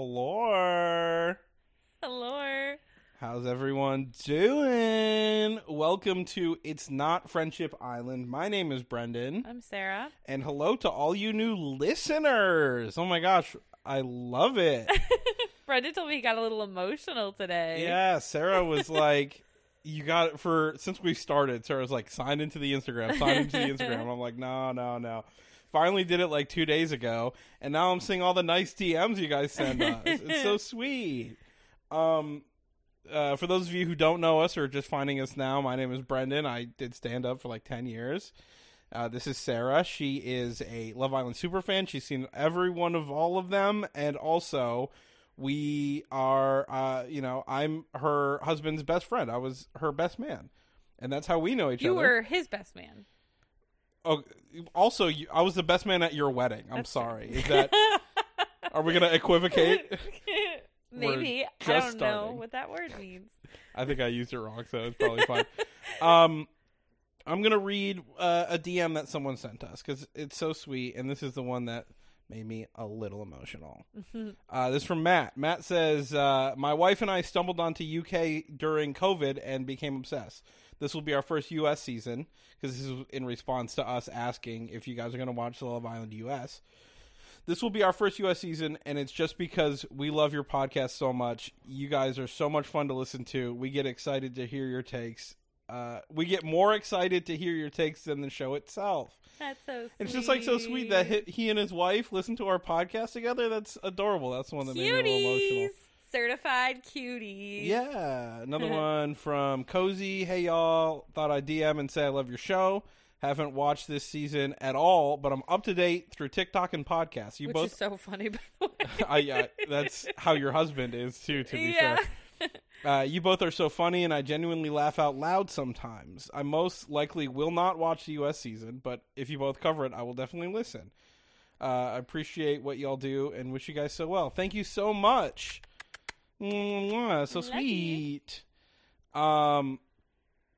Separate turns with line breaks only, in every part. Hello.
Hello.
How's everyone doing? Welcome to It's Not Friendship Island. My name is Brendan.
I'm Sarah.
And hello to all you new listeners. Oh my gosh, I love it.
Brendan told me he got a little emotional today.
yeah, Sarah was like, You got it for since we started. Sarah's like, Sign into the Instagram, sign into the Instagram. I'm like, No, no, no. Finally did it like two days ago, and now I'm seeing all the nice DMs you guys send us. It's so sweet. Um, uh, for those of you who don't know us or are just finding us now, my name is Brendan. I did stand up for like 10 years. Uh, this is Sarah. She is a Love Island superfan. She's seen every one of all of them. And also, we are, uh, you know, I'm her husband's best friend. I was her best man. And that's how we know each
You
other.
were his best man.
Oh, also, you, I was the best man at your wedding. I'm
That's
sorry. Is that are we gonna equivocate?
Maybe. I
just
don't know
starting.
what that word means.
I think I used it wrong, so it's probably fine. Um, I'm gonna read uh, a DM that someone sent us because it's so sweet, and this is the one that made me a little emotional. Uh, this is from Matt. Matt says, uh, "My wife and I stumbled onto UK during COVID and became obsessed. This will be our first US season because this is in response to us asking if you guys are going to watch The Love Island US. This will be our first US season, and it's just because we love your podcast so much. You guys are so much fun to listen to. We get excited to hear your takes. Uh, we get more excited to hear your takes than the show itself.
That's so sweet.
It's just like so sweet that he, he and his wife listen to our podcast together. That's adorable. That's the one that made me a little emotional.
Cuties. Certified cuties.
Yeah. Another one from Cozy. Hey, y'all. Thought I'd DM and say I love your show. Haven't watched this season at all, but I'm up to date through TikTok and podcasts. You
Which
both.
is so funny, by the way.
I, I, that's how your husband is, too, to be
yeah.
fair. Uh, you both are so funny, and I genuinely laugh out loud sometimes. I most likely will not watch the U.S. season, but if you both cover it, I will definitely listen. Uh, I appreciate what y'all do and wish you guys so well. Thank you so much. Mwah, so
Love you.
sweet. Um,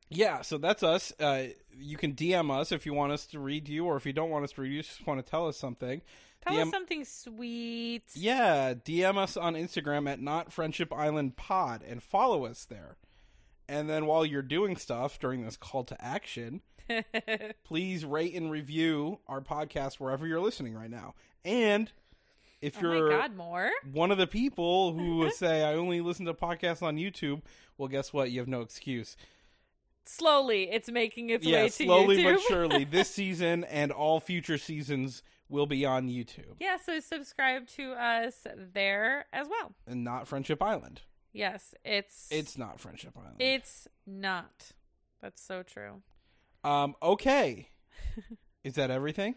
yeah, so that's us. Uh, you can DM us if you want us to read you, or if you don't want us to read you, just want to tell us something.
Tell
DM
us something sweet.
yeah, DM us on Instagram at not friendship island pod and follow us there. And then while you're doing stuff during this call to action, please rate and review our podcast wherever you're listening right now. And if
oh
you're
my god, more?
one of the people who will say I only listen to podcasts on YouTube, well guess what? You have no excuse.
Slowly, it's making its
yeah,
way to
slowly
YouTube.
but surely this season and all future seasons will be on YouTube
Yeah, so subscribe to us there as well.
and not Friendship Island.
Yes, it's
It's not Friendship Island.
it's not. That's so true.
Um, okay. Is that everything?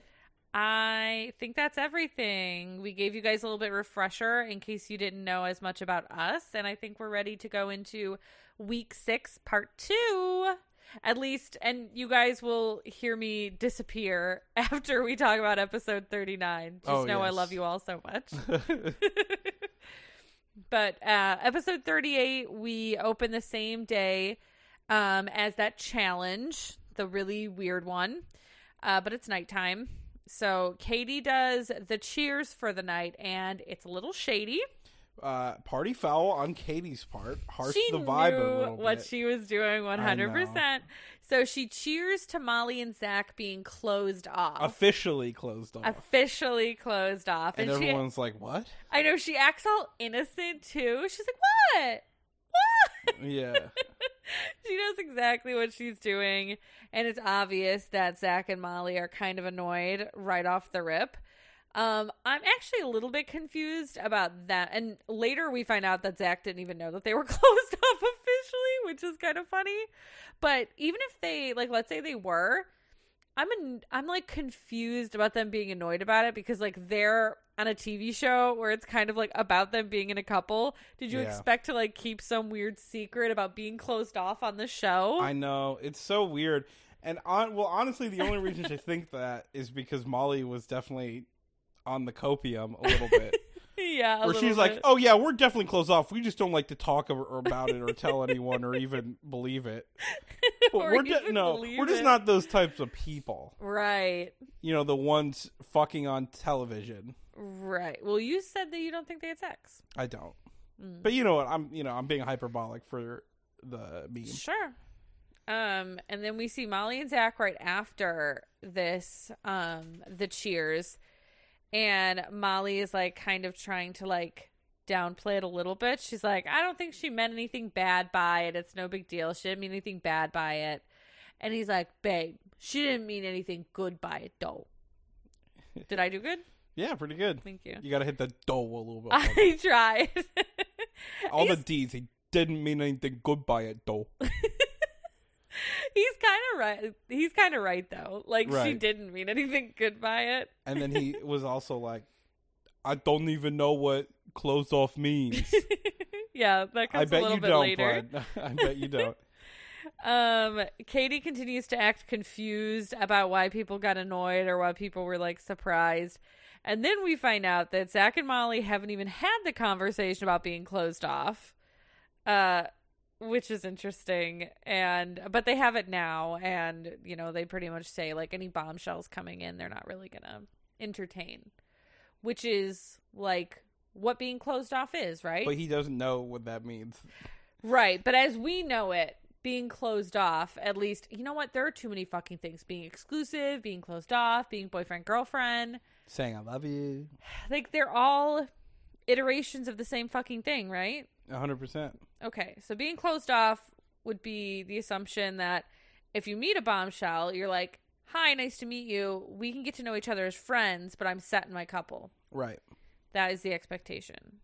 I think that's everything. We gave you guys a little bit refresher in case you didn't know as much about us, and I think we're ready to go into week 6 part 2. At least and you guys will hear me disappear after we talk about episode 39. Just
Oh,
know I
yes.
love you all so much. but uh episode 38 we open the same day um as that challenge the really weird one uh but it's nighttime so katie does the cheers for the night and it's a little shady
uh, party foul on Katie's part. Harsh
she
the vibe a
knew
little
what
bit.
she was doing 100% so she cheers to molly and zach being closed off
Officially closed off.
officially closed off
and
and, she
everyone's like, what?
i know she acts all innocent too she's like what what
Yeah.
she knows exactly what she's doing, and it's obvious that Zach and Molly are kind of annoyed right off the rip. Um, I'm actually a little bit confused about that. And later we find out that Zach didn't even know that they were closed off officially, which is kind of funny. But even if they like, let's say they were, I'm an, I'm like confused about them being annoyed about it because like they're on a TV show where it's kind of like about them being in a couple. Did you
Yeah.
expect to like keep some weird secret about being closed off on the show?
I know. It's so weird. And on, well, honestly, the only reason to think that is because Molly was definitely on the copium a little bit.
yeah, a
where
little
she's like,
bit.
oh, yeah, we're definitely closed off. We just don't like to talk ab- or about it or tell anyone or even believe it. But
Or
we're, de-
even
no,
believe
we're just
it.
not those types of people.
right.
you know the ones fucking on television
Right. Well, you said that you don't think they had sex.
I don't.
Mm.
But you know what? I'm you know I'm being hyperbolic for the meme.
Sure. Um, and then we see Molly and Zach right after this, um, the cheers. And Molly is like kind of trying to like downplay it a little bit. She's like, I don't think she meant anything bad by it. It's no big deal. She didn't mean anything bad by it. And he's like, Babe, she didn't mean anything good by it though. Did I do good?
Yeah, pretty good.
Thank you.
You gotta hit the dough a little bit. harder.
I tried.
All the D's. He didn't mean anything good by it, though.
He's kind of right. He's kind of right though. Like she
Right.
didn't mean anything good by it.
And then he was also like, "I don't even know what closed off means."
yeah, that
I
comes a
bet
little
you
bit
don't,
later.
bud. I bet you don't.
Um, Katie continues to act confused about why people got annoyed or why people were like surprised. And then we find out that Zach and Molly haven't even had the conversation about being closed off. Uh which is interesting and but they have it now and you know they pretty much say like any bombshells coming in they're not really gonna entertain which is like what being closed off is right
But he doesn't know what that means.
Right, but as we know it, being closed off, at least, you know what? There are too many fucking things being exclusive, being closed off, being boyfriend, girlfriend.
Saying "I love you,"
Like, they're all iterations of the same fucking thing, right?
hundred percent.
Okay, so being closed off would be the assumption that if you meet a bombshell, you're like, hi, nice to meet you. We can get to know each other as friends, but I'm set in my couple.
Right.
That is the expectation.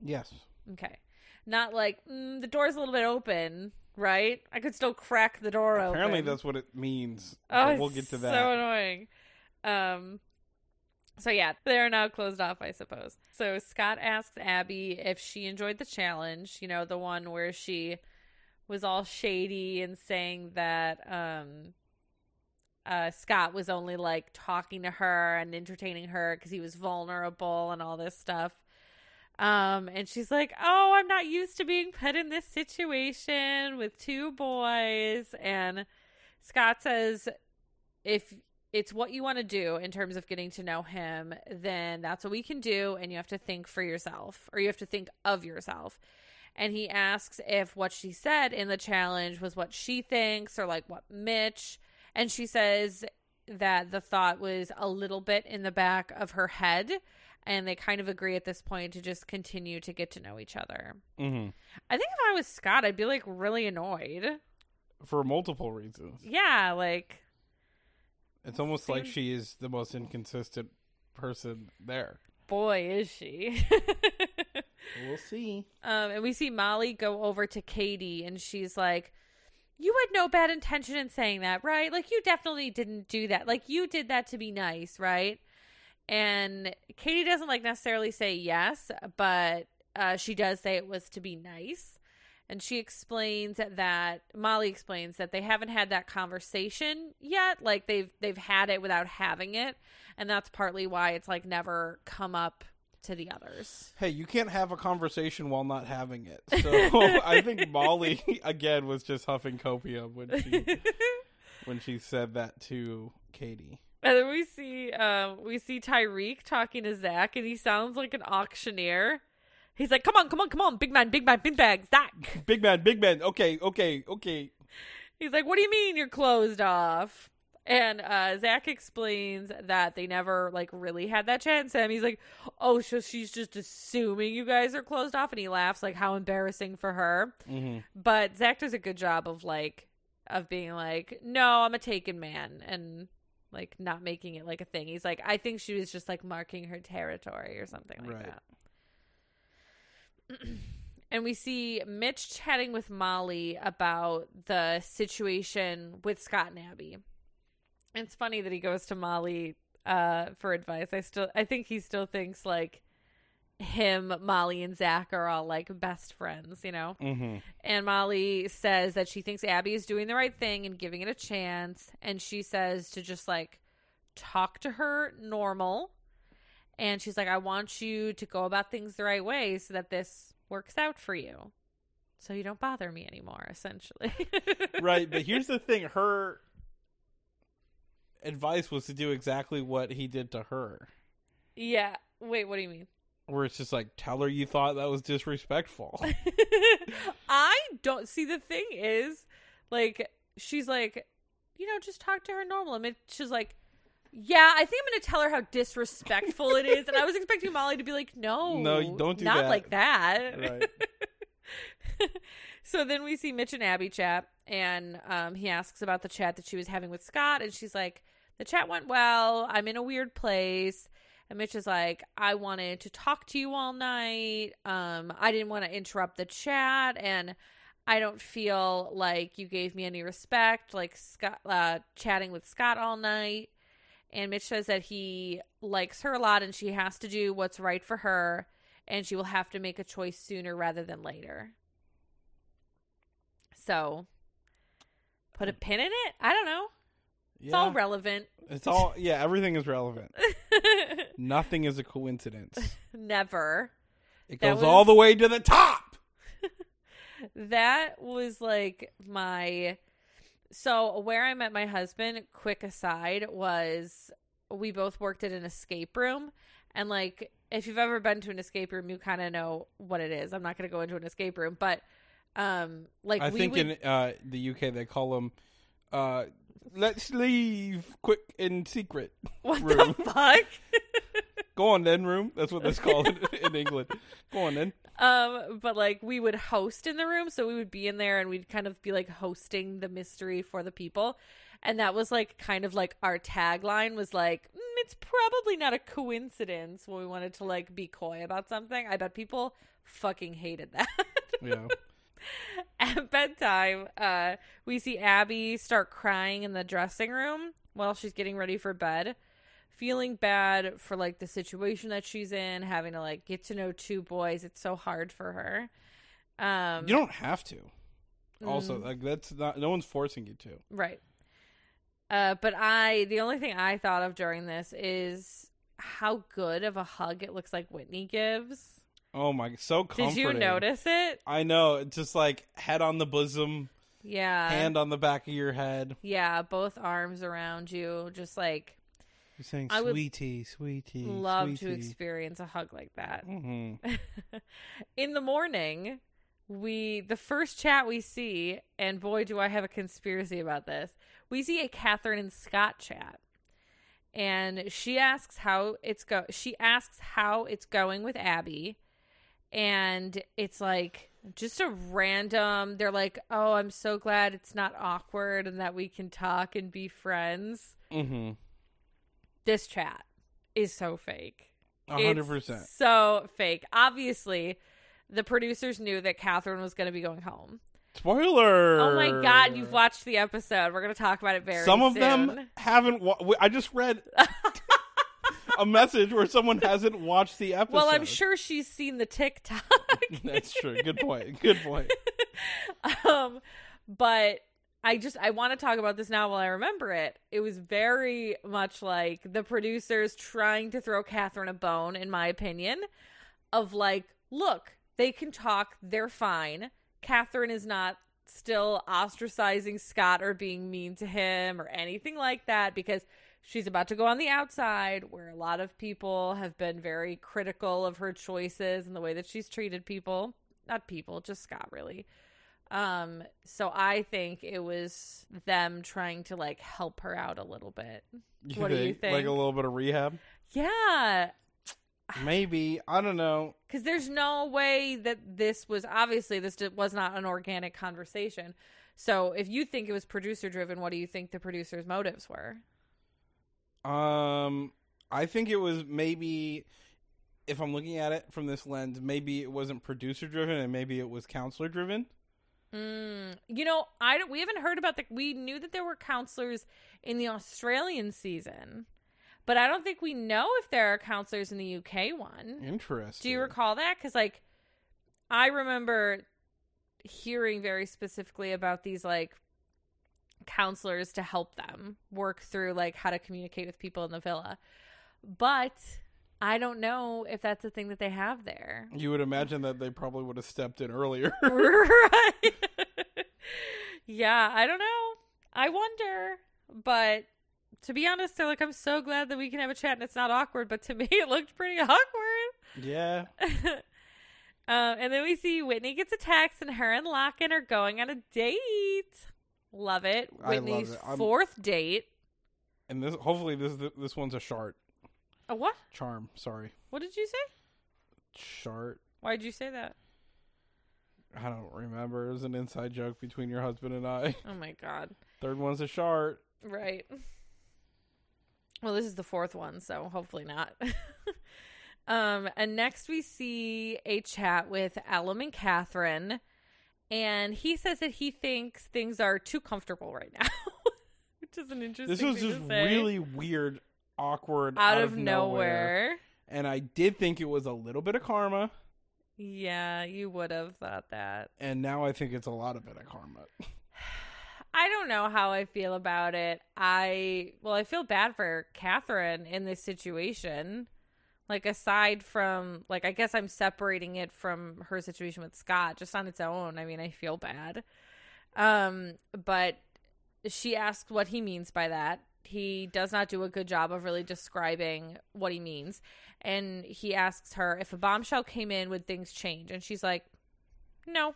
Yes.
Okay. Not like mm, the door's a little bit open, right? I could still crack the door
Apparently,
open.
that's what it means.
Oh,
But we'll
it's
get to
So
that.
annoying. Um. So yeah, they're now closed off, I suppose. So Scott asks Abby if she enjoyed the challenge. You know, the one where she was all shady and saying that um, uh, Scott was only like talking to her and entertaining her because he was vulnerable and all this stuff. Um, and she's like, "Oh, I'm not used to being put in this situation with two boys." And Scott says, if it's what you want to do in terms of getting to know him, then that's what we can do. And you have to think for yourself or you have to think of yourself. And he asks if what she said in the challenge was what she thinks or like what Mitch. And she says that the thought was a little bit in the back of her head. And they kind of agree at this point to just continue to get to know each other.
hmm
I think if I was Scott, I'd be like really annoyed.
For multiple reasons,
Yeah, like
it's almost like
Same.
she is the most inconsistent person there.
boy is she
We'll see.
um and we see molly go over to katie and she's like you had no bad intention in saying that right like you definitely didn't do that like you did that to be nice right and katie doesn't like necessarily say yes but uh, she does say it was to be nice and she explains that molly explains that they haven't had that conversation yet like they've they've had it without having it and that's partly why it's like never come up to the others
Hey, you can't have a conversation while not having it. So I think Molly again was just huffing copium when she when she said that to Katie.
And then we see um, we see Tyreek talking to Zach, and he sounds like an auctioneer. He's like, "Come on, come on, come on, big man, big man, big bag, Zach."
Big man, big man. Okay, okay, okay.
He's like, "What do you mean you're closed off?" And uh, Zach explains that they never like really had that chat. And Sam, he's like, "Oh, so she's just assuming you guys are closed off," and he laughs like, "How embarrassing for her."
Mm-hmm.
But Zach does a good job of like of being like, "No, I'm a taken man," and like not making it like a thing. He's like, "I think she was just like marking her territory or something like
Right.
that." and we see Mitch chatting with Molly about the situation with Scott and Abby. It's funny that he goes to Molly uh for advice. I still I think he still thinks like him, Molly and Zach are all like best friends, you know.
Mm-hmm.
And Molly says that she thinks Abby is doing the right thing and giving it a chance. And she says to just like talk to her normal. And she's like, I want you to go about things the right way so that this works out for you. So you don't bother me anymore, essentially.
Right, but here's the thing: her advice was to do exactly what he did to her.
Yeah. Wait, what do you mean?
where it's just like tell her you thought that was disrespectful.
I don't see the thing is like she's like, you know, just talk to her normal. And it- she's like, yeah, I think I'm gonna tell her how disrespectful it is. And I was expecting Molly to be like, no,
No, you don't do
not
that."
like that.
right.
so then we see Mitch and Abby chat, and um, he asks about the chat that she was having with Scott, and she's like, "The chat went well. I'm in a weird place." And Mitch is like, "I wanted to talk to you all night. Um, I didn't want to interrupt the chat, and I don't feel like you gave me any respect, like Scott uh, chatting with Scott all night." And Mitch says that he likes her a lot, and she has to do what's right for her. And she will have to make a choice sooner rather than later. So put a pin in it? I don't know.
Yeah.
It's all relevant.
It's all yeah, everything is relevant. Nothing is a coincidence.
Never.
It
That
goes all
was-
the way to the top.
That was like my so where I met my husband, quick aside, was we both worked at an escape room and like if you've ever been to an escape room, you kind of know what it is. I'm not going to go into an escape room, but um like
I
we
think
would,
in uh, the UK they call them uh, let's leave quick and secret.
what
room.
the fuck?
Go on then, room. That's what that's called in, in England. Go on then.
Um, but like we would host in the room, so we would be in there and we'd kind of be like hosting the mystery for the people. And that was like kind of like our tagline was like, mm, it's probably not a coincidence when we wanted to like be coy about something. I bet people fucking hated that.
Yeah.
At bedtime, uh, we see Abby start crying in the dressing room while she's getting ready for bed, feeling bad for like the situation that she's in, having to like get to know two boys. It's so hard for her. Um,
You don't have to. Also,
mm,
like that's not no one's forcing you to.
right. Uh, but I, the only thing I thought of during this is how good of a hug it looks like Whitney gives.
Oh my, so comforting.
Did you notice it?
I know. It's just like head on the bosom,
Yeah.
hand on the back of your head.
yeah, both arms around you, just like
You're saying
I would
sweetie, sweetie,
love to experience a hug like that.
hmm
In the morning, we the first chat we see, and boy, do I have a conspiracy about this. We see a Catherine and Scott chat, and she asks how it's go. She asks how it's going with Abby, and it's like just a random. They're like, "Oh, I'm so glad it's not awkward and that we can talk and be friends."
hmm
This chat is so fake.
A
It's
hundred percent.
So fake. Obviously, the producers knew that Catherine was going to be going home.
Spoiler.
Oh my God, you've watched the episode. We're going to talk about it very
Some of
soon.
them haven't. Wa- I just read a message where someone hasn't watched the episode.
Well, I'm sure she's seen the TikTok.
that's true. Good point. Good point.
um, but I just I want to talk about this now while I remember it. It was very much like the producers trying to throw Catherine a bone, in my opinion, of like, look, they can talk, they're fine. Catherine is not still ostracizing Scott or being mean to him or anything like that because she's about to go on the outside where a lot of people have been very critical of her choices and the way that she's treated people. Not people, just Scott, really. Um, so I think it was them trying to like help her out a little bit. What do you
Like
think?
a little bit of rehab?
Yeah,
Maybe. I don't know.
because there's no way that this was obviously this di- was not an organic conversation. So if you think it was producer driven, what do you think the producer's motives were?
Um, I think it was maybe if I'm looking at it from this lens, maybe it wasn't producer driven and maybe it was counselor driven.
Mm, you know, I don't, we haven't heard about the. We knew that there were counselors in the Australian season, but I don't think we know if there are counselors in the UK one.
Interesting.
Do you recall that? Because like, I remember hearing very specifically about these like counselors to help them work through like how to communicate with people in the villa, but I don't know if that's a thing that they have there.
You would imagine that they probably would have stepped in earlier.
right? yeah, I don't know. I wonder, but to be honest, they're like, I'm so glad that we can have a chat and it's not awkward, but to me, it looked pretty awkward.
Yeah.
um, and then we see Whitney gets a text, and her and Locken are going on a date. Love it.
I love
Whitney's
it. I'm-
fourth date.
And this hopefully this this one's a shart
A what?
charm. Sorry,
What did you say?
shart.
Why'd you say that?
I don't remember. It was an inside joke between your husband and I.
Oh my god.
Third one's a shart.
Right. Well, this is the fourth one, so hopefully not. um, and next we see a chat with Alum and Catherine, and he says that he thinks things are too comfortable right now, which is an interesting.
This was
thing
just
to say.
really weird, awkward,
out, of, nowhere.
And I did think it was a little bit of karma,
Yeah, you would have thought that.
and now I think it's a lot of bit of karma.
I don't know how I feel about it. I well, I feel bad for Catherine in this situation. Like aside from like I guess I'm separating it from her situation with Scott just on its own. I mean, I feel bad. Um, but she asked what he means by that. He does not do a good job of really describing what he means. And he asks her if a bombshell came in, would things change? And she's like, no.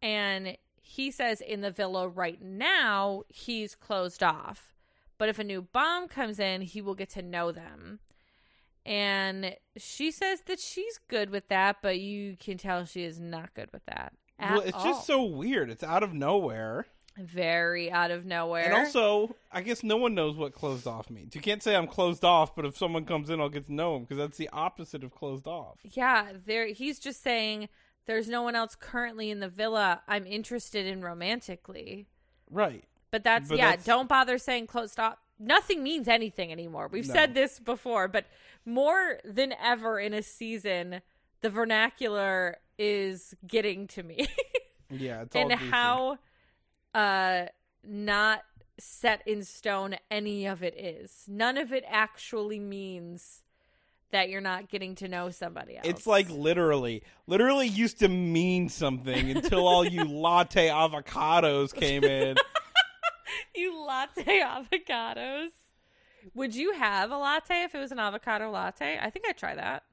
And he says in the villa right now, he's closed off. But if a new bomb comes in, he will get to know them. And she says that she's good with that, but you can tell she is not good with that. at
well, it's
all.
just so weird. It's out of nowhere,
Very out of nowhere.
and also I guess no one knows what closed off means. You can't say I'm closed off, but if someone comes in, I'll get to know them because that's the opposite of closed off.
yeah, there he's just saying there's no one else currently in the villa I'm interested in romantically.
Right.
But that's
But
yeah,
that's-
don't bother saying closed off. Nothing means anything anymore. We've
No.
said this before, but more than ever in a season, the vernacular is getting to me.
Yeah. It's all
and
goofy.
how uh not set in stone any of it is. None of it actually means that you're not getting to know somebody else.
It's like literally. Literally used to mean something until all you latte avocados came in.
you latte avocados. Would you have a latte if it was an avocado latte? I think I'd try that.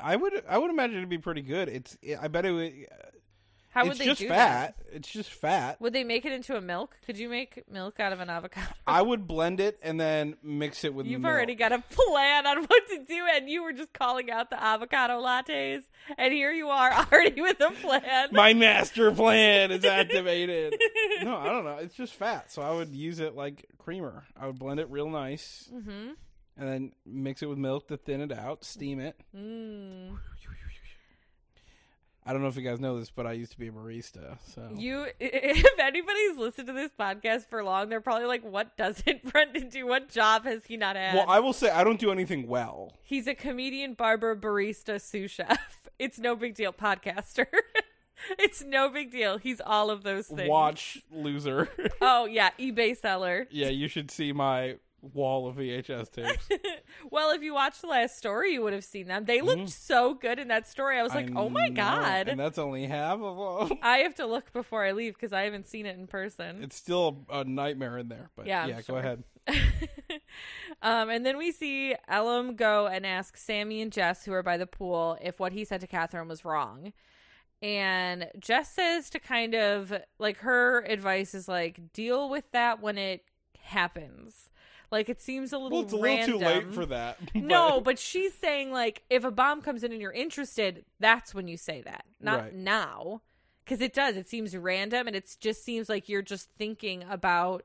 I would I would imagine it'd be pretty good. It's I bet it would,
How would
it's
they
just
do
fat.
that?
It's just fat.
Would they make it into a milk? Could you make milk out of an avocado?
I would blend it and then mix it with
You've
milk.
already got a plan on what to do, and you were just calling out the avocado lattes, and here you are already with a plan.
My master plan is activated. no, I don't know. It's just fat. So I would use it like creamer. I would blend it real nice
mm-hmm.
and then mix it with milk to thin it out, steam it.
Mm.
Oh. I don't know if you guys know this, but I used to be a barista. So
You, if anybody's listened to this podcast for long, they're probably like, "What doesn't Brendan do? What job has he not had?"
Well, I will say I don't do anything well.
He's a comedian, barber, barista, sous chef. It's no big deal. Podcaster. it's no big deal. He's all of those things.
Watch loser.
Oh yeah, eBay seller.
yeah, you should see my wall of VHS tapes.
well, if you watched the last story, you would have seen them. They looked so good in that story. I was like,
Mm-hmm. I
oh my
know,
god.
And that's only half of them.
I have to look before I leave because I haven't seen it in person.
It's still a nightmare in there, but
Yeah,
yeah,
I'm
go
sure.
ahead.
um, and then we see Ellum go and ask Sammy and Jess, who are by the pool, if what he said to Catherine was wrong. And Jess says to kind of like her advice is like deal with that when it happens. Like it seems a little
Well, it's a little
random.
too late for that. but-
No, but she's saying like if a bomb comes in and you're interested, that's when you say that, not
Right.
now, because it does. It seems random, and it just seems like you're just thinking about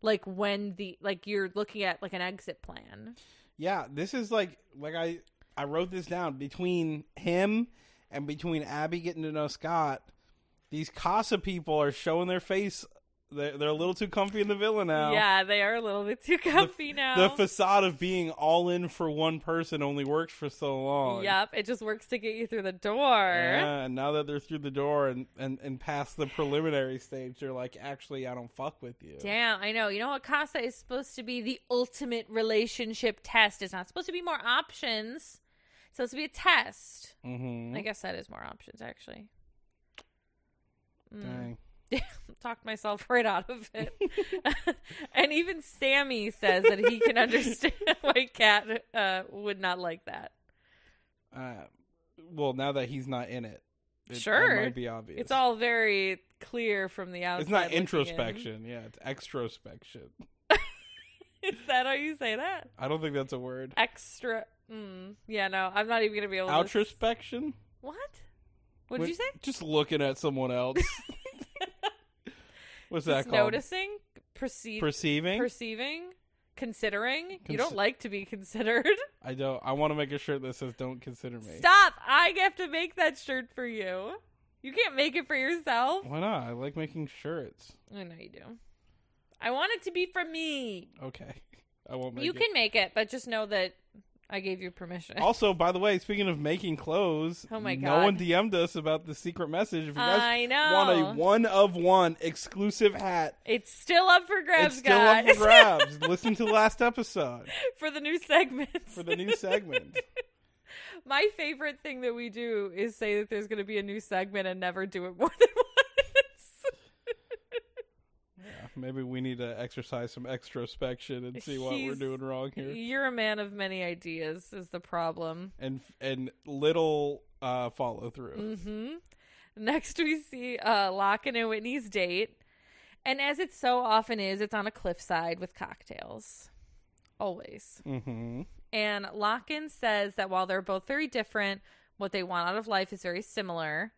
like when the like you're looking at like an exit plan.
yeah, this is like like I I wrote this down between him and between Abby getting to know Scott. These Casa people are showing their face. They're, they're a little too comfy in the villa now.
Yeah, they are a little bit too comfy now.
The facade of being all in for one person only works for so long.
yep, it just works to get you through the door.
Yeah, and now that they're through the door and, and, and past the preliminary stage, they're like, actually, I don't fuck with you.
Damn, I know. You know what? Casa is supposed to be the ultimate relationship test. It's not supposed to be more options. It's supposed to be a test.
Mm-hmm.
I guess that is more options actually. Mm.
Dang.
talked myself right out of it. and even Sammy says that he can understand why Cat uh, would not like that. hmm.
Uh, well, now that he's not in it, it it
Sure.
might be obvious.
It's all very clear from the outside.
It's not
looking in.
introspection. Yeah, it's extrospection.
Is that how you say that?
I don't think that's a word.
Extra. Mm, yeah, no, I'm not even gonna be able. to...
Outrospection.
What? What did you
Wait,
say?
Just looking at someone else. What's that
Just
called?
noticing, perceive,
Perceiving.
perceiving, considering. you don't
Consi-
like to be considered.
I don't. I want to make a shirt that says "Don't consider me."
Stop! I have to make that shirt for you. You can't make it for yourself.
Why not? I like making shirts.
I know you do. I want it to be for me.
Okay, I won't make
you
it.
can make it, but just know that I gave you permission.
Also, by the way, speaking of making clothes,
Oh my
no
God.
one DM'd us about the secret message. If you guys
I know.
want a one of one exclusive hat,
It's still up for grabs,
it's still
guys.
up for grabs. Listen to last episode
for the new segments.
for the new segment.
My favorite thing that we do is say that there's going to be a new segment and never do it more than once.
Yeah, maybe we need to exercise some extrospection and see what we're
He's-
doing wrong here.
You're a man of many ideas, is the problem.
And and little uh, follow through.
hmm Next, we see uh, Locken and Whitney's date. And as it so often is, it's on a cliffside with cocktails. Always.
hmm
And Locken says that while they're both very different, what they want out of life is very similar.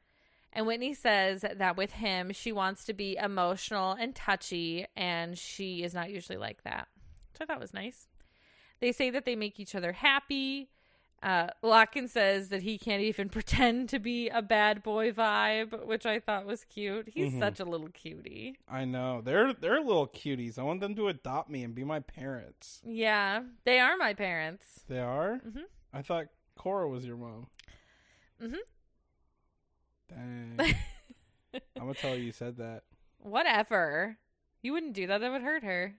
And Whitney says that with him, she wants to be emotional and touchy, and she is not usually like that. So that was nice. They say that they make each other happy. Uh, Locken says that he can't even pretend to be a bad boy vibe, which I thought was cute. He's
Mhm.
such a little cutie.
I know they're they're little cuties. I want them to adopt me and be my parents.
Yeah, they are my parents.
They are.
Mhm.
I thought Cora was your mom.
Mhm.
Dang. I'm gonna tell you you said that.
Whatever. You wouldn't do that, that would hurt her.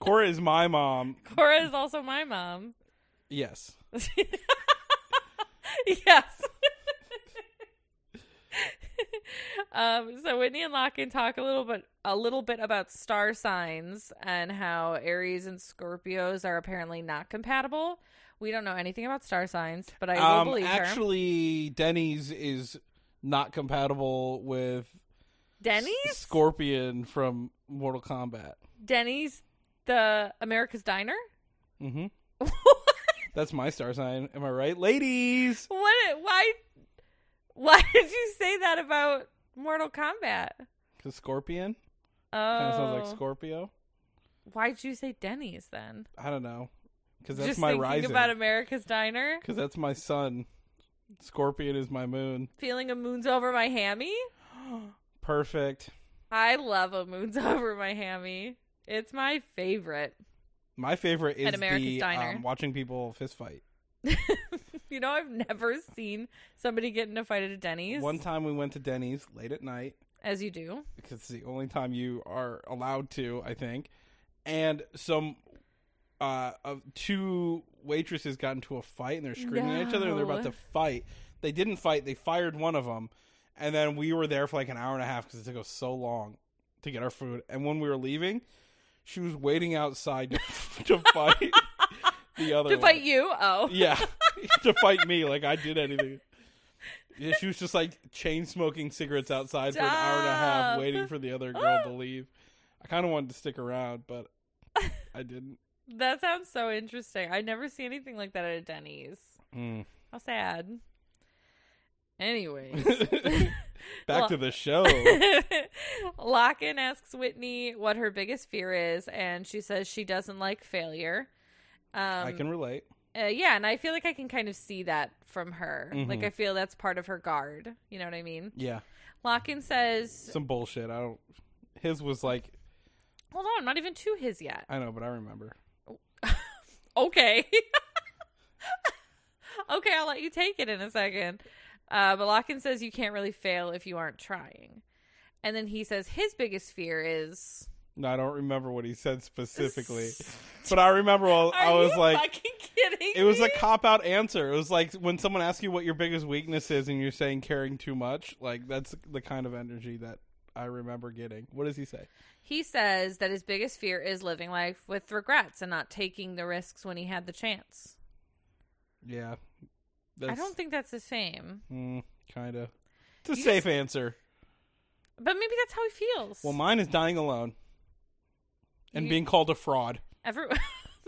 Cora is my mom.
Cora is also my mom.
Yes.
yes. um, so Whitney and Locken talk a little bit a little bit about star signs and how Aries and Scorpios are apparently not compatible. We don't know anything about star signs, but I will
Um,
believe her.
actually, Denny's is not compatible with S-
Denny's
Scorpion from Mortal Kombat.
Denny's the America's Diner?
hmm
what
That's my star sign. Am I right, ladies?
why why did you say that about Mortal Kombat?
Because Scorpion
Oh,
kind of sounds like Scorpio.
Why'd you say Denny's then?
I don't know. Because that's
Just
my
thinking
rising.
about America's Diner,
Because that's my sun. Scorpion is my moon.
feeling a moon's over my hammy.
Perfect.
I love a moon's over my hammy. It's my favorite.
My favorite is
At America's
the
Diner.
um, watching people fist fight.
You know, I've never seen somebody get in a fight at a Denny's
One time we went to Denny's late at night
as you do.
because it's the only time you are allowed to, I think. And some uh, of two waitresses got into a fight and they're screaming at each other. and They're about
No.
to fight. They didn't fight. They fired one of them, and then we were there for like an hour and a half because it took us so long to get our food. And when we were leaving, she was waiting outside to, to fight the other
To
one.
fight you? Oh,
Yeah, to fight me like I did anything. Yeah, she was just like chain smoking cigarettes outside for an hour and a half,
Stop.
waiting for the other girl to leave. I kind of wanted to stick around, but I didn't.
that sounds so interesting. I never see anything like that at a Denny's.
Mm.
How sad. Anyways.
Back to the show.
Locken asks Whitney what her biggest fear is, and she says she doesn't like failure. Um,
I can relate.
uh, yeah, and I feel like I can kind of see that from her. Like
Mhm.
I feel that's part of her guard. You know what I mean?
Yeah,
Locken says,
some bullshit. I don't. His was like
"Hold on, I'm not even to his yet."
I know, but I remember.
okay. okay, I'll let you take it in a second. Uh, but Locken says you can't really fail if you aren't trying. And then he says his biggest fear is
No, I don't remember what he said specifically, but I remember I, I
Are
was
you
like,
fucking kidding.
it was
me?
a cop out answer. It was like when someone asks you what your biggest weakness is, and you're saying caring too much. Like that's the kind of energy that I remember getting. What does he say?
He says that his biggest fear is living life with regrets and not taking the risks when he had the chance.
Yeah, that's,
I don't think that's the same,
mm, kind of. It's a
You
safe answer.
but maybe that's how he feels.
Well, mine is dying alone and
You-
being called a fraud.
Every-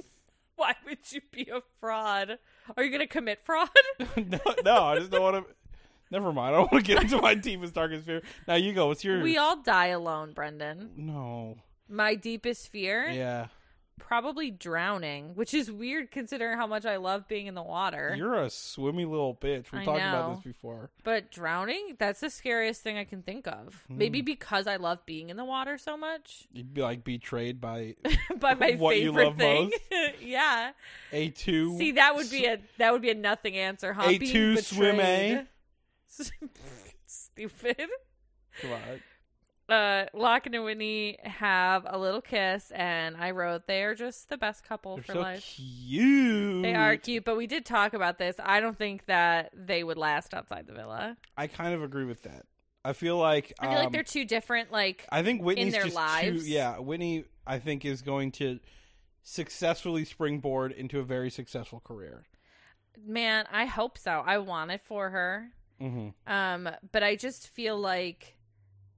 Why would you be a fraud? Are you going to commit fraud?
no, no, I just don't want to. Never mind. I don't want to get into my deepest, darkest fear. Now you go. What's yours?
we all die alone, Brendan.
no.
My deepest fear,
Yeah,
probably drowning, which is weird considering how much I love being in the water.
you're a swimmy little bitch. We
I
have talked about
know.
this before.
But drowning, that's the scariest thing I can think of.
Hmm.
Maybe because I love being in the water so much.
You'd be like betrayed by
By my
What you
favorite
love
thing. yeah.
a two.
See, that would be a that would be a nothing answer, huh?
A
Being
two swim A.
betrayed. Stupid.
God.
Uh Locke and Whitney have a little kiss and I wrote they are just the best couple
They're
for
so
life.
cute.
They are cute, but we did talk about this. I don't think that they would last outside the villa.
I kind of agree with that. I feel like
I feel like
um,
they're too different. Like
I think Whitney's
their
just
lives.
Too, yeah, Whitney. I think is going to successfully springboard into a very successful career.
Man, I hope so. I want it for her.
Mm-hmm.
Um, but I just feel like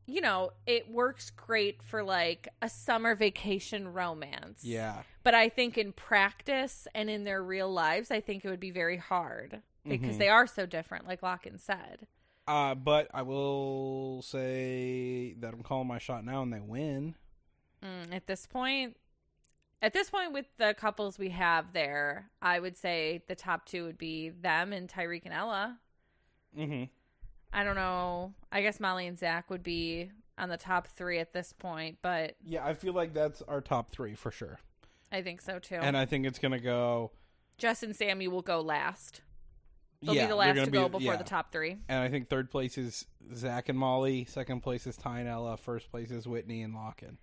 you know, it works great for like a summer vacation romance.
Yeah.
But I think in practice and in their real lives, I think it would be very hard because
Mhm.
they are so different, like Locken said.
Uh, but I will say that I'm calling my shot now, and they win.
Mm, at this point, at this point, with the couples we have there, I would say the top two would be them and Tyreek and Ella.
Mm-hmm.
I don't know. I guess Molly and Zach would be on the top three at this point, but
Yeah, I feel like that's our top three for sure,
I think so too.
and I think it's gonna go.
Jess and Sammy will go last. They'll
yeah,
be the
they're
last
gonna
to go
be-
before
yeah.
the top three.
And I think third place is Zach and Molly. Second place is Ty and Ella. First place is Whitney and Lockin.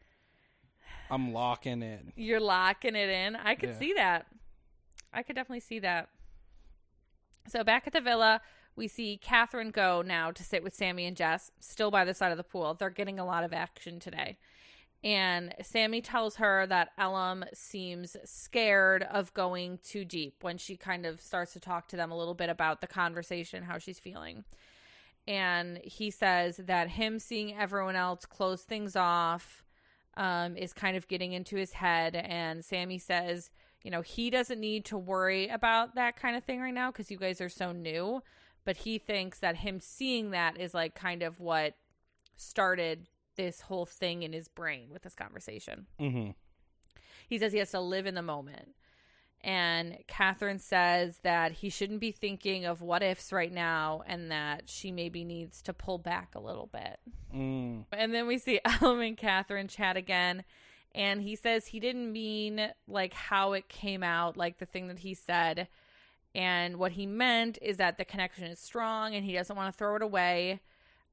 I'm locking in.
You're locking it in. I could
Yeah.
see that. I could definitely see that. So back at the villa, we see Catherine go now to sit with Sammy and Jess, still by the side of the pool. They're getting a lot of action today. And Sammy tells her that Elam seems scared of going too deep when she kind of starts to talk to them a little bit about the conversation, how she's feeling. And he says that him seeing everyone else close things off um, is kind of getting into his head. And Sammy says, you know, he doesn't need to worry about that kind of thing right now because you guys are so new. But he thinks that him seeing that is like kind of what started this whole thing in his brain with this conversation.
Mm-hmm.
He says he has to live in the moment. And Catherine says that he shouldn't be thinking of what ifs right now and that she maybe needs to pull back a little bit.
Mm.
And then we see Ellen and Catherine chat again. And he says he didn't mean like how it came out, like the thing that he said. And what he meant is that the connection is strong and he doesn't want to throw it away.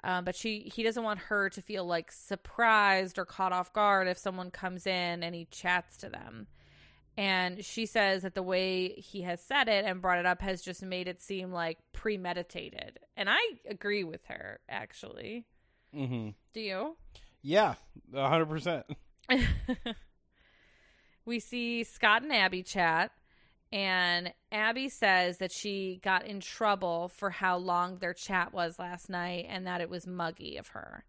Um, but she, he doesn't want her to feel like surprised or caught off guard if someone comes in and he chats to them. And she says that the way he has said it and brought it up has just made it seem like premeditated. And I agree with her, actually.
Mm-hmm.
Do you?
Yeah, hundred percent.
we see Scott and Abby chat, and Abby says that she got in trouble for how long their chat was last night and that it was muggy of her.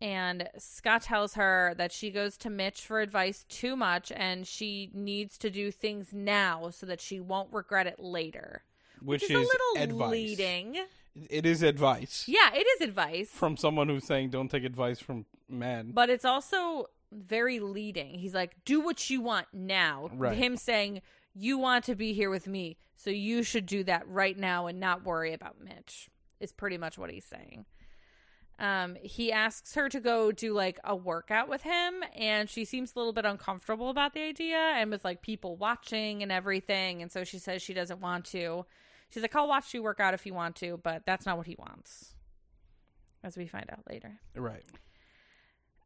And Scott tells her that she goes to Mitch for advice too much and she needs to do things now so that she won't regret it later.
Which,
Which
is
a little
advice.
leading.
It is advice
Yeah, it is advice.
from someone who's saying don't take advice from men.
But it's also very leading. He's like, do what you want now.
Right.
Him saying, you want to be here with me, so you should do that right now and not worry about Mitch, is pretty much what he's saying. Um, he asks her to go do like a workout with him, and she seems a little bit uncomfortable about the idea and with like people watching and everything. And so she says she doesn't want to. She's like, I'll watch you work out if you want to, but that's not what he wants, as we find out later.
Right.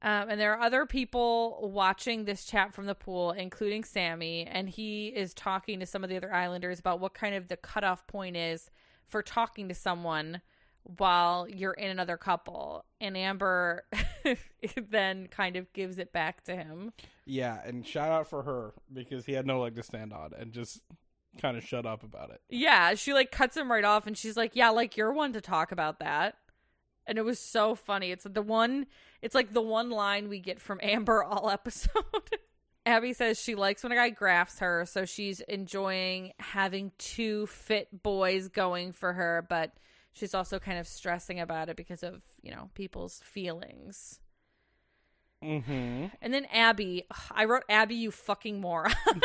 Um, and there are other people watching this chat from the pool, including Sammy, and he is talking to some of the other islanders about what kind of the cutoff point is for talking to someone while you're in another couple. And Amber then kind of gives it back to him.
Yeah, and shout out for her because he had no leg to stand on and just kind of shut up about it.
Yeah, she like cuts him right off and she's like, "Yeah, like you're one to talk about that." And it was so funny. It's the one it's like the one line we get from Amber all episode. Abby says she likes when a guy grafts her, so she's enjoying having two fit boys going for her, but she's also kind of stressing about it because of, you know, people's feelings.
Mm-hmm.
And then Abby, ugh, I wrote Abby, you fucking moron,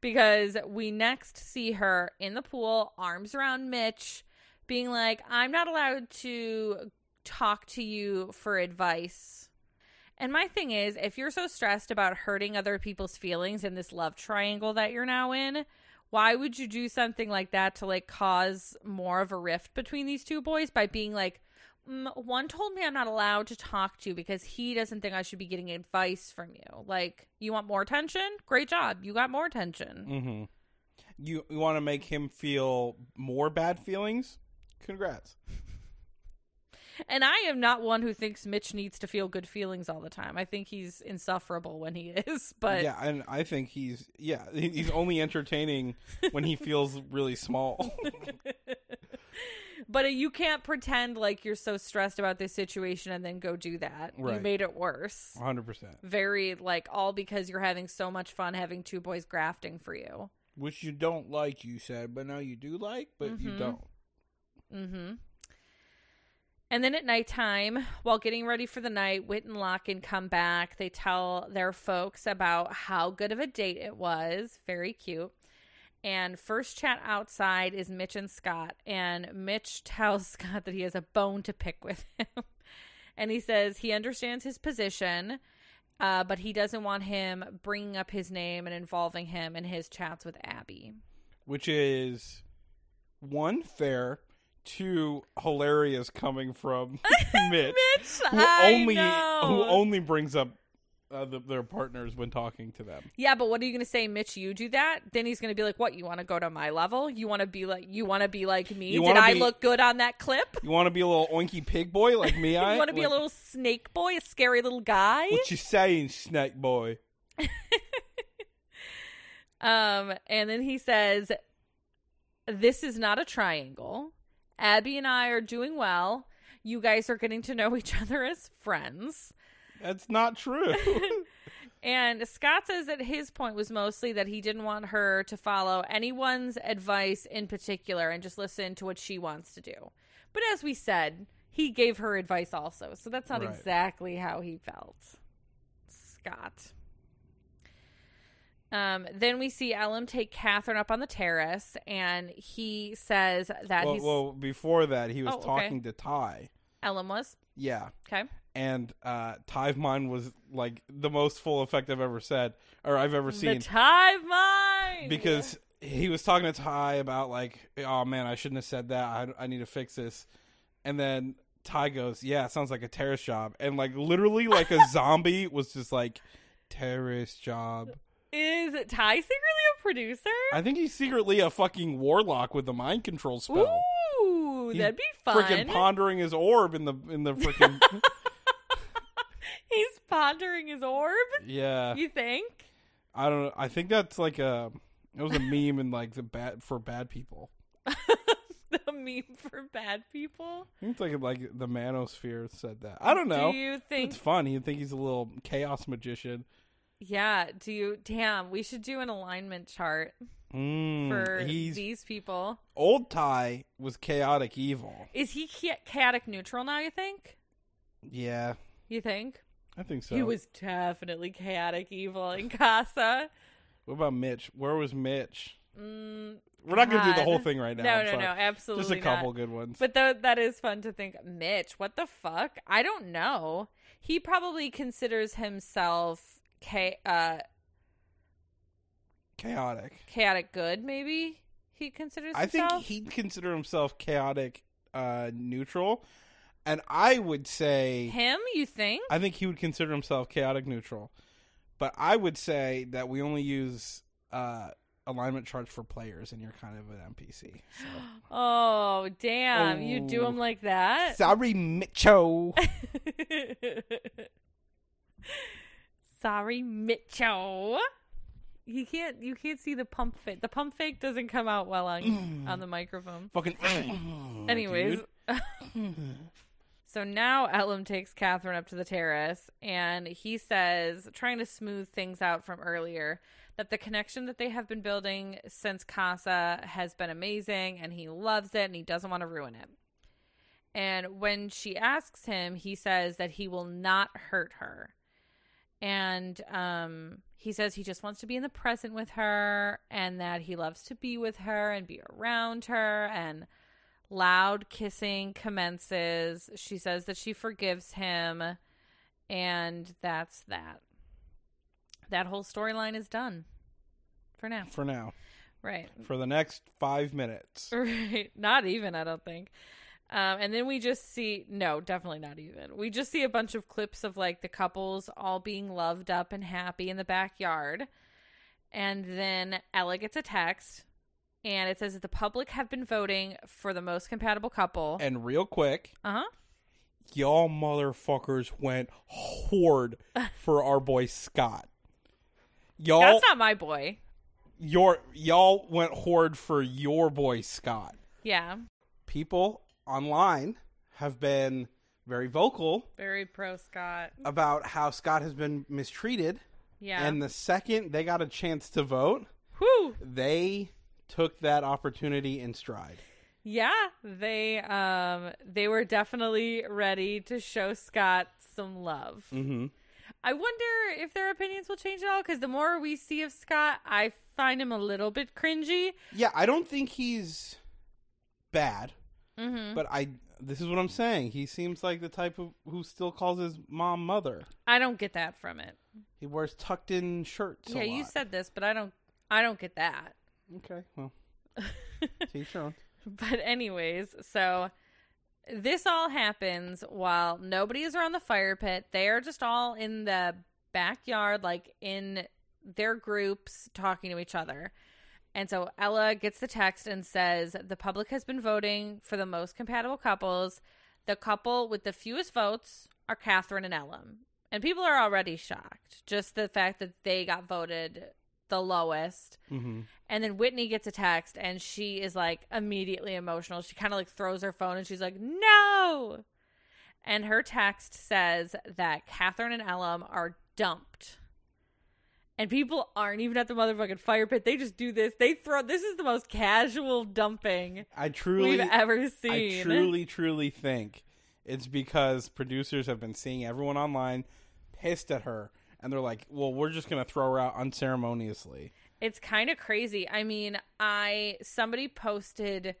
because we next see her in the pool, arms around Mitch, being like, I'm not allowed to talk to you for advice. And my thing is, if you're so stressed about hurting other people's feelings in this love triangle that you're now in, why would you do something like that to like cause more of a rift between these two boys by being like, mm, one told me I'm not allowed to talk to you because he doesn't think I should be getting advice from you. Like, you want more attention? Great job. You got more attention.
Mm-hmm. You, you want to make him feel more bad feelings? Congrats.
And I am not one who thinks Mitch needs to feel good feelings all the time. I think he's insufferable when he is, but
yeah, and I think he's yeah he- he's only entertaining when he feels really small.
but you can't pretend like you're so stressed about this situation and then go do that. You
Right.
made it worse.
Hundred percent,
Very like all because you're having so much fun having two boys grafting for you.
which you don't like. You said, but now you do like, but you
Mhm.
don't.
Mhm. And then at nighttime, while getting ready for the night, Whit and Locken come back. They tell their folks about how good of a date it was. Very cute. And first chat outside is Mitch and Scott. And Mitch tells Scott that he has a bone to pick with him. and he says he understands his position, uh, but he doesn't want him bringing up his name and involving him in his chats with Abby.
Which is one fair, two hilarious coming from Mitch,
Mitch,
who
I
only
know.
who only brings up uh, the, their partners when talking to them.
Yeah, but what are you gonna say, Mitch? You do that? Then he's gonna be like, "What? You want to go to my level? You want to be like? You want to be like me?
You
Did
wanna
I
be-
look good on that clip?
You want to be a little oinky pig boy like me? I
you want to be a
Like,
little snake boy, a scary little guy?"
What you saying, snake boy?
Um, and then he says, "This is not a triangle. Abby and I are doing well. You guys are getting to know each other as friends."
That's not true.
And Scott says that his point was mostly that he didn't want her to follow anyone's advice in particular and just listen to what she wants to do. But as we said, he gave her advice also. So that's not
Right.
exactly how he felt. Scott. Um, then we see Ellum take Catherine up on the terrace, and he says that
well,
he's
well, before that, he was
Oh, okay.
talking to Ty.
Ellum was
Yeah.
okay.
And uh, Tyve mine was like the most full effect I've ever said or I've ever
The
seen
time mine
because he was talking to Ty about like, oh man, I shouldn't have said that. I, I need to fix this. And then Ty goes, yeah, it sounds like a terrorist job. And like literally, like a zombie was just like terrorist job.
is Ty secretly a producer?
I think he's secretly a fucking warlock with the mind control spell.
Ooh,
He's
that'd be fun.
Freaking pondering his orb in the in the freaking
He's pondering his orb.
yeah.
You think?
I don't know. I think that's like a it was a meme in like the bad for bad people.
the meme for bad people.
I think it's like like the manosphere said that. I don't know.
Do you
It's
think?
fun. You think he's a little chaos magician.
Yeah. Do you? Damn. We should do an alignment chart
Mm,
for
he's
these people.
old Ty was chaotic evil.
Is he cha- chaotic neutral now? You think?
Yeah,
You think?
I think so.
He was definitely chaotic evil in Casa.
what about Mitch? Where was Mitch?
Mm,
We're not going to do the
God.
whole thing right now.
no,
I'm
no,
sorry.
no. Absolutely
Just a
not.
couple good ones.
But though that is fun to think, Mitch, what the fuck? I don't know. He probably considers himself cha- uh,
chaotic.
chaotic good. Maybe he considers
I think
himself.
he'd consider himself chaotic uh, neutral. And I would say,
Him, you think?
I think he would consider himself chaotic neutral, but I would say that we only use uh, alignment charts for players, and you're kind of an NPC. So.
Oh, damn. You do
Oh.
him like that?
Sorry, Micho.
Sorry, Mitcho. You can't you can't see the pump fake. The pump fake doesn't come out well
Mm.
on on the microphone.
Fucking.
Anyways,
dude.
so now Elam takes Catherine up to the terrace, and he says, trying to smooth things out from earlier, that the connection that they have been building since Casa has been amazing, and he loves it, and he doesn't want to ruin it. And when she asks him, he says that he will not hurt her. And um, he says he just wants to be in the present with her and that he loves to be with her and be around her. And loud kissing commences. She says that she forgives him. And that's that. That whole storyline is done for now.
for now,
Right.
for the next five minutes,
Right. Not even, I don't think. Um, and then we just see no, definitely not even. We just see a bunch of clips of like the couples all being loved up and happy in the backyard. And then Ella gets a text and it says that the public have been voting for the most compatible couple.
and real quick,
Uh huh.
y'all motherfuckers went horde for our boy Scott. Y'all,
That's not my boy.
your y'all went horde for your boy Scott.
Yeah.
People online have been very vocal
Very pro Scott.
about how Scott has been mistreated,
Yeah.
and the second they got a chance to vote,
Whew.
they took that opportunity in stride.
Yeah, they um they were definitely ready to show Scott some love.
Mm-hmm.
I wonder if their opinions will change at all because the more we see of Scott, I find him a little bit cringy.
Yeah, I don't think he's bad.
Mm-hmm.
But I, this is what I'm saying. He seems like the type of who still calls his mom mother.
I don't get that from it.
He wears tucked in shirts. a
yeah, you
lot.
said this, but I don't. I don't get that.
Okay, well, teach your own.
But anyways, so this all happens while nobody is around the fire pit. They are just all in the backyard, like in their groups, talking to each other. And so Ella gets the text and says the public has been voting for the most compatible couples. The couple with the fewest votes are Catherine and Ellen. And people are already shocked. Just the fact that they got voted the lowest.
Mm-hmm.
And then Whitney gets a text and she is like immediately emotional. She kind of like throws her phone and she's like, no. And her text says that Catherine and Ellum are dumped. And people aren't even at the motherfucking fire pit. They just do this. They throw, this is the most casual dumping
I truly,
we've ever
I
seen.
truly, truly think it's because producers have been seeing everyone online pissed at her, and they're like, "Well, we're just gonna throw her out unceremoniously."
it's kind of crazy i mean i somebody posted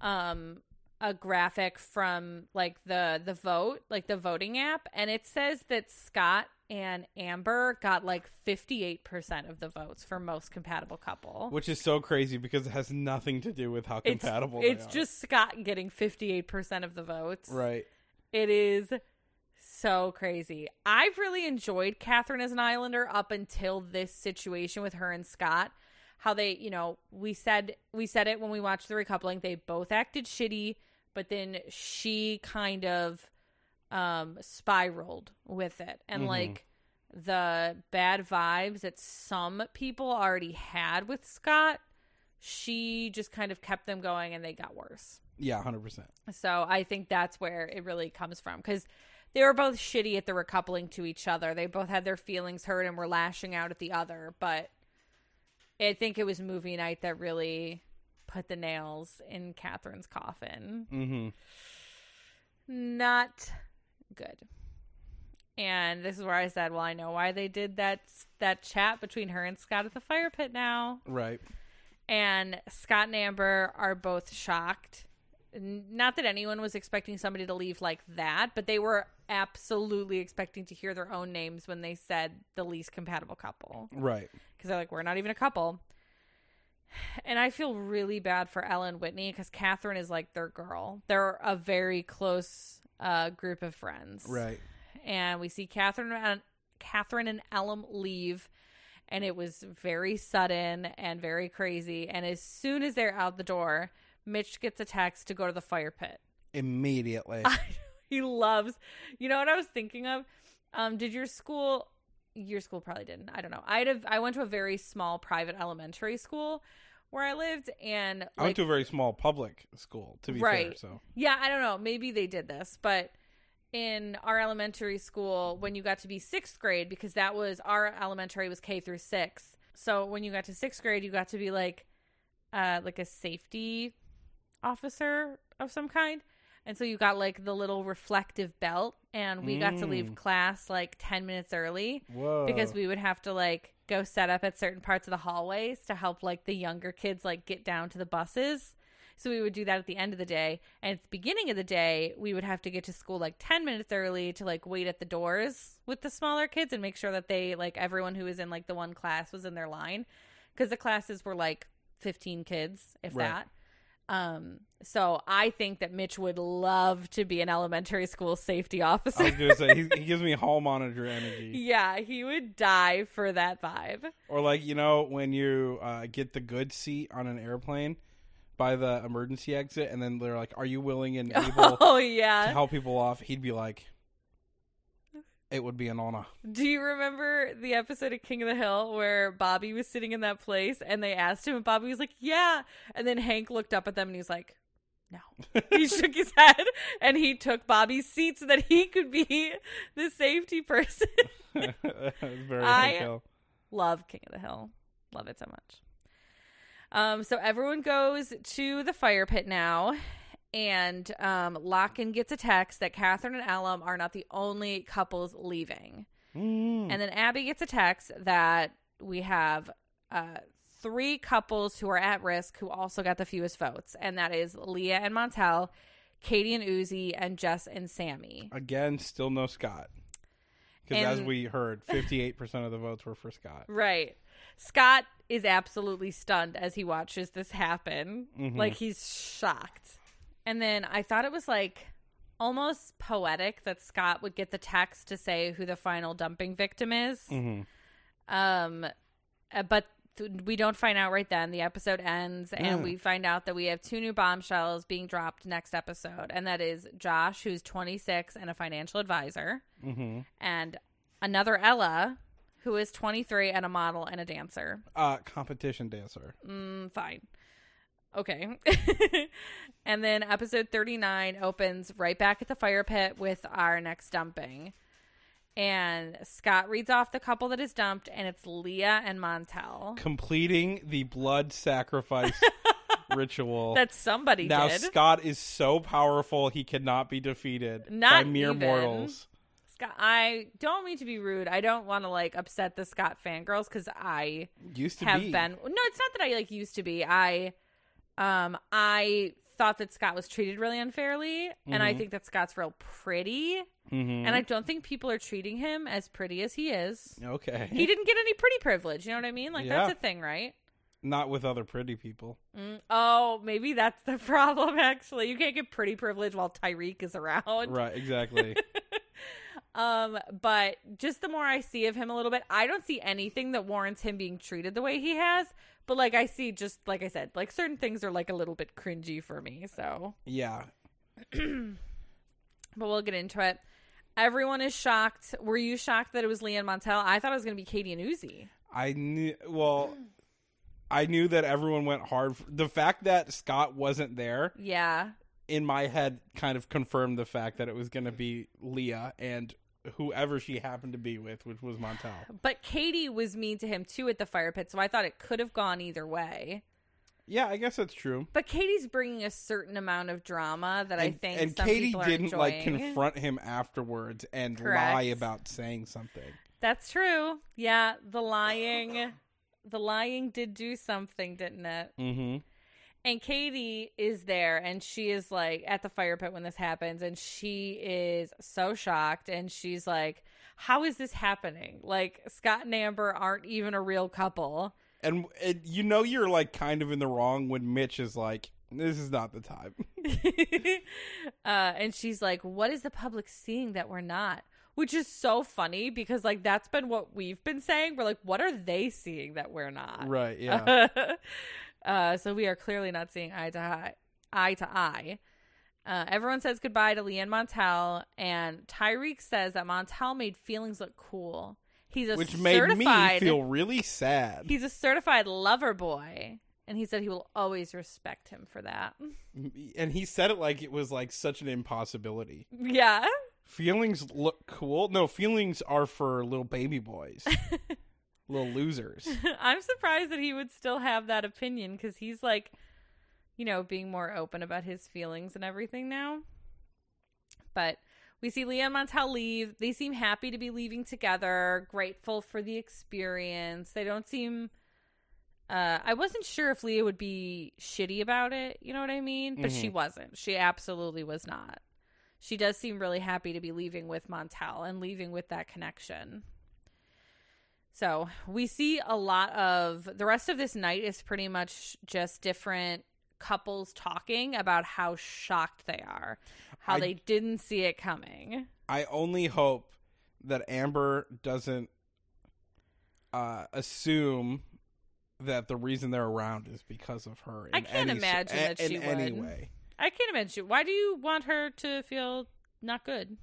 um a graphic from like the the vote like the voting app and it says that scott and amber got like 58% of the votes for most compatible couple
Which is so crazy because it has nothing to do with how
it's,
compatible. they
it's
are.
just scott getting 58% of the votes
right.
it is so crazy. I've really enjoyed Catherine as an Islander up until this situation with her and Scott. How they, you know, we said we said it when we watched the recoupling. They both acted shitty, but then she kind of um spiraled with it. And
Mhm.
like the bad vibes that some people already had with Scott, she just kind of kept them going and they got worse.
Yeah, hundred percent.
So I think that's where it really comes from because they were both shitty at the recoupling to each other. They both had their feelings hurt and were lashing out at the other. But I think it was movie night that really put the nails in Catherine's coffin.
Mm-hmm.
Not good. And this is where I said, "Well, I know why they did that that chat between her and Scott at the fire pit now."
Right.
and Scott and Amber are both shocked. N- Not that anyone was expecting somebody to leave like that, but they were absolutely expecting to hear their own names when they said the least compatible couple.
Right.
Because they're like, we're not even a couple. And I feel really bad for Ellen Whitney because Catherine is like their girl. They're a very close uh, group of friends.
Right.
And we see Catherine and Catherine and Ellum leave, and it was very sudden and very crazy. And as soon as they're out the door, Mitch gets a text to go to the fire pit.
Immediately.
he loves. You know what I was thinking of? Um, did your school? Your school probably didn't. I don't know. I'd have. I went to a very small private elementary school where I lived, and
I went to a very small public school, to be fair.
Right.
So
yeah, I don't know. Maybe they did this, but in our elementary school, when you got to be sixth grade, because that was our elementary was K through six. So when you got to sixth grade, you got to be like, uh, like a safety officer of some kind. And so you got like the little reflective belt, and we got to leave
Mm.
class like 10 minutes early
whoa.
because we would have to like go set up at certain parts of the hallways to help like the younger kids like get down to the buses. So we would do that at the end of the day. And at the beginning of the day, we would have to get to school like 10 minutes early to like wait at the doors with the smaller kids and make sure that they like everyone who was in like the one class was in their line because the classes were like 15 kids if
Right.
that. Um so I think that Mitch would love to be an elementary school safety officer.
I was gonna say he, he gives me hall monitor energy,
yeah, he would die for that vibe.
or like you know when you uh, get the good seat on an airplane by the emergency exit, and then they're like, "Are you willing and able
Oh
to
yeah.
help people off?" He'd be like, "It would be an honor."
Do you remember the episode of King of the Hill where Bobby was sitting in that place and they asked him and Bobby was like, "Yeah." And then Hank looked up at them and he was like, "No." He shook his head and he took Bobby's seat so that he could be the safety person.
Very
I-
Hill.
Love King of the Hill. Love it so much. Um, so everyone goes to the fire pit now, and um, Locken gets a text that Catherine and Alum are not the only couples leaving.
Mm.
And then Abby gets a text that we have uh, three couples who are at risk who also got the fewest votes, and that is Leah and Montel, Katie and Uzi, and Jess and Sammy.
Again, still no Scott. Because as
And-
we heard, fifty-eight percent of the votes were for Scott.
Right. Scott is absolutely stunned as he watches this happen.
Mhm.
Like he's shocked. And then I thought it was like almost poetic that Scott would get the text to say who the final dumping victim is.
hmm
Um, uh, but th- we don't find out right then. The episode ends, and
Yeah.
we find out that we have two new bombshells being dropped next episode, and that is Josh, who's 26 and a financial advisor,
hmm
and another Ella, who is 23 and a model and a dancer.
Uh, competition dancer.
Mm, fine. Okay. and then episode 39 opens right back at the fire pit with our next dumping. And Scott reads off the couple that is dumped, and it's Leah and Montel.
completing the blood sacrifice ritual.
That somebody
now
did.
Scott is so powerful he cannot be defeated
Not
by mere
even.
mortals.
Scott, I don't mean to be rude. I don't want to like upset the Scott fangirls because I
Used to
have
be.
been. No, it's not that I like used to be. I, um, I thought that Scott was treated really unfairly, and I
Mhm.
think that Scott's real pretty.
Mhm.
and I don't think people are treating him as pretty as he is.
okay,
He didn't get any pretty privilege. You know what I mean? Like
Yeah.
that's a thing, right?
not with other pretty people.
Mm, oh, maybe that's the problem. Actually, you can't get pretty privilege while Tyreek is around.
Right, exactly.
Um, but just the more I see of him a little bit, I don't see anything that warrants him being treated the way he has. But like I see, just like I said, like certain things are like a little bit cringy for me. So,
yeah,
but we'll get into it. Everyone is shocked. Were you shocked that it was Leanne Montel? I thought it was going to be Katie and Uzi.
I knew. Well, I knew that everyone went hard. For, the fact that Scott wasn't there
Yeah.
in my head kind of confirmed the fact that it was going to be Leah and whoever she happened to be with, which was Montel.
But Katie was mean to him too at the fire pit, so I thought it could have gone either way.
Yeah, I guess that's true.
But Katie's bringing a certain amount of drama that I
and,
think
and
some
Katie
people are
didn't like
enjoying.
confront him afterwards and
Correct.
lie about saying something.
That's true. Yeah, the lying, the lying did do something, didn't it?
Mm-hmm.
And Katie is there, and she is like at the fire pit when this happens, and she is so shocked, and she's like, "How is this happening? Like Scott and Amber aren't even a real couple."
And it, you know you're like kind of in the wrong when Mitch is like, This is not the time.
uh, and she's like, "What is the public seeing that we're not?" Which is so funny because like that's been what we've been saying. We're like, "What are they seeing that we're not?"
Right, yeah.
uh, so we are clearly not seeing eye to eye, eye to eye. Uh, everyone says goodbye to Leanne Montel, and Tyreek says that Montel made feelings look cool. He's a
Which made me
certified,
feel really sad.
He's a certified lover boy, and he said he will always respect him for that.
And he said it like it was like such an impossibility.
Yeah.
Feelings look cool. No, feelings are for little baby boys. little losers.
I'm surprised that he would still have that opinion because he's like, you know, being more open about his feelings and everything now. But we see Leah and Montel leave. They seem happy to be leaving together, grateful for the experience. They don't seem. Uh, I wasn't sure if Leah would be shitty about it. You know what I mean? But she wasn't. She absolutely was not. She does seem really happy to be leaving with Montel and leaving with that connection. So we see a lot of the rest of this night is pretty much just different couples talking about how shocked they are, how
I-
they didn't see it coming.
I only hope that Amber doesn't uh, assume that the reason they're around is because of her.
I
in
can't
any,
imagine
in,
that she
in any
would.
way.
I can't imagine. Why do you want her to feel not good?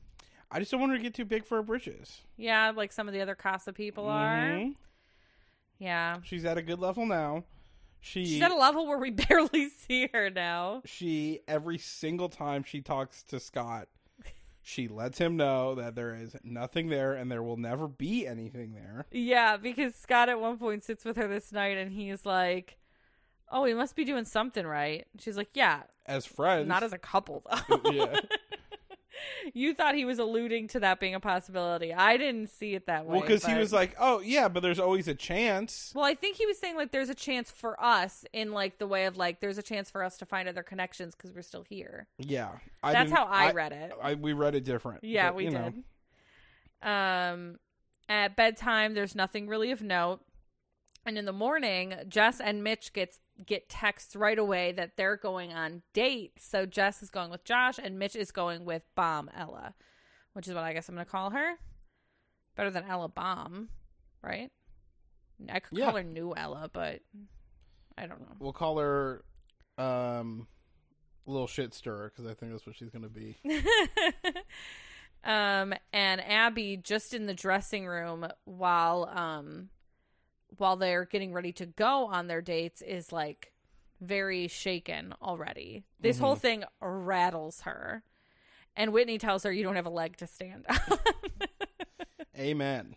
I just don't want her to get too big for her britches.
Yeah, like some of the other Casa people are.
Mhm.
Yeah.
She's at a good level now. She
She's at a level where we barely see her now.
she every single time she talks to Scott, she lets him know that there is nothing there and there will never be anything there.
Yeah, because Scott at one point sits with her this night and he's like, Oh, we must be doing something right. She's like, Yeah,
As friends,
Not as a couple, though.
Yeah.
you thought he was alluding to that being a possibility. I didn't see it that way.
well, because he
but-
was like, "Oh yeah, but there's always a chance."
Well, I think he was saying, like, there's a chance for us in, like, the way of, like, there's a chance for us to find other connections because we're still here.
Yeah, I
That's
didn't-
how I, read it.
I we read it different.
Yeah,
but,
we
you
did.
know.
Um, at bedtime, there's nothing really of note, and in the morning, Jess and Mitch gets get texts right away that they're going on dates. So Jess is going with Josh, and Mitch is going with Bomb Ella, which is what I guess I'm going to call her. Better than Ella Bomb, right? I could
Yeah.
call her New Ella, but I don't know.
We'll call her um, little shit stirrer because I think that's what she's going to be.
um, and Abby just in the dressing room while um while they're getting ready to go on their dates is like very shaken already. This whole thing rattles her. And Whitney tells her you don't have a leg to stand on.
Amen.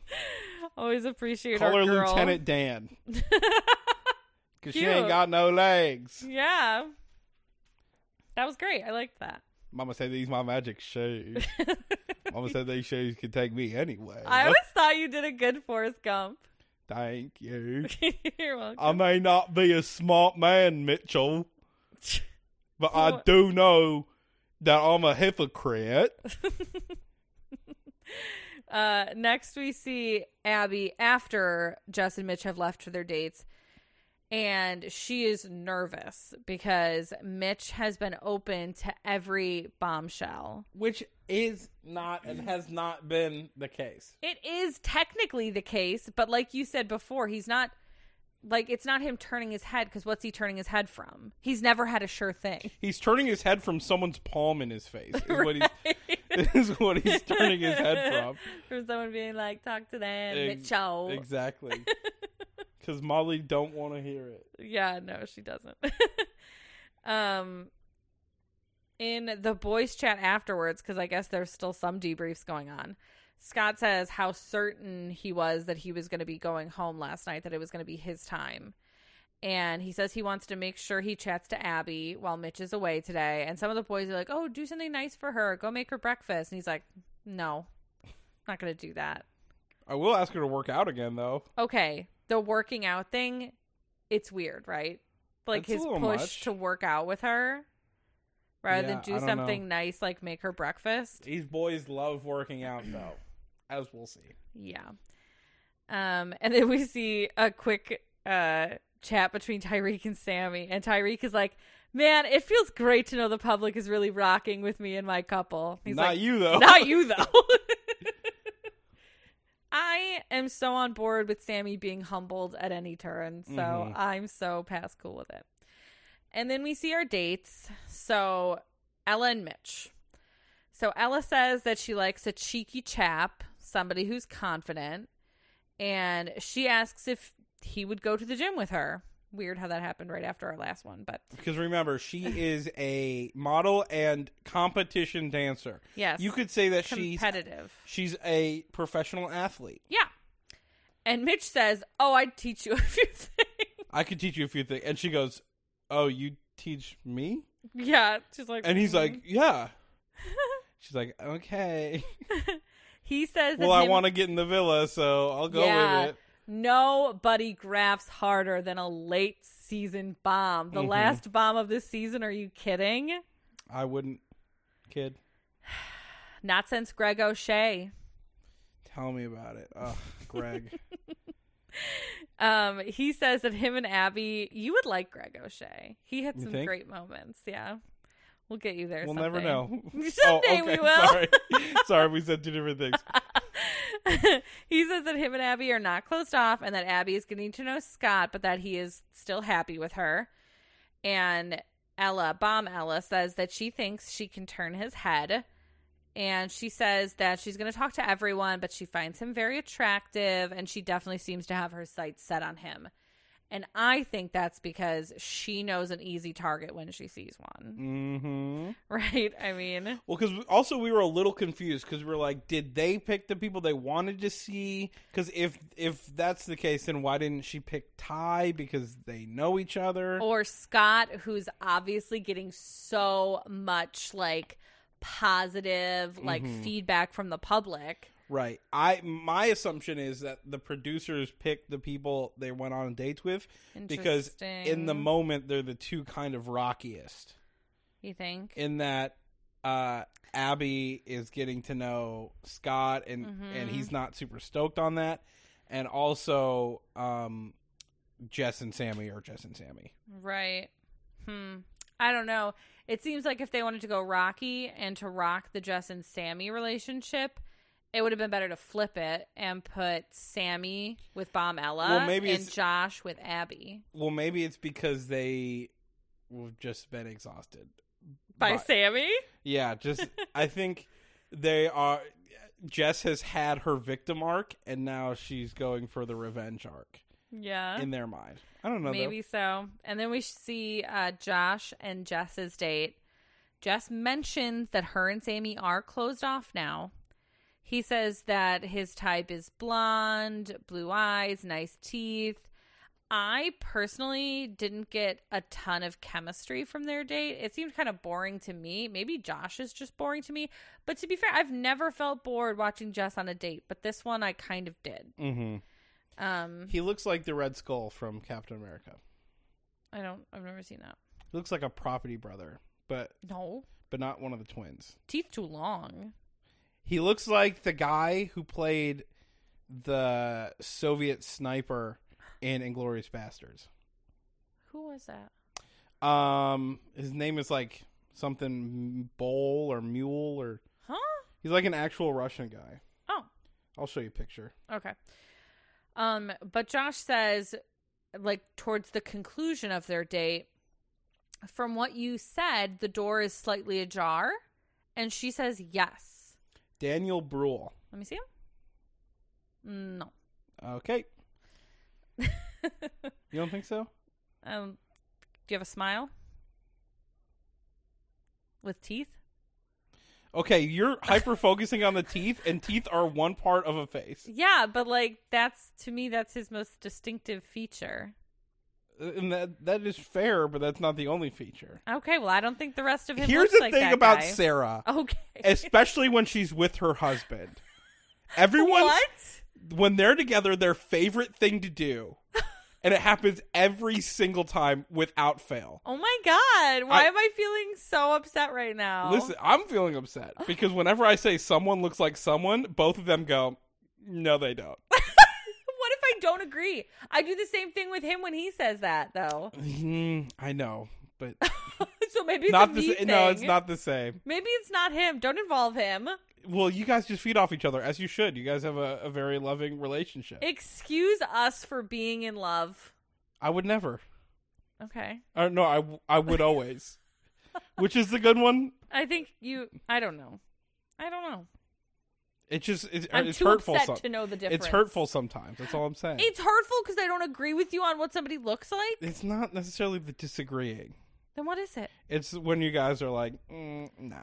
Always appreciate
Call
our
her
girl.
Lieutenant Dan because she ain't
Cute.
got no legs.
Yeah. That was great. I liked that.
Mama said these my magic shoes. Mama said these shoes could take me anyway.
I always thought you did a good Forrest Gump.
Thank you.
You're welcome.
I may not be a smart man, Mitchell, but I do know that I'm a hypocrite.
Uh, next, we see Abby after Jess and Mitch have left for their dates, and she is nervous because Mitch has been open to every bombshell.
Which is not and has not been the case.
It is technically the case, but like you said before, he's not like it's not him turning his head because what's he turning his head from? He's never had a sure thing.
He's turning his head from someone's palm in his face. Is what he's, is what he's turning his head from.
From someone being like, talk to them,
Ex-
Mitchell.
Exactly. Because Molly don't want to hear it.
Yeah, no, she doesn't. um in the boys chat afterwards cuz I guess there's still some debriefs going on. Scott says how certain he was that he was going to be going home last night that it was going to be his time. And he says he wants to make sure he chats to Abby while Mitch is away today. And some of the boys are like, "Oh, do something nice for her. Go make her breakfast." And he's like, "No. Not going to do that."
I will ask her to work out again, though.
okay, the working out thing, it's weird, right? Like
It's a
his
little
push
much.
to work out with her rather
Yeah,
than
I
do
don't
something nice like make her breakfast.
These boys love working out, though, as we'll see.
Yeah. Um, and then we see a quick uh chat between Tyreek and Sammy, and Tyreek is like, Man, it feels great to know the public is really rocking with me and my couple. He's
Not
like,
you though.
Not you though. I am so on board with Sammy being humbled at any turn, so
Mhm.
I'm so past cool with it. And then we see our dates. So Ella and Mitch. So Ella says that she likes a cheeky chap, somebody who's confident, and she asks if he would go to the gym with her. Weird how that happened right after our last one, but
Because remember, she is a model and competition dancer.
yes,
You could say that she's
competitive.
she's a professional athlete.
Yeah. And Mitch says, Oh, I'd teach you a few things.
I could teach you a few things. And she goes, "Oh, you teach me?"
Yeah. She's like,
And he's
"Mhm."
like, "Yeah." She's like, "Okay.
He says,
Well, I want to get in the villa, so I'll go
Yeah.
with it."
Nobody grafts harder than a late season bomb. The
Mhm.
last bomb of this season. Are you kidding?
I wouldn't, kid.
Not since Greg O'Shea.
Tell me about it. Ugh, Greg.
Um, he says that him and Abby, you would like Greg O'Shea. He had
You
some
think?
great moments. Yeah. We'll get you there.
we'll never
someday.
know. Oh,
Someday we will.
Sorry. Sorry, we said two different things.
he says that him and Abby are not closed off and that Abby is getting to know Scott, but that he is still happy with her. And Ella, bomb Ella, says that she thinks she can turn his head. And she says that she's going to talk to everyone, but she finds him very attractive and she definitely seems to have her sights set on him. And I think that's because she knows an easy target when she sees one,
hmm
right? I mean,
Well, because also we were a little confused because we were like, did they pick the people they wanted to see? Because if if that's the case, then why didn't she pick Ty? Because they know each other.
or Scott, who's obviously getting so much like positive like
Mhm.
feedback from the public.
Right. I my assumption is that the producers picked the people they went on dates with because in the
Interesting.
moment they're the two kind of rockiest.
you think
In that uh Abby is getting to know Scott and and
Mhm.
he's not super stoked on that. And also um Jess and Sammy or Jess and Sammy.
right? Hmm. I don't know. It seems like if they wanted to go Rocky and to rock the Jess and Sammy relationship, it would have been better to flip it and put Sammy with Bomb Ella
Well, maybe
and
it's-
Josh with Abby
Well, maybe it's because they have just been exhausted
by
But-
Sammy.
Yeah, just I think they are. Jess has had her victim arc, and now she's going for the revenge arc
Yeah.
in their mind. I don't know.
Maybe so. And then we see uh, Josh and Jess's date. Jess mentions that her and Sammy are closed off now. He says that his type is blonde, blue eyes, nice teeth. I personally didn't get a ton of chemistry from their date. It seemed kind of boring to me. Maybe Josh is just boring to me. But to be fair, I've never felt bored watching Jess on a date, but this one I kind of did.
though. Mhm.
Um,
He looks like the Red Skull from Captain America.
I don't. I've never seen that.
He looks like a property brother, but
No.
but not one of the twins.
teeth too long.
He looks like the guy who played the Soviet sniper in Inglorious Bastards.
Who was that?
Um, his name is like something Bowl or Mule or
Huh?
he's like an actual Russian guy.
Oh,
I'll show you a picture.
okay. Um, but Josh says, like towards the conclusion of their date, from what you said, the door is slightly ajar, and she says yes.
Daniel Bruhl.
Let me see him. No,
Okay. You don't think so?
um, do you have a smile with teeth?
Okay, you're hyper focusing on the teeth, and teeth are one part of a face.
Yeah, but like that's to me, that's his most distinctive feature.
Uh, And that that is fair, but that's not the only feature.
Okay, well, I don't think the rest of him.
Here's
looks
the
like
thing
that
about
guy. Oh.
Sarah,
Okay.
especially when she's with her husband. Everyone's
what?
when they're together, their favorite thing to do, and it happens every single time without fail.
Oh my god! Why
I-
am I feeling so upset right now?
Listen, I'm feeling upset because whenever I say someone looks like someone, both of them go, "No, they don't."
what if I don't agree? I do the same thing with him when he says that, though.
Mm, I Mm-hmm, know, but
so maybe it's
not
a
the
me
sa- no,
thing.
it's not the same.
Maybe it's not him. Don't involve him.
Well, you guys just feed off each other as you should. You guys have a, a very loving relationship.
Excuse us for being in love.
I would never.
Okay.
Or no, I w- I would always. Which is the good one?
I think you. I don't know. I don't know.
It just it's, uh,
I'm
it's
too
hurtful.
upset
some-
to know the difference.
it's hurtful sometimes. That's all I'm saying.
It's hurtful because I don't agree with you on what somebody looks like.
it's not necessarily the disagreeing.
Then what is it?
It's when you guys are like, mm, no.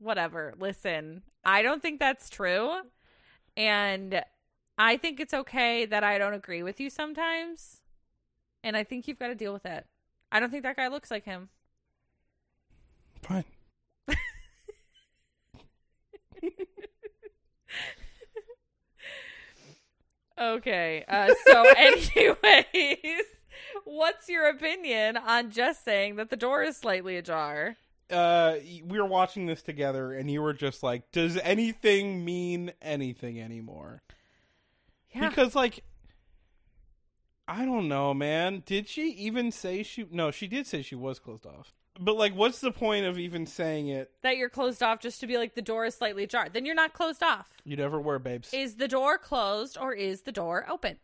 Whatever. Listen, I don't think that's true, and I think it's okay that I don't agree with you sometimes, and I think you've got to deal with it. I don't think that guy looks like him.
Fine.
Okay. Uh, so, anyways, what's your opinion on just saying that the door is slightly ajar?
Uh, y- we were watching this together, and you were just like, "Does anything mean anything anymore?"
Yeah.
Because like I don't know, man. Did she even say she No, she did say she was closed off. But like what's the point of even saying it?
that you're closed off just to be like the door is slightly ajar. Then you're not closed off.
You never were, babes.
Is the door closed or is the door open?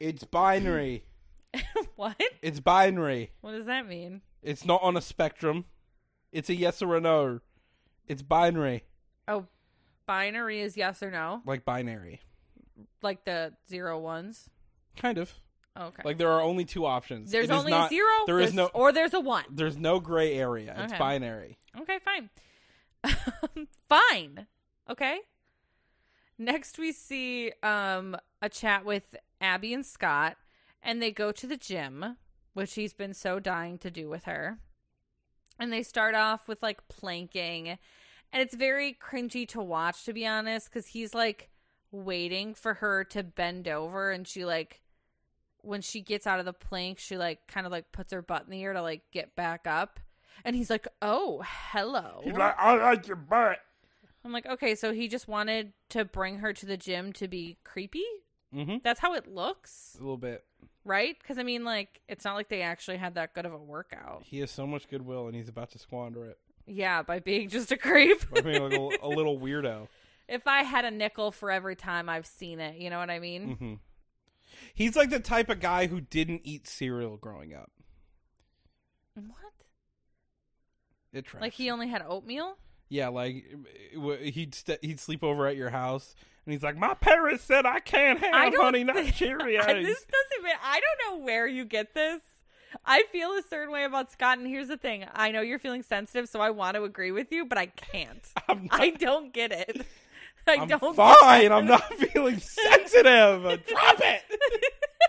it's binary.
what?
it's binary.
What does that mean?
It's not on a spectrum. It's a yes or a no. It's binary,
Oh, binary is yes or no,
like binary.
like the zero ones.
Kind of.
Okay.
Like there are only two options.
there's
It is
only a
not-
zero.
There is
there's-
no
or there's a one.
there's no gray area. It's
Okay.
binary.
Okay, fine. fine. Okay. Next we see um a chat with Abby and Scott and they go to the gym, which he's been so dying to do with her. And they start off with like planking and it's very cringy to watch to be honest cuz he's like waiting for her to bend over and she like when she gets out of the plank, she like kind of like puts her butt in the air to like get back up. And he's like, "Oh, hello."
I like your butt.
I'm like, okay, so he just wanted to bring her to the gym to be creepy?
Mm-hmm. A
That's how it looks,
little bit.
right? Because, I mean, like, it's not like they actually had that good of a workout.
He has so much goodwill and he's about to squander it.
Yeah, by being just a creep.
I mean, like a, a little weirdo.
if I had a nickel for every time I've seen it, you know what I mean?
hmm He's like the type of guy who didn't eat cereal growing up. Mm.
What?
It tracks.
Like, he only had oatmeal?
yeah, like it w- he'd st- he'd sleep over at your house, and he's like, "My parents said I can't have
I don't
honey nut
think-
Cheerios."
I- this doesn't mean I don't know where you get this. I feel a certain way about Scott, and here's the thing I know you're feeling sensitive, so I want to agree with you, but I can't.
I'm not,
I don't get it. I
I'm
don't
fine. I'm not feeling sensitive. Drop it.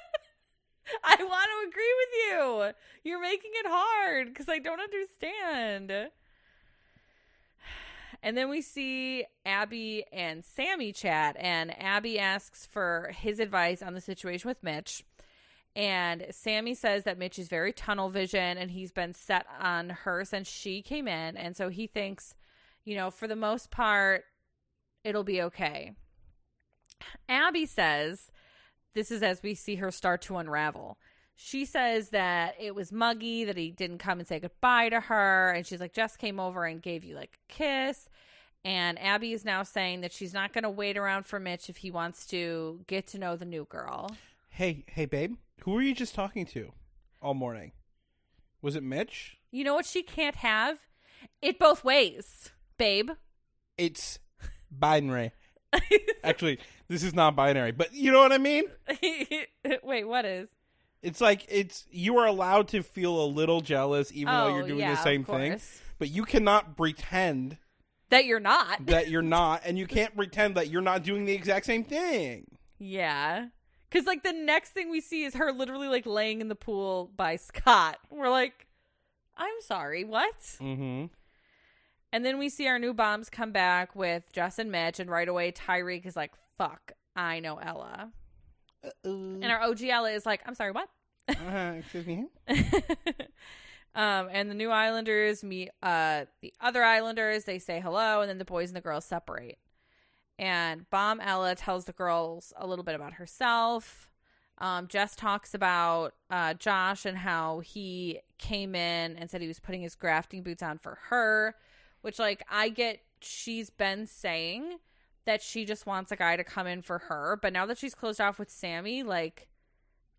I want to agree with you. You're making it hard because I don't understand. And then we see Abby and Sammy chat, and Abby asks for his advice on the situation with Mitch. And Sammy says that Mitch is very tunnel vision and he's been set on her since she came in. And so he thinks, you know, for the most part, it'll be okay. Abby says this is as we see her start to unravel. She says that it was muggy, that he didn't come and say goodbye to her. And she's like, Jess came over and gave you like a kiss. And Abby is now saying that she's not going to wait around for Mitch if he wants to get to know the new girl.
Hey, hey, babe. Who were you just talking to all morning? Was it Mitch?
You know what she can't have? It both ways, babe.
It's binary. Actually, this is not binary, but you know what I mean.
Wait, what is?
It's like it's you are allowed to feel a little jealous even though you're doing
Oh, yeah,
the
of
same thing,
course.
but you cannot pretend
That you're not.
that you're not and you can't pretend that you're not doing the exact same thing.
Yeah. Cause like the next thing we see is her literally like laying in the pool by Scott. We're like, I'm sorry, what?
Mhm.
And then we see our new bombs come back with Jess and Mitch, and right away Tyreek is like, fuck, I know Ella. And our OG Ella is like, I'm sorry, what?
Uh-huh, excuse me.
um, and the new Islanders meet uh, the other Islanders. They say hello, and then the boys and the girls separate. And Bomb Ella tells the girls a little bit about herself. Um, Jess talks about uh, Josh and how he came in and said he was putting his grafting boots on for her, which, like, I get she's been saying that she just wants a guy to come in for her. But now that she's closed off with Sammy, like,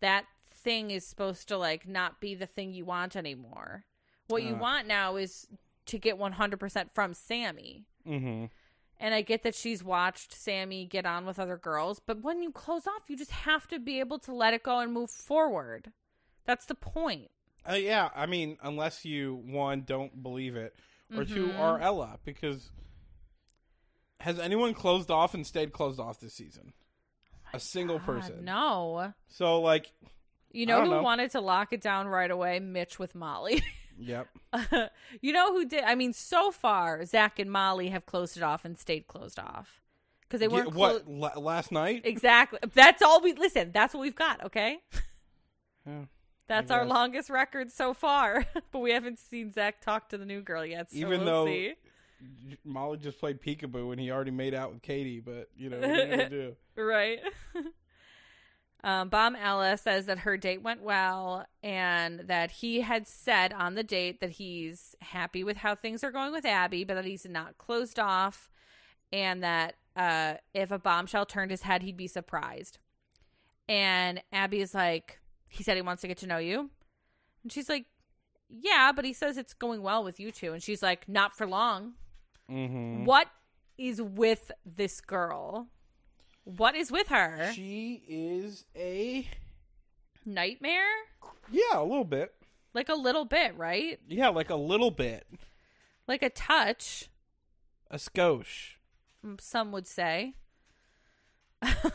that thing is supposed to, like, not be the thing you want anymore. What you
Uh.
want now is to get 100% from Sammy.
Mm-hmm.
And I get that she's watched Sammy get on with other girls, but when you close off, you just have to be able to let it go and move forward. That's the point.
Uh, yeah, I mean, unless you one don't believe it, or two
Mhm.
are Ella, because has anyone closed off and stayed closed off this season? a single
God,
person.
No.
So like,
You
I
know
don't
who
know.
wanted to lock it down right away? Mitch with Molly.
yep,
you know who did? I mean, so far, Zach and Molly have closed it off and stayed closed off because they
Yeah,
weren't.
what
clo-
la- last night?
exactly. That's all we listen. That's what we've got. Okay.
Yeah.
That's our
Hmm. guess.
longest record so far, but we haven't seen Zach talk to the new girl yet. So
Even
we'll
though-
see.
J- Molly just played peekaboo and he already made out with Katie, but you know what are you gonna do?
Right. um, Bomb Ella says that her date went well and that he had said on the date that he's happy with how things are going with Abby, but that he's not closed off and that uh, if a bombshell turned his head, he'd be surprised. And Abby is like, he said he wants to get to know you. And she's like, yeah, but he says it's going well with you two. And she's like, not for long.
Mm-hmm.
What is with this girl? What is with her?
She is a
Nightmare?
yeah, a little bit.
Like a little bit, right?
Yeah, like a little bit,
Like a touch,
a skosh.
m- some would say.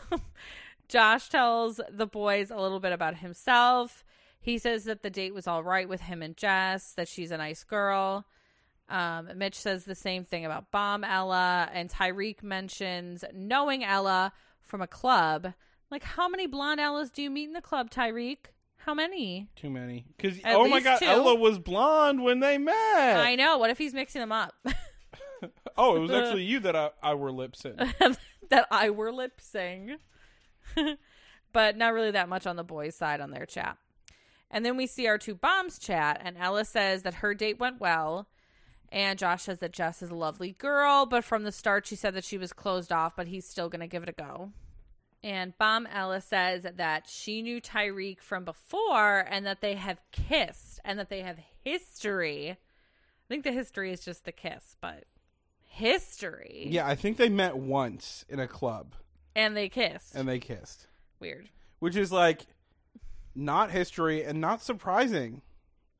Josh tells the boys a little bit about himself. He says that the date was all right with him and Jess, that she's a nice girl. Um, Mitch says the same thing about Bomb Ella, and Tyreek mentions knowing Ella from a club. Like, how many blonde Ellas do you meet in the club, Tyreek? How many?
Too many. Because
At
oh my
least
god,
two.
Ella was blonde when they met.
I know. What if he's mixing them up?
Oh, it was actually you that I, I were lips in.
that I were lip sync. but not really that much on the boys' side on their chat. And then we see our two bombs chat, and Ella says that her date went well. And Josh says that Jess is a lovely girl, but from the start she said that she was closed off, but he's still going to give it a go. And Bomb Ella says that she knew Tyreek from before and that they have kissed and that they have history. I think the history is just the kiss, but history.
Yeah, I think they met once in a club
And they kissed.
and they kissed,
Weird.
which is like not history and not surprising.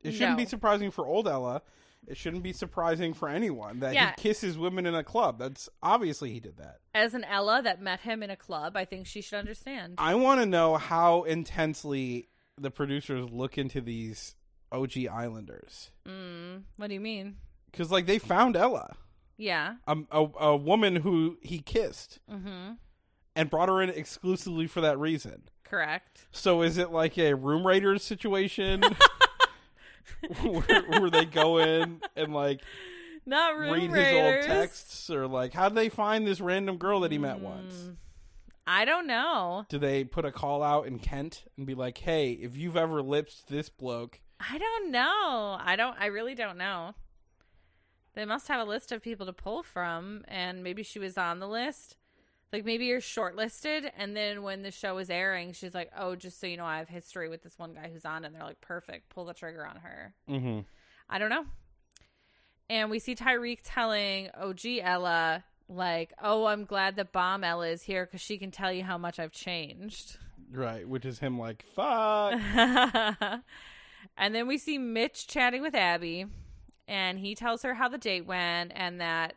It shouldn't
No.
be surprising for old Ella. It shouldn't be surprising for anyone that
Yeah.
he kisses women in a club. That's obviously he did that.
As an Ella that met him in a club, I think she should understand.
I want to know how intensely the producers look into these OG Islanders
Mm, what do you mean?
because, like, they found Ella,
Yeah.
a, a, a woman who he kissed,
Mm-hmm.
and brought her in exclusively for that reason.
Correct.
So is it like a room raiders situation where, where they go in and like
Not room
read
raiders.
his old texts or like how do they find this random girl that he met once?
Mm, I don't know.
Do they put a call out in Kent and be like, "Hey, if you've ever lipsed this bloke,
I don't know. I don't. I really don't know. They must have a list of people to pull from, and maybe she was on the list. Like maybe you're shortlisted, and then when the show is airing, she's like, "Oh, just so you know, I have history with this one guy who's on," and they're like, "Perfect, pull the trigger on her."
mm-hmm.
I don't know. And we see Tyreek telling OG Ella, like, oh, I'm glad that Bomb Ella is here because she can tell you how much I've changed.
right?" Which is him like, "Fuck."
and then we see Mitch chatting with Abby, and he tells her how the date went and that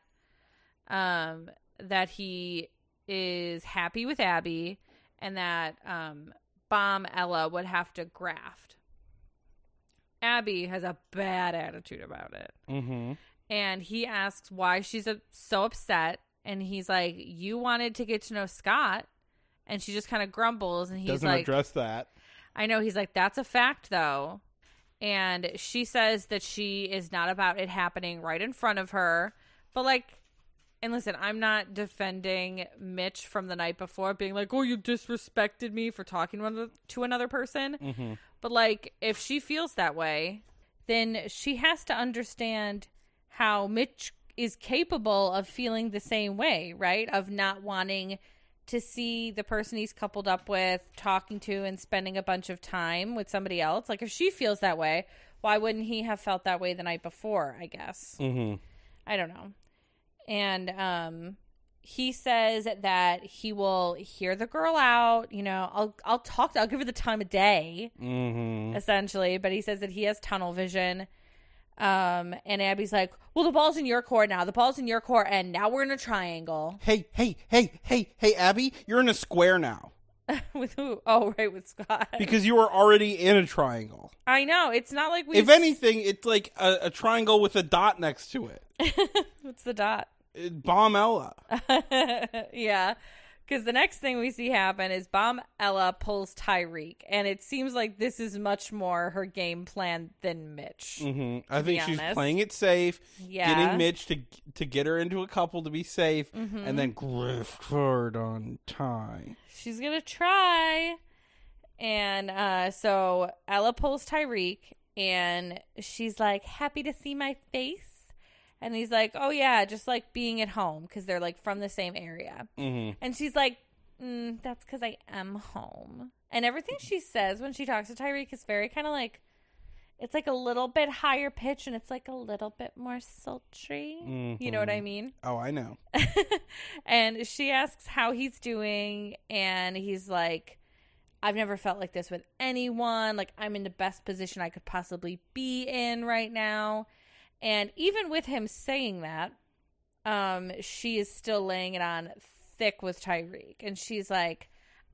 um that he is happy with Abby and that um bomb Ella would have to graft. Abby has a bad attitude about it
Mm-hmm.
and he asks why she's uh, so upset and he's like you wanted to get to know scott and she just kind of grumbles and he's
Doesn't
like
address that.
i know he's like that's a fact though and she says that she is not about it happening right in front of her but like And listen, I'm not defending Mitch from the night before being like, "Oh, you disrespected me for talking to another, to another person."
Mm-hmm.
But like, if she feels that way, then she has to understand how Mitch is capable of feeling the same way, right? Of not wanting to see the person he's coupled up with talking to and spending a bunch of time with somebody else. Like, if she feels that way, why wouldn't he have felt that way the night before? I guess.
Mm-hmm.
I don't know. And um he says that he will hear the girl out, you know, I'll I'll talk to, I'll give her the time of day
Mm-hmm.
essentially, but he says that he has tunnel vision. Um and Abby's like, "Well, the ball's in your court now. The ball's in your court and now we're in a triangle."
Hey, hey, hey, hey, hey, Abby, you're in a square now
with who? Oh, right, with Scott.
because you are already in a triangle.
I know. It's not like we
If anything, it's like a, a triangle with a dot next to it.
What's the dot?
it bomb Ella.
yeah. Because the next thing we see happen is Bomb Ella pulls Tyreek. And it seems like this is much more her game plan than Mitch.
hmm I
be
think she's
honest.
playing it safe,
Yeah. Mm-hmm.
getting Mitch to to get her into a couple to be safe, and then grift hard on Ty.
She's going to try. And uh, so Ella pulls Tyreek. And she's like, happy to see my face. And he's like, oh, yeah, just like being at home because they're like from the same area.
hmm
And she's like, mm, that's because I am home. And everything she says when she talks to Tyreek is very kind of like, it's like a little bit higher pitch and it's like a little bit more sultry. You know what I mean?
Oh, I know.
and she asks how he's doing. And he's like, I've never felt like this with anyone. Like, I'm in the best position I could possibly be in right now. And even with him saying that, um, she is still laying it on thick with Tyreek. And she's like,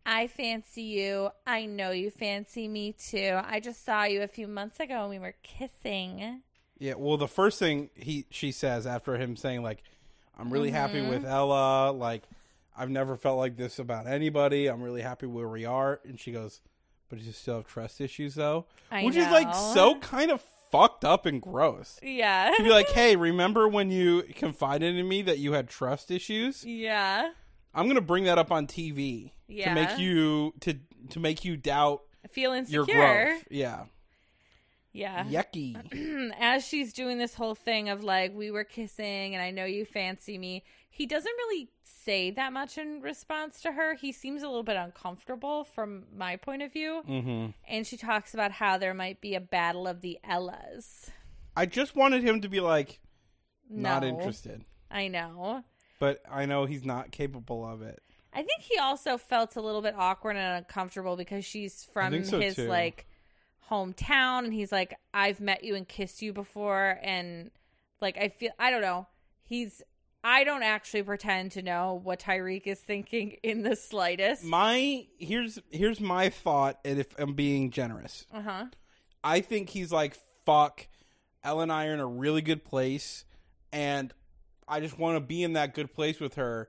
I fancy you. I know you fancy me too. I just saw you a few months ago and we were kissing.
Yeah. Well, the first thing he she says after him saying like, "I'm really
Mm-hmm.
happy with Ella. Like, I've never felt like this about anybody. I'm really happy where we are." And she goes, "But you still have trust issues, though,"
I
which is like
know.
so kind of fucked up and gross.
Yeah.
To be like, "Hey, remember when you confided in me that you had trust issues?"
yeah.
I'm gonna bring that up on TV
Yeah.
to make you to to make you doubt
I feel
your
insecure.
growth. Yeah,
Yeah.
yucky.
As she's doing this whole thing of like, we were kissing and I know you fancy me, he doesn't really say that much in response to her. He seems a little bit uncomfortable from my point of view.
hmm
And she talks about how there might be a battle of the Ellas.
I just wanted him to be like not
No.
interested,
I know.
but I know he's not capable of it.
I think he also felt a little bit awkward and uncomfortable because she's from
think so,
his
too.
like hometown and he's like I've met you and kissed you before and like I feel I don't know. He's I don't actually pretend to know what Tyreek is thinking in the slightest.
My here's here's my thought, and if I'm being generous,
uh-huh.
I think he's like fuck. Elle and I are in a really good place, and I just want to be in that good place with her.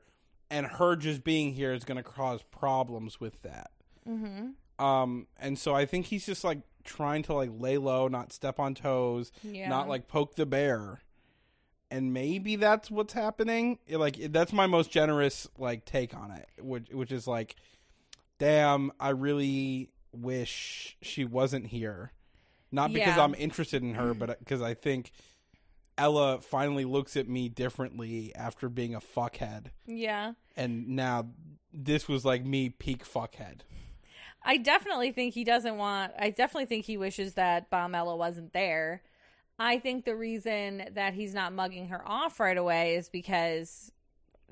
And her just being here is going to cause problems with that.
Mhm.
Um, and so I think he's just like trying to like lay low, not step on toes,
Yeah.
not like poke the bear. And maybe that's what's happening. It, like it- that's my most generous like take on it, which which is like, damn, I really wish she wasn't here, not because
Yeah.
I'm interested in her, but because I think Ella finally looks at me differently after being a fuckhead,
Yeah.
and now this was like me peak fuckhead.
I definitely think he doesn't want. I definitely think he wishes that Bombella wasn't there. I think the reason that he's not mugging her off right away is because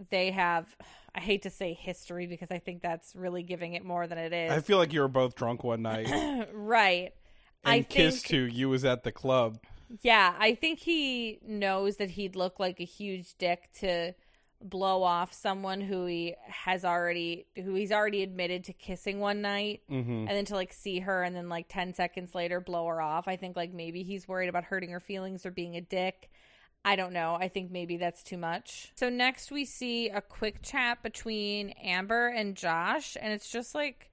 they have. I hate to say history because I think that's really giving it more than it
I
is.
feel like you were both drunk one night and
right. I
Kiss
think.
too. You was at the club.
Yeah, I think he knows that he'd look like a huge dick to blow off someone who he has already who he's already admitted to kissing one night
Mm-hmm.
and then to like see her and then like 10 seconds later blow her off i think like maybe he's worried about hurting her feelings or being a dick i don't know i think maybe that's too much so next we see a quick chat between amber and josh and it's just like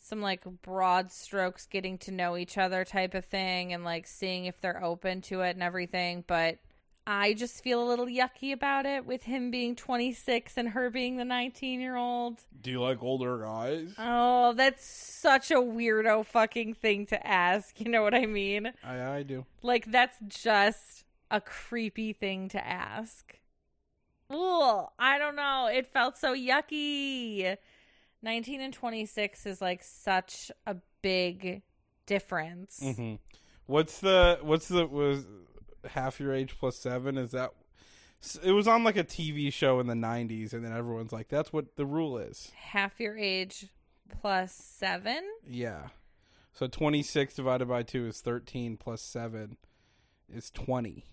some like broad strokes getting to know each other type of thing and like seeing if they're open to it and everything but I just feel a little yucky about it with him being 26 and her being the 19 year old.
Do you like older guys?
Oh, that's such a weirdo fucking thing to ask. You know what I mean?
I I do.
Like, that's just a creepy thing to ask. Well, I don't know. It felt so yucky. 19 and 26 is like such a big difference.
hmm What's the what's the was half your age plus seven? Is that s- it was on like a TV show in the '90s, and then everyone's like, "That's what the rule is."
Half your age plus seven?
Yeah. So 26 divided by 2 is 13 plus 7 is 20.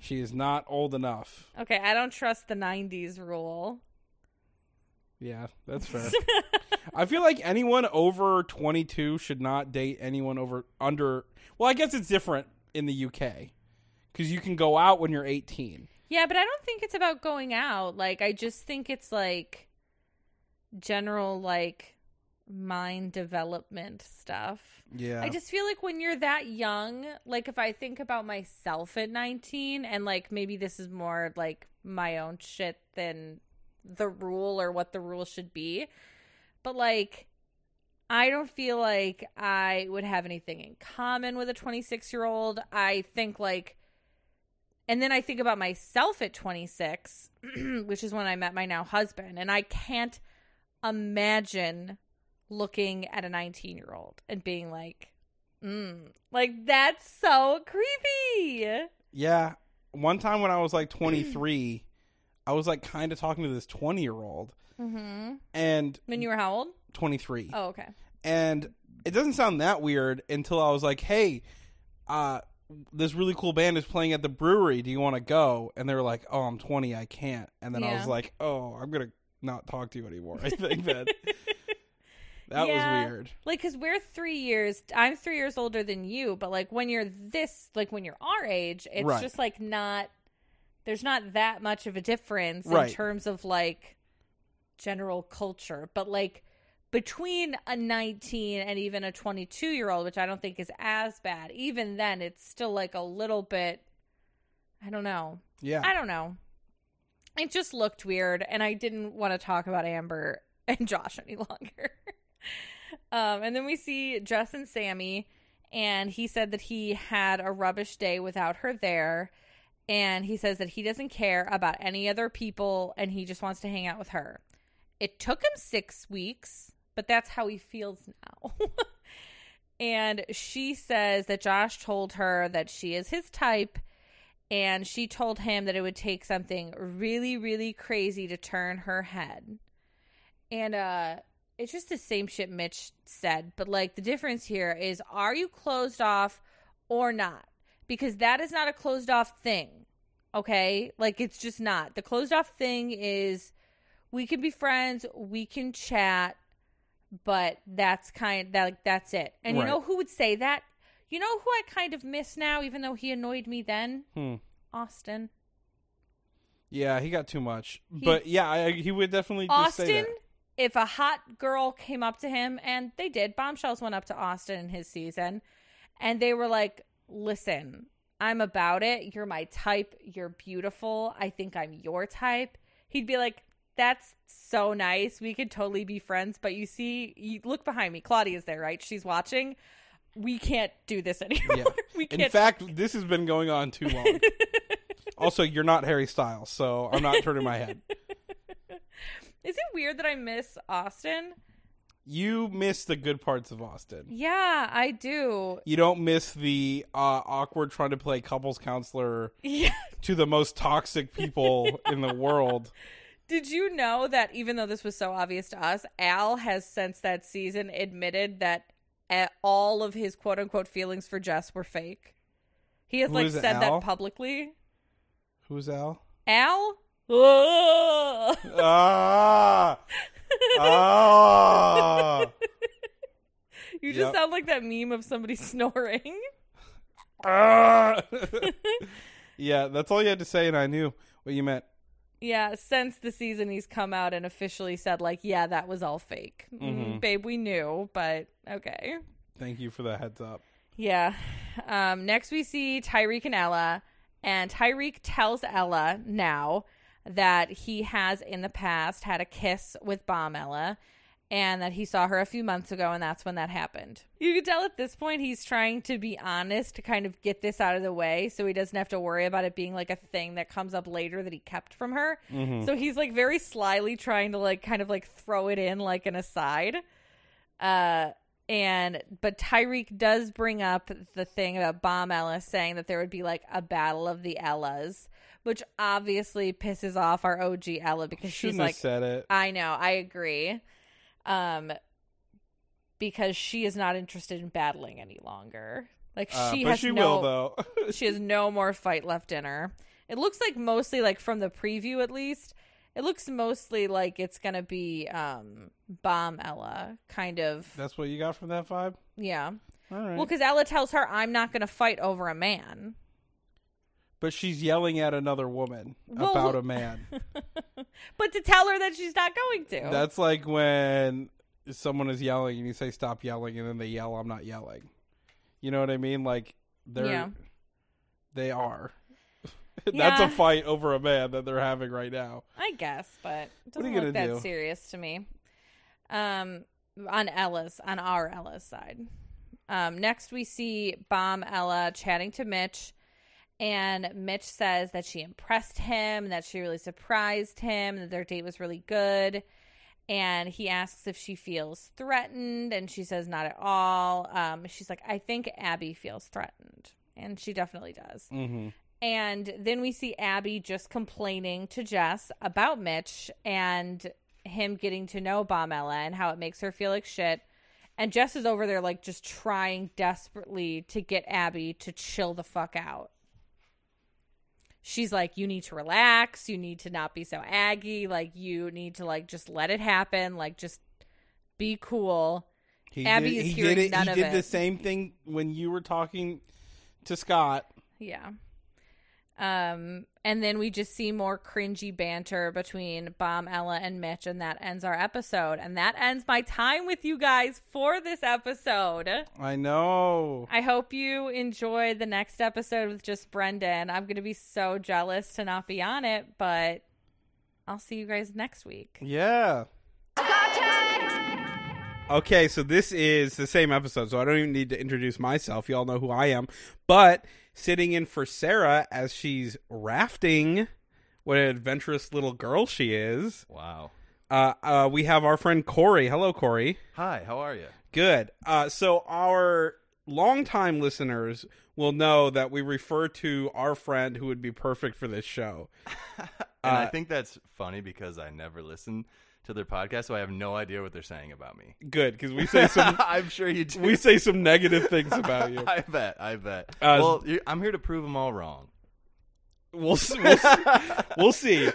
She is not old enough.
Okay, I don't trust the 90s rule.
Yeah, that's fair. I feel like anyone over 22 should not date anyone over under Well, I guess it's different in the UK cuz you can go out when you're 18.
Yeah, but I don't think it's about going out. Like, I just think it's like general, like, mind development stuff.
Yeah.
I just feel like when you're that young, like, if I think about myself at 19, and like maybe this is more like my own shit than the rule or what the rule should be, but like, I don't feel like I would have anything in common with a 26 year old. I think like, and then I think about myself at 26, which is when I met my now husband, and I can't imagine looking at a 19 year old and being like, mm, like that's so creepy.
yeah. One time when I was like 23, I was like kind of talking to this 20-year-old
Mm-hmm.
and
When you were how old?
23.
Oh, okay.
and it doesn't sound that weird until I was like, "Hey, uh, this really cool band is playing at the brewery. Do you want to go?" And they were like, "Oh, I'm 20, I can't." And then I was
Yeah.
like, "Oh, I'm gonna not talk to you anymore." I think that that
Yeah.
was weird.
Like, cause we're three years. I'm three years older than you, but like when you're this, like when you're our age, it's
Right.
just like not. There's not that much of a difference
Right.
in terms of like general culture, but like between a 19 and even a 22 year old, which I don't think is as bad. Even then, it's still like a little bit. I don't know.
Yeah,
I don't know. It just looked weird, and I didn't want to talk about Amber and Josh any longer. um, and then we see Jess and Sammy, and he said that he had a rubbish day without her there. And he says that he doesn't care about any other people and he just wants to hang out with her. It took him six weeks, but that's how he feels now. and she says that Josh told her that she is his type and she told him that it would take something really really crazy to turn her head and uh it's just the same shit mitch said but like the difference here is are you closed off or not because that is not a closed off thing okay like it's just not the closed off thing is we can be friends we can chat but that's kind that like that's it and you
Right.
know who would say that you know who i kind of miss now even though he annoyed me then
hmm.
Austin.
yeah, he got too much. but yeah, I, he would definitely just say
Austin,
that.
if a hot girl came up to him, and they did, Bombshells went up to Austin in his season, and they were like, listen, I'm about it. You're my type. You're beautiful. I think I'm your type. He'd be like, that's so nice. We could totally be friends. But you see, you look behind me. Claudia's there, right? She's watching. We can't do this anymore.
Yeah.
we can't.
In fact, this has been going on too long. also, you're not Harry Styles, so I'm not turning my head.
is it weird that I miss Austin?
You miss the good parts of Austin.
Yeah, I do.
you don't miss the uh, awkward trying to play couples counselor
Yeah.
to the most toxic people in the world.
Did you know that even though this was so obvious to us, Al has since that season admitted that uh, all of his quote unquote feelings for Jess were fake? He has
Who
like
is
said
Al?
that publicly.
Who's Al?
Al? Ugh.
ah, ah,
you just
Yep.
sound like that meme of somebody snoring.
ah. yeah, that's all you had to say, and I knew what you meant.
Yeah, since the season he's come out and officially said like, yeah, that was all fake. Mm,
Mm-hmm.
babe, we knew, but okay.
Thank you for the heads up.
Yeah. Um, next, we see Tyreek and Ella, And Tyreek tells Ella now that he has in the past had a kiss with Bomb Ella and that he saw her a few months ago and that's when that happened. You can tell at this point he's trying to be honest to kind of get this out of the way so he doesn't have to worry about it being like a thing that comes up later that he kept from her.
Mhm.
So he's like very slyly trying to like kind of like throw it in like an aside. Uh and but Tyreek does bring up the thing about Bomb Ella saying that there would be like a battle of the Ellas, which obviously pisses off our OG Ella because she's
Shouldn't
like
have said it.
I know, I agree. Um because she is not interested in battling any longer. Like
Uh,
she
but
has
she
no
will though.
she has no more fight left in her. It looks like mostly like from the preview at least. It looks mostly like it's gonna be um bomb Ella kind of
That's what you got from that vibe.
yeah.
All right.
Well, because Ella tells her I'm not gonna fight over a man.
but she's yelling at another woman
Well,
about
who-
a man.
but to tell her that she's not going to.
That's like when someone is yelling and you say stop yelling and then they yell I'm not yelling. You know what I mean? Like they're
Yeah.
they are. That's
Yeah.
a fight over a man that they're having right now.
I guess, but it
What are
doesn't
you
look
gonna
that
do?
serious to me. Um, on Ella's, on our Ella's side. Um, next we see Bomb Ella chatting to Mitch, and Mitch says that she impressed him, that she really surprised him, that their date was really good. And he asks if she feels threatened, and she says not at all. Um, she's like, I think Abby feels threatened, and she definitely does.
Mm-hmm.
And then we see Abby just complaining to Jess about Mitch and him getting to know Bombella and how it makes her feel like shit. And Jess is over there, like, just trying desperately to get Abby to chill the fuck out. She's like, you need to relax. You need to not be so aggy. Like, you need to, like, just let it happen. Like, just be cool.
He
Abby
did,
is
he
hearing
did it.
none
he
of
did the
it.
same thing when you were talking to Scott.
Yeah. Um, and then we just see more cringy banter between Bomb Ella and Mitch, and that ends our episode. And that ends my time with you guys for this episode.
I know.
I hope you enjoyed the next episode with just Brendan. I'm gonna be so jealous to not be on it, but I'll see you guys next week.
Yeah. Okay, so this is the same episode, so I don't even need to introduce myself. You all know who I am. But sitting in for Sarah as she's rafting, what an adventurous little girl she is.
Wow.
Uh, uh, we have our friend Corey. Hello, Corey.
Hi, how are you?
Good. Uh, so our longtime listeners will know that we refer to our friend who would be perfect for this show.
And I
Uh,
think that's funny because I never listen to their podcast, so I have no idea what they're saying about me.
Good, because we say some
I'm sure you do.
we say some negative things about you.
I bet. I bet.
Uh,
well, you I'm here to prove them all wrong.
We'll see. We'll see. we'll see.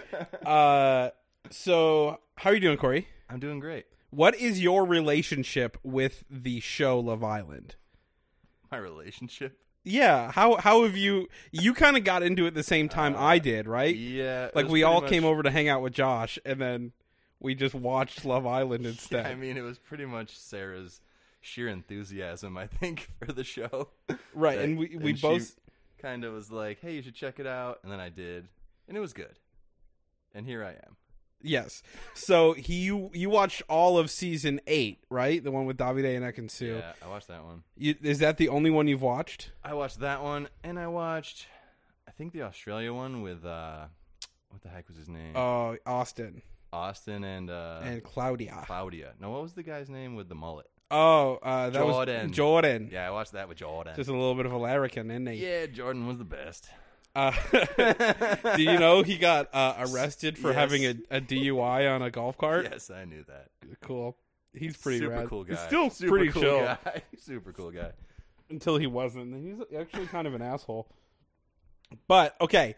Uh, so, how are you doing, Corey?
I'm doing great.
What is your relationship with the show Love Island?
My relationship.
Yeah how how have you you kind of got into it the same time I did, right?
Uh, Yeah. it
like
was
we
pretty
all
much-
came over to hang out with Josh, and then we just watched Love Island instead.
I mean, it was pretty much Sarah's sheer enthusiasm, I think, for the show.
right,
That-
and we we
she
both
kind of was like, "Hey, you should check it out," and then I did, and it was good. And here I am.
yes. So he you you watched all of season eight, right? The one with Davide and Ekansu.
Yeah, I watched that one.
You, is that the only one you've watched?
I watched that one, and I watched, I think the Australia one with uh, what the heck was his name?
Oh, Austin
Austin and uh,
and Claudia.
Claudia. No, what was the guy's name with the mullet?
Oh, uh, that
Jordan.
was Jordan.
Yeah, I watched that with Jordan.
Just a little bit of a larrikin, isn't he?
yeah, Jordan was the best.
Uh, do you know he got uh, arrested for
Yes.
having a, a DUI on a golf cart?
Yes, I knew that.
Cool. He's pretty
super
rad.
cool guy.
He's still
super
pretty
cool
chill
Guy. super cool guy.
until he wasn't. He's actually kind of an asshole. But okay,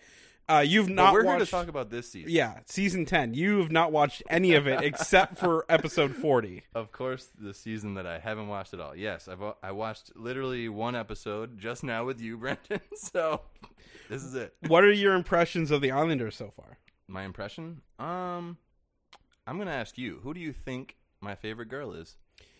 uh, you've
But
not
we're here to
watched.
talk about this season.
yeah, season ten. You have not watched any of it except for episode forty.
Of course, the season that I haven't watched at all. Yes, I've I watched literally one episode just now with you, Brendan. So this is it.
What are your impressions of the Islanders so far?
My impression? Um I'm gonna ask you, who do you think my favorite girl is?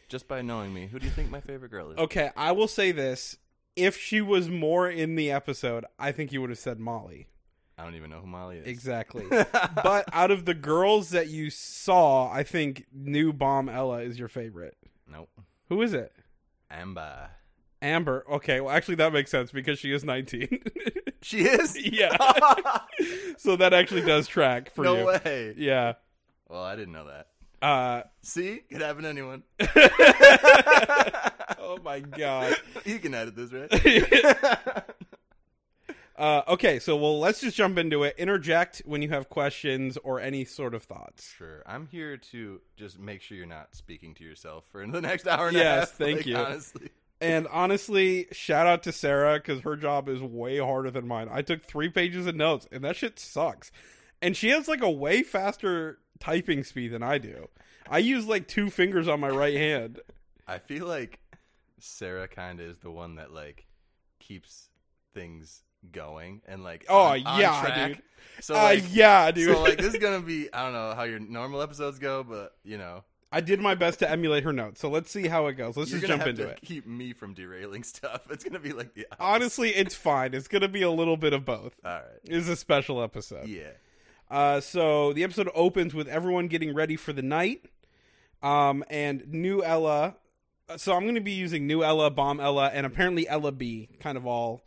Just by knowing me, who do you think my favorite girl is?
Okay, I will say this: if she was more in the episode, I think you would have said Molly.
I don't even know who Molly is.
Exactly. but out of the girls that you saw, I think new bomb Ella is your favorite.
Nope.
Who is it?
Amber.
Amber. Okay, well actually that makes sense because she is 19.
She is.
yeah. so that actually does track for
no
you.
way.
Yeah.
Well, I didn't know that.
Uh
See, could happen to anyone.
oh my god.
you can edit this, right?
Uh, okay, so well, let's just jump into it. Interject when you have questions or any sort of thoughts.
Sure. I'm here to just make sure you're not speaking to yourself for the next hour and a
Yes,
half.
thank
like,
you.
Honestly,
And honestly, shout out to Sarah because her job is way harder than mine. I took three pages of notes, and that shit sucks. And she has like a way faster typing speed than I do. I use like two fingers on my right hand.
I feel like Sarah kind of is the one that like keeps things going and like
Oh,
on- on
yeah,
track.
dude.
So
uh,
like,
yeah, dude.
so like this is gonna be I don't know how your normal episodes go, but you know
I did my best to emulate her notes, so let's see how it goes. Let's
you're
just
gonna
jump into
have to
it.
Keep me from derailing stuff. It's gonna be like the opposite.
Honestly, it's fine. It's gonna be a little bit of both.
All right.
This is a special episode.
Yeah.
Uh, so the episode opens with everyone getting ready for the night. Um, and new Ella. uh, So I'm going to be using new Ella, bomb Ella, and apparently Ella B kind of all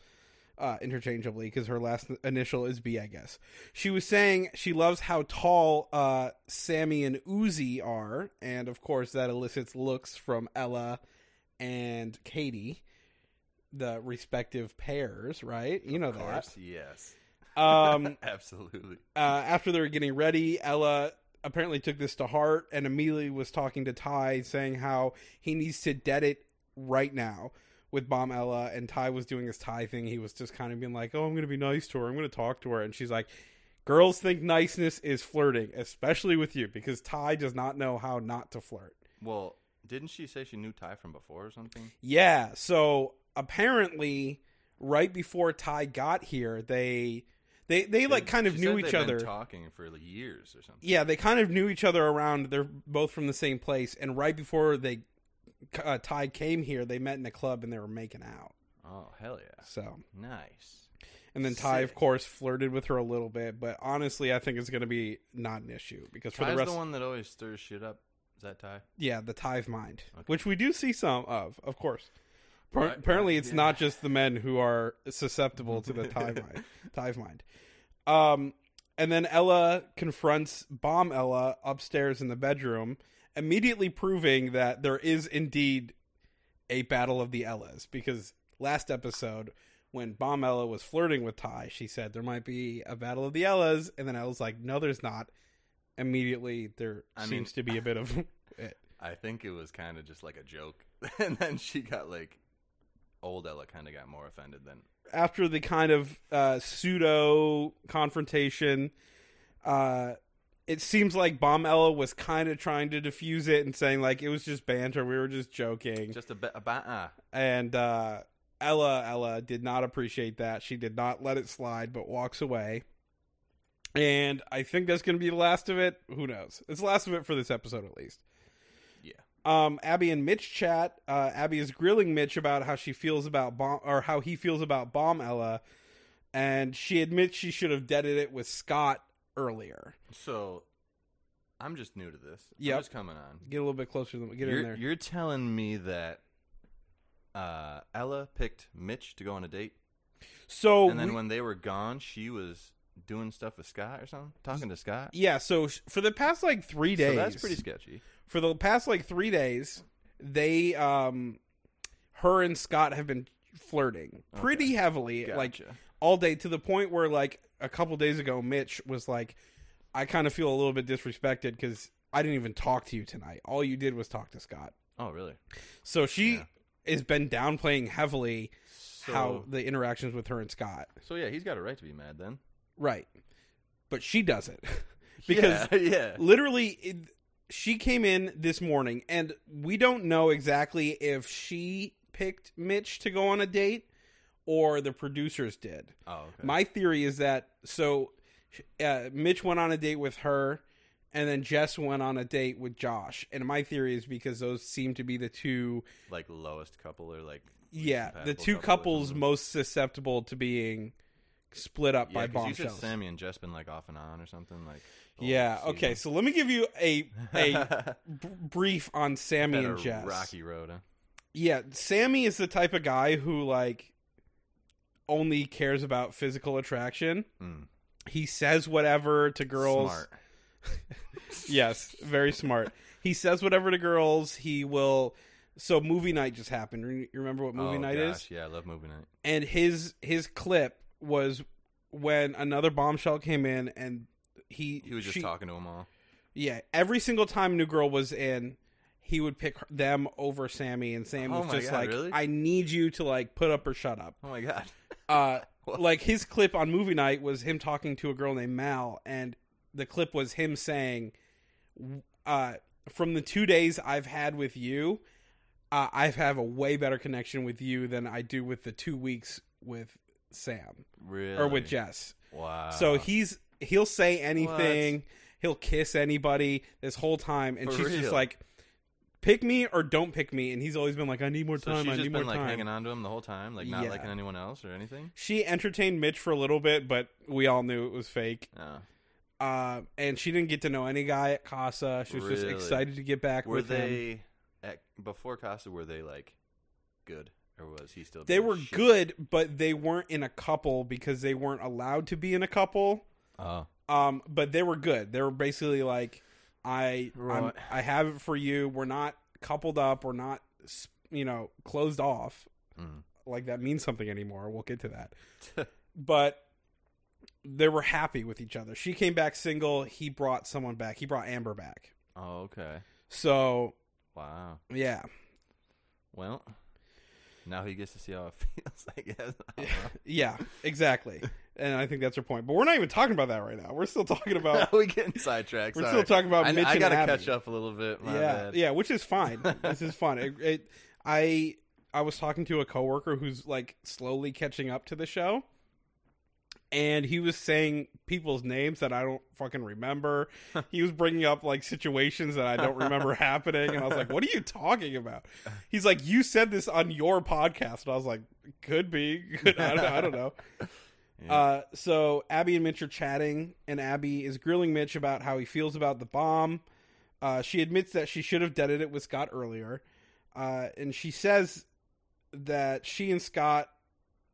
uh, interchangeably because her last initial is B, I guess. She was saying she loves how tall uh, Sammy and Uzi are. And of course, that elicits looks from Ella and Katie, the respective pairs, right? You know
Of course. Yes.
that. Um,
Absolutely.
uh, after they were getting ready, Ella apparently took this to heart and immediately was talking to Ty, saying how he needs to dead it right now with Bomb Ella. And Ty was doing his Ty thing. He was just kind of being like, "Oh, I'm going to be nice to her. I'm going to talk to her." And she's like, "Girls think niceness is flirting, especially with you, because Ty does not know how not to flirt."
Well, didn't she say she knew Ty from before or something?
Yeah. So apparently, right before Ty got here, they they they like kind of
She
knew
said
each
they've
other.
Been talking for like years or something.
yeah, they kind of knew each other around. They're both from the same place, and right before they uh, Ty came here, they met in a club and they were making out.
Oh hell yeah!
So,
Nice.
and then Ty, of
Sick.
course, flirted with her a little bit, but honestly, I think it's going to be not an issue because for
Ty's
the
the,
rest,
one that always stirs shit up. Is that Ty?
yeah, the Ty's mind,
Okay.
which we do see some of, of course. Par-
Right.
Apparently, it's
Yeah.
not just the men who are susceptible to the Ty mind. Ty mind. Um, and then Ella confronts Bomb Ella upstairs in the bedroom, immediately proving that there is indeed a battle of the Ellas. Because last episode, when Bomb Ella was flirting with Ty, she said there might be a battle of the Ellas, and then Ella's like, "No, there's not." Immediately, there
I mean-
seems to be a bit of it.
I think it was kind of just like a joke, and then she got like old Ella kind of got more offended than
after the kind of uh, pseudo confrontation, uh, it seems like Bomb Ella was kind of trying to defuse it and saying like it was just banter, we were just joking,
just a bit about. Uh,
and uh, Ella Ella did not appreciate that. She did not let it slide, but walks away. And I think that's going to be the last of it. Who knows? It's the last of it for this episode, at least.
yeah.
Um, Abby and Mitch chat. Uh, Abby is grilling Mitch about how she feels about bomb or how he feels about bomb Ella, and she admits she should have deaded it with Scott earlier.
So I'm just new to this.
Yep.
I'm just coming on.
Get a little bit closer. to them. Get
you're,
in there.
you're telling me that uh, Ella picked Mitch to go on a date,
So
and then
Oh, we-
when they were gone, she was doing stuff with Scott or something, talking to Scott.
yeah, so sh- for the past like three days,
So that's pretty sketchy.
for the past like three days, they um, her and Scott have been flirting pretty
Okay.
heavily, like
Gotcha.
all day to the point where like a couple days ago Mitch was like I kind of feel a little bit disrespected cuz I didn't even talk to you tonight. All you did was talk to Scott.
Oh, really?
So she
Yeah.
has been downplaying heavily
So,
how the interactions with her and Scott.
So yeah, he's got a right to be mad then.
Right. But she doesn't. because
yeah, yeah.
literally it, she came in this morning and we don't know exactly if she picked Mitch to go on a date or the producers did.
Oh, okay.
My theory is that so uh, Mitch went on a date with her, and then Jess went on a date with Josh. And my theory is because those seem to be the two
like lowest couple or like
yeah, the two couples most susceptible to being split up by
bombshells. You
bombshells.
said Sammy and Jess been like off and on or something like. the whole
yeah.
season.
Okay. So let me give you a a b- brief on Sammy
Had a
and Jess.
Rocky road. Huh?
Yeah, Sammy is the type of guy who like only cares about physical attraction.
Mm.
He says whatever to girls.
Smart.
Yes, very smart. he says whatever to girls. He will. So movie night just happened. Re- You remember what movie
Oh,
night
gosh,
is?
Yeah, I love movie night.
And his his clip was when another bombshell came in and he
He was just
she-
talking to them all.
Yeah, every single time New Girl was in, he would pick her- them over Sammy, and Sammy
Oh
was
my
just
God,
like,
really?
"I need you to like put up or shut up."
Oh my god.
Uh,
What?
like his clip on movie night was him talking to a girl named Mal, and the clip was him saying, uh, "From the two days I've had with you, uh, I have a way better connection with you than I do with the two weeks with Sam
Really?
or with Jess."
Wow.
So he's he'll say anything,
Uh, What?
he'll kiss anybody this whole time, and
For
she's just
real?
like, "Pick me or don't pick me," and he's always been like, "I need more
So
time.
she's
I
just
need
been
more
like
time."
hanging on to him the whole time, like not
Yeah.
liking anyone else or anything.
She entertained Mitch for a little bit, but we all knew it was fake.
Oh.
Uh, and she didn't get to know any guy at Casa. She was just
Really?
excited to get back
Were
with him.
they at, before Costa? Were they like good, or was he still?
They
being
were
shit?
good, but they weren't in a couple because they weren't allowed to be in a couple.
Oh,
Um, but they were good. They were basically like, I, I'm,
Right.
I have it for you. We're not coupled up. We're not, s- you know, closed off.
Mm.
Like that means something anymore. We'll get to that. but they were happy with each other. She came back single. He brought someone back. He brought Amber back.
oh, okay.
So
Wow.
yeah,
Well, now he gets to see how it feels. I guess. I don't know.
yeah, exactly. and I think that's her point. But we're not even talking about that right now. We're still talking about.
we getting sidetracked.
Oh. We're
sorry.
still talking about
I,
Mitch
I
and
gotta
Abby.
catch up a little bit. My
yeah,
bad.
yeah, which is fine. this is fun. It, it, I I was talking to a coworker who's like slowly catching up to the show, and he was saying people's names that I don't fucking remember. he was bringing up like situations that I don't remember happening, and I was like, "What are you talking about?" He's like, "You said this on your podcast," and I was like, "Could be, could, I, don't, I don't know."
Yeah.
Uh, so Abby and Mitch are chatting, and Abby is grilling Mitch about how he feels about the bomb. Uh, she admits that she should have deaded it with Scott earlier, uh, and she says that she and Scott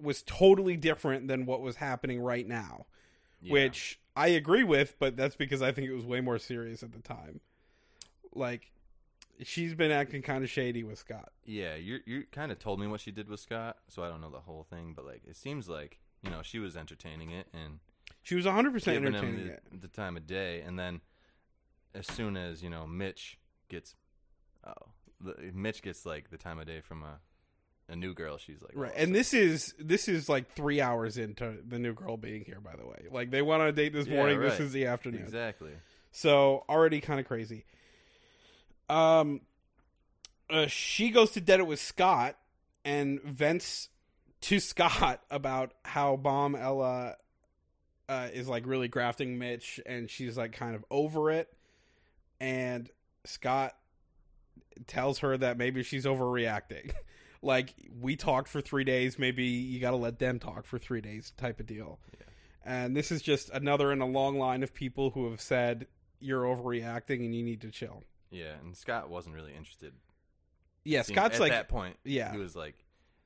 was totally different than what was happening right now,
Yeah.
which I agree with, but that's because I think it was way more serious at the time. Like, she's been acting kind of shady with Scott.
Yeah, you you kind of told me what she did with Scott, so I don't know the whole thing, but like it seems like you know she was entertaining it and
She was 100%
giving
entertaining
him
it.
the, the time of day, and then as soon as you know Mitch gets, oh, the, Mitch gets like the time of day from a a new girl, she's like
Right,
oh,
and
so-
this is this is like three hours into the new girl being here. By the way, like they went on a date this
Yeah,
morning. This
right.
is the afternoon,
exactly
so already kind of crazy. Um, uh, she goes to dead it with Scott and vents to Scott about how bomb Ella uh, is like really grafting Mitch, and she's like kind of over it. And Scott tells her that maybe she's overreacting. like we talked for three days, maybe you got to let them talk for three days, type of deal.
Yeah.
And this is just another in a long line of people who have said you're overreacting and you need to chill.
yeah, and Scott wasn't really interested.
Yeah,
Seemed-
Scott's
at
like,
that point,
yeah.
he was like,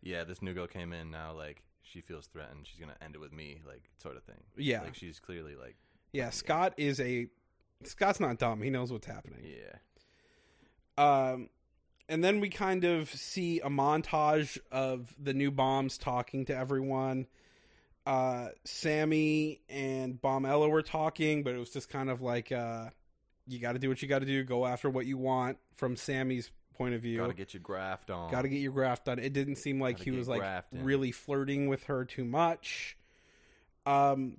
yeah, this new girl came in now, like she feels threatened, she's gonna end it with me, like sort of thing.
yeah,
like she's clearly like
yeah. Scott is a Scott's not dumb. He knows what's happening.
yeah.
Um, and then we kind of see a montage of the new bombs talking to everyone. Uh, Sammy and Bomb Ella were talking, but it was just kind of like, uh, you got to do what you got to do, go after what you want from Sammy's point of view.
Gotta get your graft on.
Got to get your graft done. It didn't seem like
Oh. Gotta
he
get
was like
grafting.
really flirting with her too much. Um,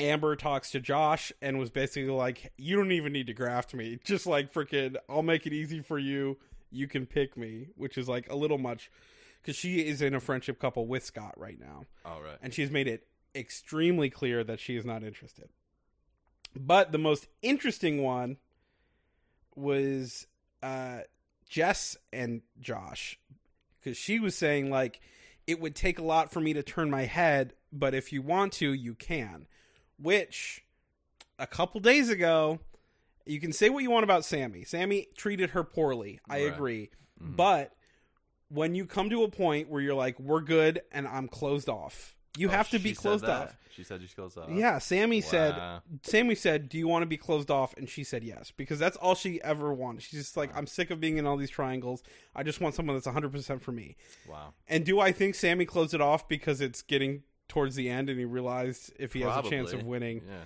Amber talks to Josh and was basically like, "You don't even need to graft me. Just like freaking, I'll make it easy for you. You can pick me," which is like a little much because she is in a friendship couple with Scott right now,
All right.
and she's made it extremely clear that she is not interested. But the most interesting one was uh, Jess and Josh because she was saying like it would take a lot for me to turn my head, but if you want to, you can. Which a couple days ago, you can say what you want about Sammy. Sammy treated her poorly. I
Right.
agree.
Mhm.
But when you come to a point where you're like, we're good and I'm closed off, you
Oh,
have to
she
be
said
closed
that.
off.
She said she's closed off.
Yeah, Sammy said,
Wow.
Sammy said, do you want to be closed off? And she said yes, because that's all she ever wanted. She's just like, I'm sick of being in all these triangles. I just want someone that's 100% for me.
Wow.
And do I think Sammy closed it off because it's getting towards the end and he realized if he has a chance
Probably.
of winning?
Yeah.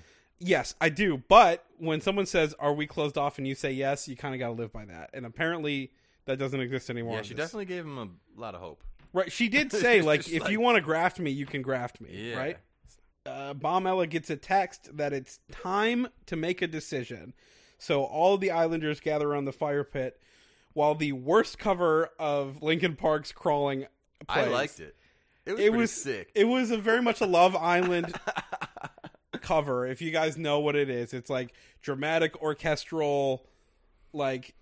Yes, I do. But when someone says, Are we closed off? and you say yes, you kind of got to live by that. And apparently that doesn't exist anymore.
Yeah,
in
she
this.
definitely gave him a lot of hope.
Right. She did say,
It's
like,
just
if
like-
you want to graft me, you can graft me.
Yeah.
Right? Uh, Bombella gets a text that it's time to make a decision. So all the Islanders gather around the fire pit while the worst cover of Lincoln Park's crawling
I
plays.
liked it. It was,
It
pretty
was-
sick.
It was a very much a Love Island cover. If you guys know what it is, it's like dramatic orchestral, like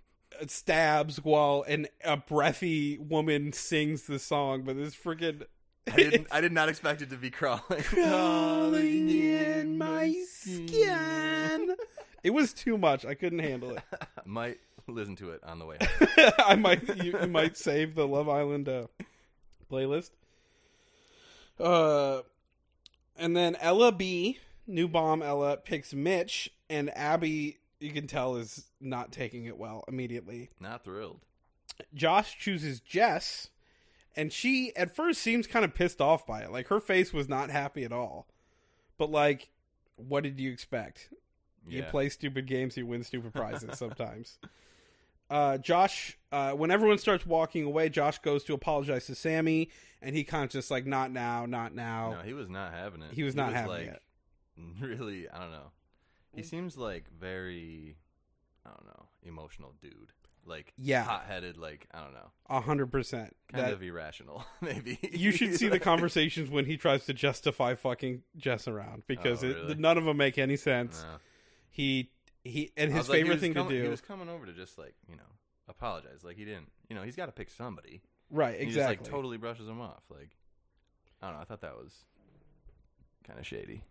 stabs while an a breathy woman sings the song. But this freaking
I didn't. I did not expect it to be crawling.
crawling in my skin. It was too much. I couldn't handle it.
Might listen to it on the way.
I might you, you might save the Love Island uh, playlist. Uh, and then Ella B, new bomb Ella picks Mitch, and Abby. You can tell is not taking it well immediately.
Not thrilled.
Josh chooses Jess, and she at first seems kind of pissed off by it. Like her face was not happy at all. But like, what did you expect? You
Yeah.
play stupid games, you win stupid prizes sometimes. Uh, Josh, uh, when everyone starts walking away, Josh goes to apologize to Sammy, and he kind of just like, not now, not now.
No, he was not having it.
He was not having
like, Really, I don't know. He seems like very, I don't know, emotional dude. Like
Yeah.
hot headed. Like I don't know,
A hundred percent.
kind
That
of irrational. Maybe
you should see the
Like-
conversations when he tries to justify fucking Jess around because
Oh,
it,
really?
none of them make any sense.
No.
He he, and
I
his
was like, he
favorite
was
thing
coming-
to
He
do,
was coming over to just like you know apologize. Like he didn't. You know he's got to pick somebody.
right?
And
Exactly.
He just like totally brushes him off. Like I don't know. I thought that was kind of shady.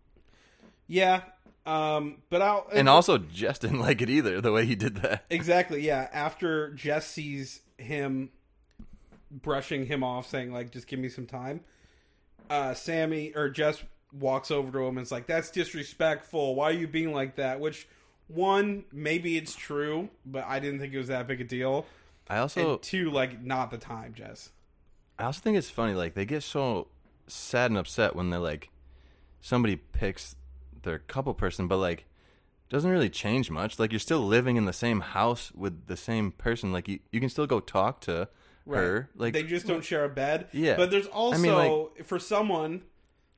Yeah. Um. But I'll
And also, Jess didn't like it either. The way he did that.
Exactly, yeah. After Jess sees him brushing him off, saying, like, just give me some time, uh, Sammy or Jess walks over to him and is like, that's disrespectful. Why are you being like that? Which, one, maybe it's true, but I didn't think it was that big a deal.
I also
And two, like, not the time, Jess.
I also think it's funny, like they get so sad and upset when they're like somebody picks their couple person, but like doesn't really change much. Like you're still living in the same house with the same person. Like you, you can still go talk to her. Like
they just don't share a bed.
Yeah.
But there's also,
I mean,
for someone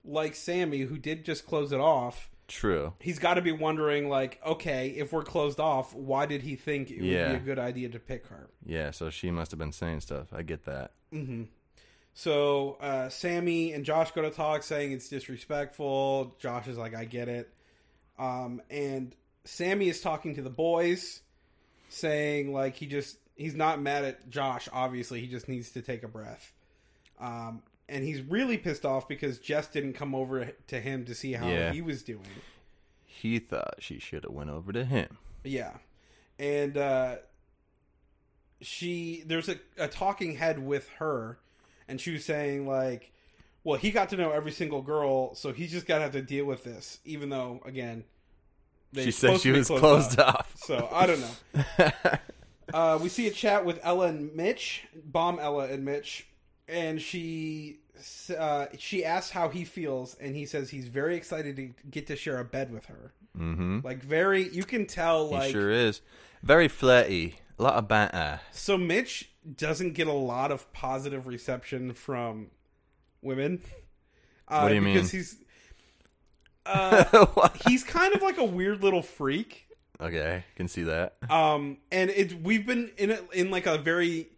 like Sammy who did just close it off,
true.
he's got to be wondering like okay if we're closed off why did he think it would
Yeah.
be a good idea to pick her
Yeah, so she must have been saying stuff. I get that.
so uh, sammy and josh go to talk saying it's disrespectful josh is like i get it um, and sammy is talking to the boys saying like he just he's not mad at josh obviously he just needs to take a breath um, and he's really pissed off because jess didn't come over to him to see how
Yeah.
he was doing
He thought she should have went over to him.
Yeah. And uh she there's a, a talking head with her and she was saying like well he got to know every single girl so he's just gotta have to deal with this even though again they
She said
supposed
she
to be
was closed
up.
off.
so i don't know uh, we see a chat with Ella and Mitch, bomb Ella and Mitch, and she uh, she asks how he feels, and he says he's very excited to get to share a bed with her.
hmm
Like very, you can tell
He
like
sure is. Very flirty. A lot of banter.
So Mitch doesn't get a lot of positive reception from women. Uh,
What do you
because
mean?
he's uh, he's kind of like a weird little freak.
okay, can see that.
Um, and it we've been in a, in like a very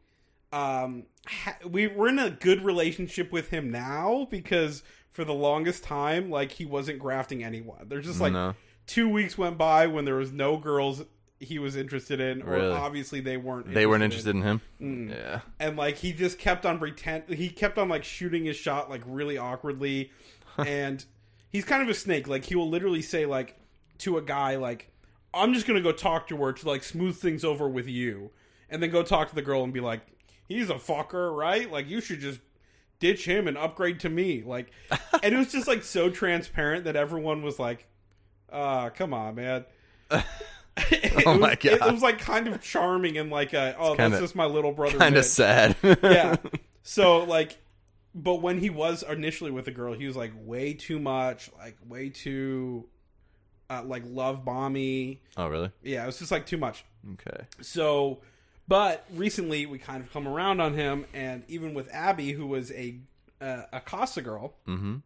um ha- we we're in a good relationship with him now because for the longest time like he wasn't grafting anyone. There's just like
No.
two weeks went by when there was no girls he was interested in, or
Really?
obviously they weren't.
They weren't interested in him.
Mm.
Yeah.
and like he just kept on pretend he kept on like shooting his shot like really awkwardly and he's kind of a snake like he will literally say like to a guy like i'm just gonna go talk to her to like smooth things over with you and then go talk to the girl and be like he's a fucker right like you should just ditch him and upgrade to me like and it was just like so transparent that everyone was like uh come on man It
Oh my
was- it
God.
was like kind of charming and like a, oh
kinda-
that's just my little brother
Kind of
bit
sad.
yeah. So like, but when he was initially with a girl, he was like way too much, like way too, uh, like love bomby.
oh really?
Yeah, it was just like too much.
Okay.
So, but recently we kind of come around on him, and even with Abby, who was a uh, a Casa girl,
Mm-hmm.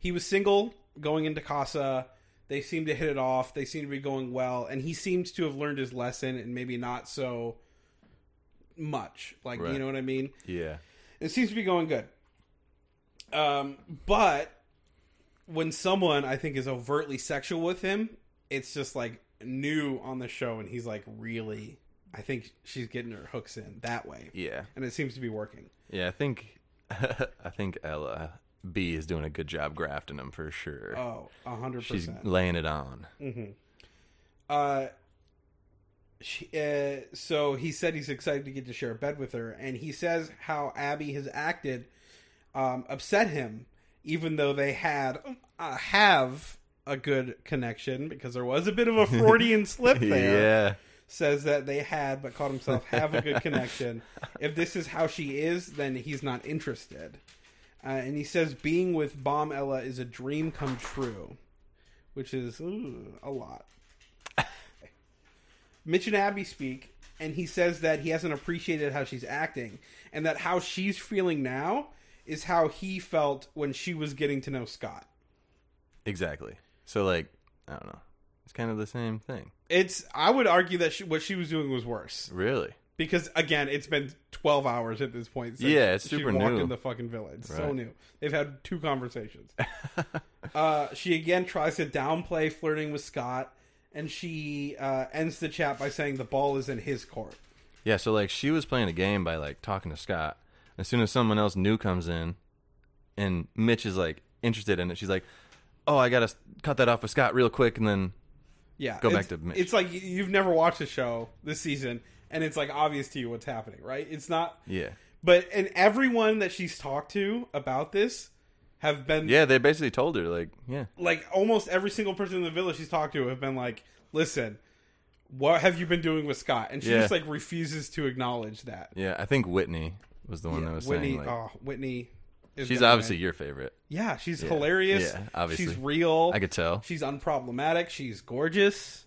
he was single going into Casa. They seemed to hit it off. They seemed to be going well, and he seems to have learned his lesson, and maybe not so much. Like
Right.
you know what I mean?
Yeah.
it seems to be going good. Um, but when someone I think is overtly sexual with him, it's just like new on the show, and he's like, really, I think she's getting her hooks in that way,
Yeah.
and it seems to be working.
Yeah. I think. I think Ella B is doing a good job grafting him for sure.
Oh, a hundred
She's
percent.
laying it on.
Mhm. Uh, she, uh, so he said he's excited to get to share a bed with her, and he says how Abby has acted um, upset him, even though they had uh, have a good connection because there was a bit of a Freudian slip there.
Yeah.
Says that they had, but called himself have a good connection. If this is how she is, then he's not interested. Uh, and he says being with Bomb Ella is a dream come true, which is ooh, a lot. Mitch and Abby speak, and he says that he hasn't appreciated how she's acting, and that how she's feeling now is how he felt when she was getting to know Scott.
Exactly. So like, I don't know. It's kind of the same thing.
It's I would argue that she, what she was doing was worse
Really?
because again, it's been twelve hours at this point. Since
Yeah, it's
she
super
walked
new.
in the fucking village, so
Right.
new. They've had two conversations. uh, she again tries to downplay flirting with Scott, and she uh, ends the chat by saying the ball is in his court.
Yeah. So like, she was playing a game by like talking to Scott. As soon as someone else new comes in, and Mitch is like interested in it, she's like, "Oh, I gotta s- cut that off with Scott real quick," and then
Yeah,
Go back
it's-
to Mitch.
It's like you- you've never watched the show this season, and it's like obvious to you what's happening, right? It's not,
yeah,
but and everyone that she's talked to about this have been
yeah. They basically told her like, yeah,
like almost every single person in the village she's talked to have been like, "Listen, what have you been doing with Scott?" And she
Yeah.
just like refuses to acknowledge that.
yeah. I think Whitney was the one that was
Whitney,
saying like,
oh, Whitney, is
she's
gonna
obviously
win.
your favorite.
yeah, she's hilarious.
Yeah, obviously.
she's real.
I could tell.
She's unproblematic. She's gorgeous.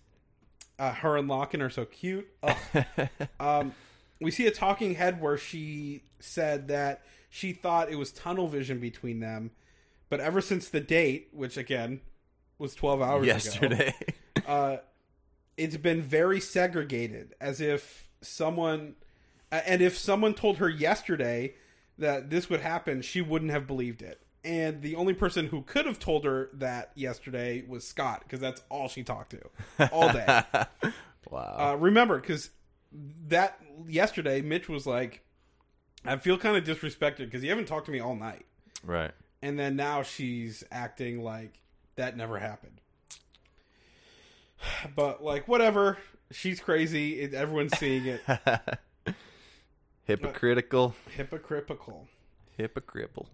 Uh, her and Locken are so cute. Ugh. um, we see a talking head where she said that she thought it was tunnel vision between them, but ever since the date, which again was twelve hours ago,
Yesterday.
uh, it's been very segregated, as if someone, uh, and if someone told her yesterday that this would happen, she wouldn't have believed it. And the only person who could have told her that yesterday was Scott, because that's all she talked to all day.
wow.
uh, remember, because that yesterday, Mitch was like, "I feel kind of disrespected because you haven't talked to me all night,"
right.
and then now she's acting like that never happened. But like, whatever, she's crazy. It, everyone's seeing it.
Hypocritical.
Hypocritical.
Hypocritical.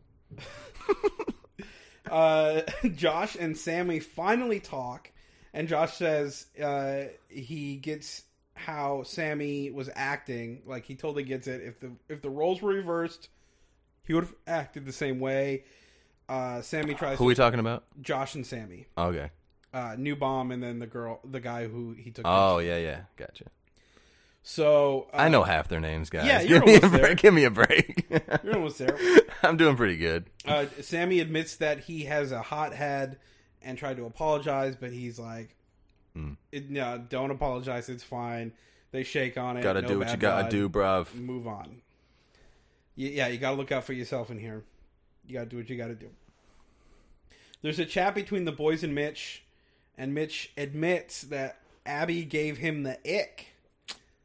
uh, Josh and Sammy finally talk, and Josh says uh, he gets how Sammy was acting. Like he totally gets it. If the if the roles were reversed, he would have acted the same way. Uh, Sammy tries
Who we talking about?
Josh and Sammy,
Okay.
uh, new bomb, and then the girl, the guy who he took.
Oh yeah, yeah. Gotcha.
so uh,
I know half their names, guys.
yeah, you're
give me a
almost there.
break. Give me a break.
You're almost there.
I'm doing pretty good.
Uh, Sammy admits that he has a hot head and tried to apologize, but he's like,
Mm.
it, "No, don't apologize. It's fine." They shake on it.
gotta
no
do what
bad Mm.
you gotta
blood,
do, bruv.
Move on. Y- Yeah, you gotta look out for yourself in here. You gotta do what you gotta do. There's a chat between the boys and Mitch, and Mitch admits that Abby gave him the ick.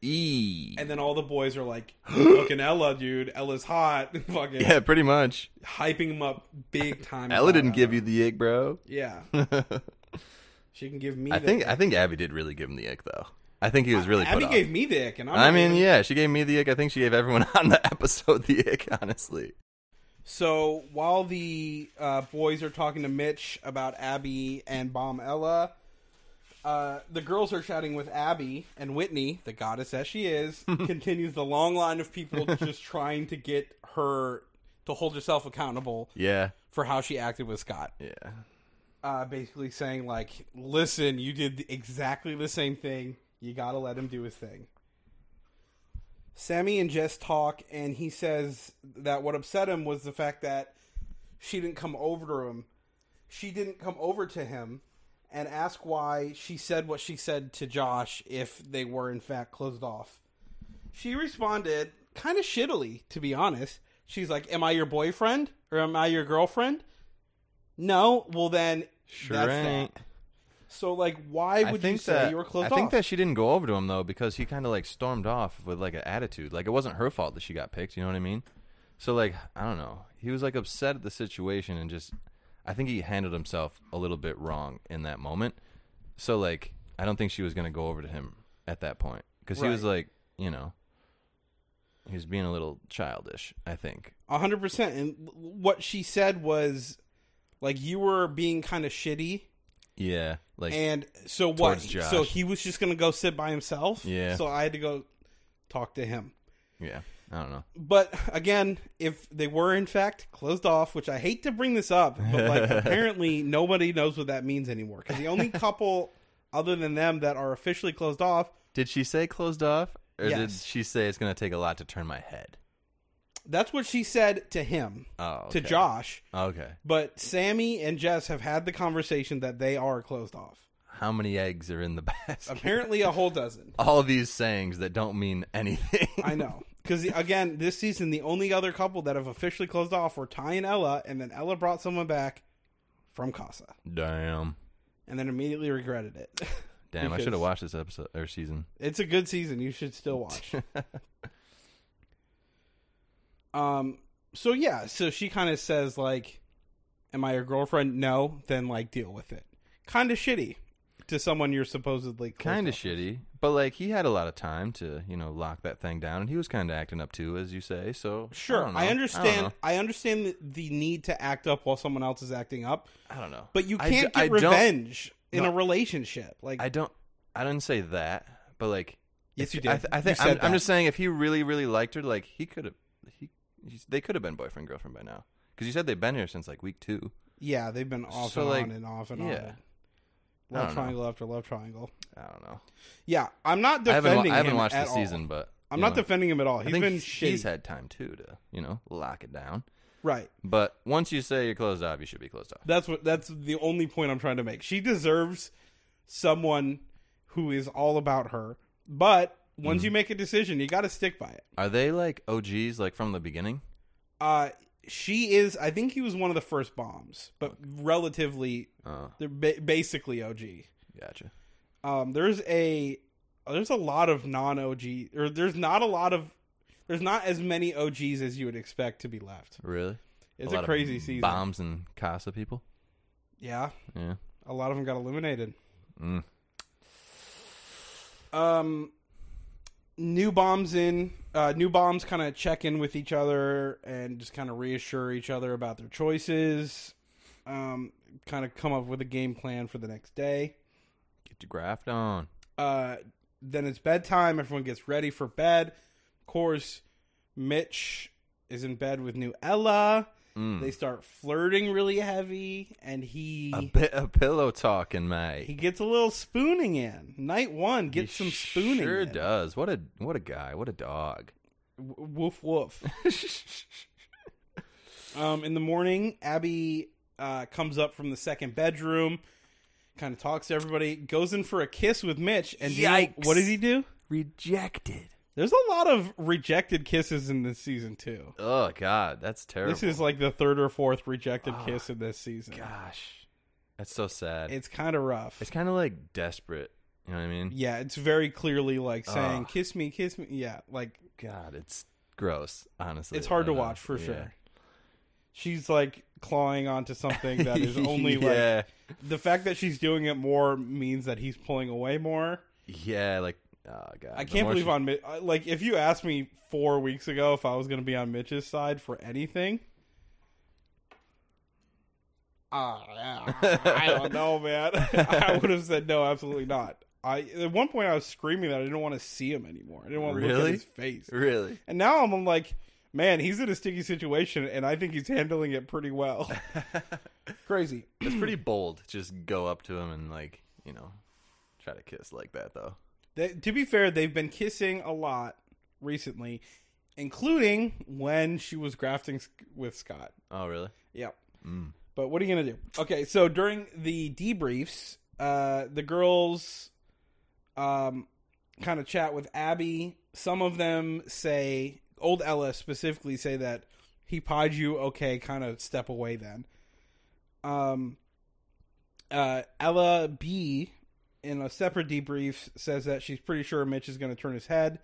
E.
And then all the boys are like, fucking Ella, dude. Ella's hot. fucking
Yeah, pretty much.
hyping him up big time.
Ella
about
didn't give you the ick, bro.
Yeah. she can give me
I
the
think I think Abby did really give him the ick though. I think he was really
Abby
put
gave
off.
me the ick. And I'm
I
not
mean,
even-
yeah, she gave me the ick. I think she gave everyone on the episode the ick. Honestly,
So while the uh, boys are talking to Mitch about Abby and Bomb Ella, uh, the girls are chatting with Abby and Whitney, the goddess that she is, continues the long line of people just trying to get her to hold herself accountable
yeah,
for how she acted with Scott.
yeah,
Uh, basically saying like, "Listen, you did exactly the same thing. You gotta let him do his thing." Sammy and Jess talk, and he says that what upset him was the fact that she didn't come over to him. She didn't come over to him and ask why she said what she said to Josh if they were, in fact, closed off. She responded kind of shittily, to be honest. She's like, Am I your boyfriend or am I your girlfriend? No. Well, then,
sure
that's
ain't.
that. So, like, why
I
would you
think
say
that
you were closed
I
off?
think that she didn't go over to him though because he kind of like stormed off with like an attitude. Like it wasn't her fault that she got picked. You know what I mean? So like I don't know. He was like upset at the situation and just I think he handled himself a little bit wrong in that moment. So like I don't think she was gonna go over to him at that point because he was
Right.
like you know he was being a little childish. I think.
A hundred percent. And w- what she said was, like, you were being kind of shitty,
Yeah. Like
and so what?
Towards Josh.
So he was just gonna go sit by himself.
Yeah.
So I had to go talk to him.
yeah. I don't know.
But again, if they were in fact closed off, which I hate to bring this up, but like apparently nobody knows what that means anymore. Because the only couple other than them that are officially closed off,
Did she say closed off or did
Yes.
she say it's gonna take a lot to turn my head?
that's what she said to him,
Oh,
to
okay.
Josh.
Okay.
But Sammy and Jess have had the conversation that they are closed off.
How many eggs are in the basket?
Apparently, a whole dozen.
All these sayings that don't mean anything.
I know. Because, again, this season, the only other couple that have officially closed off were Ty and Ella, and then Ella brought someone back from Casa
Damn.
and then immediately regretted it.
Damn, I
Because-
should have watched this episode or season.
It's a good season. You should still watch. um. So, yeah. So she kind of says, like, Am I your girlfriend? No. Then, like, deal with it. Kind of shitty to someone you're supposedly close
Kind of
off.
shitty, but like he had a lot of time to, you know, lock that thing down, and he was kind of acting up too, as you say. So
Sure,
don't know.
I, understand.
don't
I, understand the, the need to act up while someone else is acting up,
know. I don't know,
but you
I
can't
d- I
get
don't-
revenge in
No.
a relationship. Like,
I don't. I didn't say that, but like,
yes,
if-
you did.
I, th- I
You
think
said
I'm, I'm
that.
just saying, if he really, really liked her, like he could have, he, they could have been boyfriend girlfriend by now, because you said they've been here since like week two.
Yeah, they've been off
So,
and
like,
on and off and
yeah.
on.
I don't
Love
know.
triangle after love triangle.
I don't know.
Yeah, I'm not
I haven't,
defending.
wa- I haven't
him
watched
at
the
all.
season, but
I'm
you
not
know.
defending him at all.
I
He's
think
been
he's,
shitty.
he's had time too to you know lock it down.
right.
But once you say you're closed off, you should be closed off.
That's what. That's the only point I'm trying to make. She deserves someone who is all about her. But once
Mm-hmm.
you make a decision, you got to stick by it.
Are they like OGs like from the beginning?
Uh, she is. I think he was one of the first bombs, but relatively,
Oh,
they're ba- basically OG.
gotcha.
Um, there's a there's a lot of non OG, or there's not a lot of there's not as many OGs as you would expect to be left.
Really?
It's
lot
a,
of
crazy season.
Bombs and casa people.
Yeah,
Yeah.
a lot of them got eliminated.
Mm.
Um, new bombs in. Uh, new bombs kind of check in with each other and just kind of reassure each other about their choices. Um, kind of come up with a game plan for the next day.
Get your graft on.
Uh, then it's bedtime. Everyone gets ready for bed. Of course, Mitch is in bed with new Ella.
Mm.
They start flirting really heavy, and he
a bit of pillow talking, mate.
he gets a little spooning in. Night one
He
gets some spooning.
Sure
in.
does. What a what a guy. What a dog.
W- Woof woof. Um, in the morning, Abby uh, comes up from the second bedroom, kind of talks to everybody, goes in for a kiss with Mitch, and do you know-
Yikes.
what does he do?
Rejected.
There's a lot of rejected kisses in this season too.
Oh God, that's terrible. Ah,
This is like the third or fourth rejected kiss in this season.
Gosh, that's so sad.
It's kind of rough.
It's kind of like desperate You know what I mean?
Yeah, it's very clearly like saying
Ugh.
"kiss me, kiss me." Yeah, like
God, it's gross. Honestly,
it's hard
I
to
know.
watch for
Yeah.
sure. She's like clawing onto something that is only
yeah,
like the fact that she's doing it more means that he's pulling away more.
yeah. Like, oh god,
I
The
can't
more
believe
she-
on Mi- I- like if you asked me four weeks ago if I was going to be on Mitch's side for anything. Ah, I don't know, man. I would have said no, absolutely not. I at one point I was screaming that I didn't want to see him anymore. I didn't want to look
Really?
at his face.
Really?
And now I'm like, man, he's in a sticky situation, and I think he's handling it pretty well. Crazy.
It's pretty bold. to Just go up to him and like, you know, try to kiss like that though.
They, to be fair, they've been kissing a lot recently, including when she was grafting s- with Scott.
Oh, really?
Yep.
Mm.
But what are you gonna do? Okay, so during the debriefs, uh, the girls um, kind of chat with Abby. Some of them say, old Ella specifically say that he pied you. Okay, kind of step away then. Um, uh, Ella B in a separate debrief says that she's pretty sure Mitch is going to turn his head,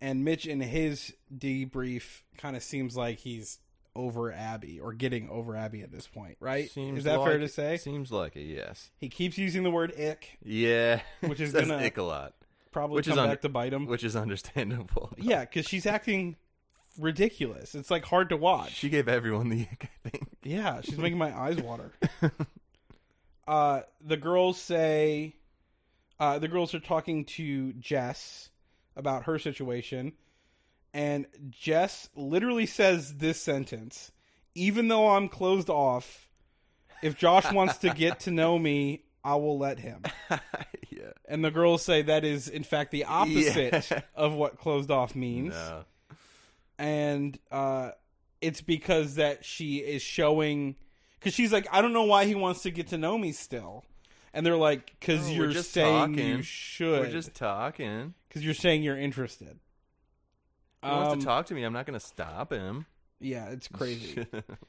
and Mitch in his debrief kind of seems like he's over Abby or getting over Abby at this point, right? is that fair
like
to
it-
say?
Seems like it. Yes.
He keeps using the word "ick,"
Yeah.
Which is
Says
gonna-
ick a lot,
probably
Which is
come
under-
back to bite him.
which is understandable.
Yeah, because she's acting ridiculous. It's like hard to watch.
She gave everyone the ick. I think.
yeah, she's making my eyes water. Uh, the girls say, uh, the girls are talking to Jess about her situation, and Jess literally says this sentence: "Even though I'm closed off, if Josh wants to get to know me, I will let him."
yeah.
And the girls say that is, in fact, the opposite
Yeah.
of what closed off means.
No.
and uh, it's because that she is showing because she's like, I don't know why he wants to get to know me still, and they're like, because
No, Oh, we're
you're
just
saying you
talking.
should,
We're just talking.
because you're saying you're interested.
He wants
Um,
to talk to me. I'm not going to stop him.
Yeah, it's crazy.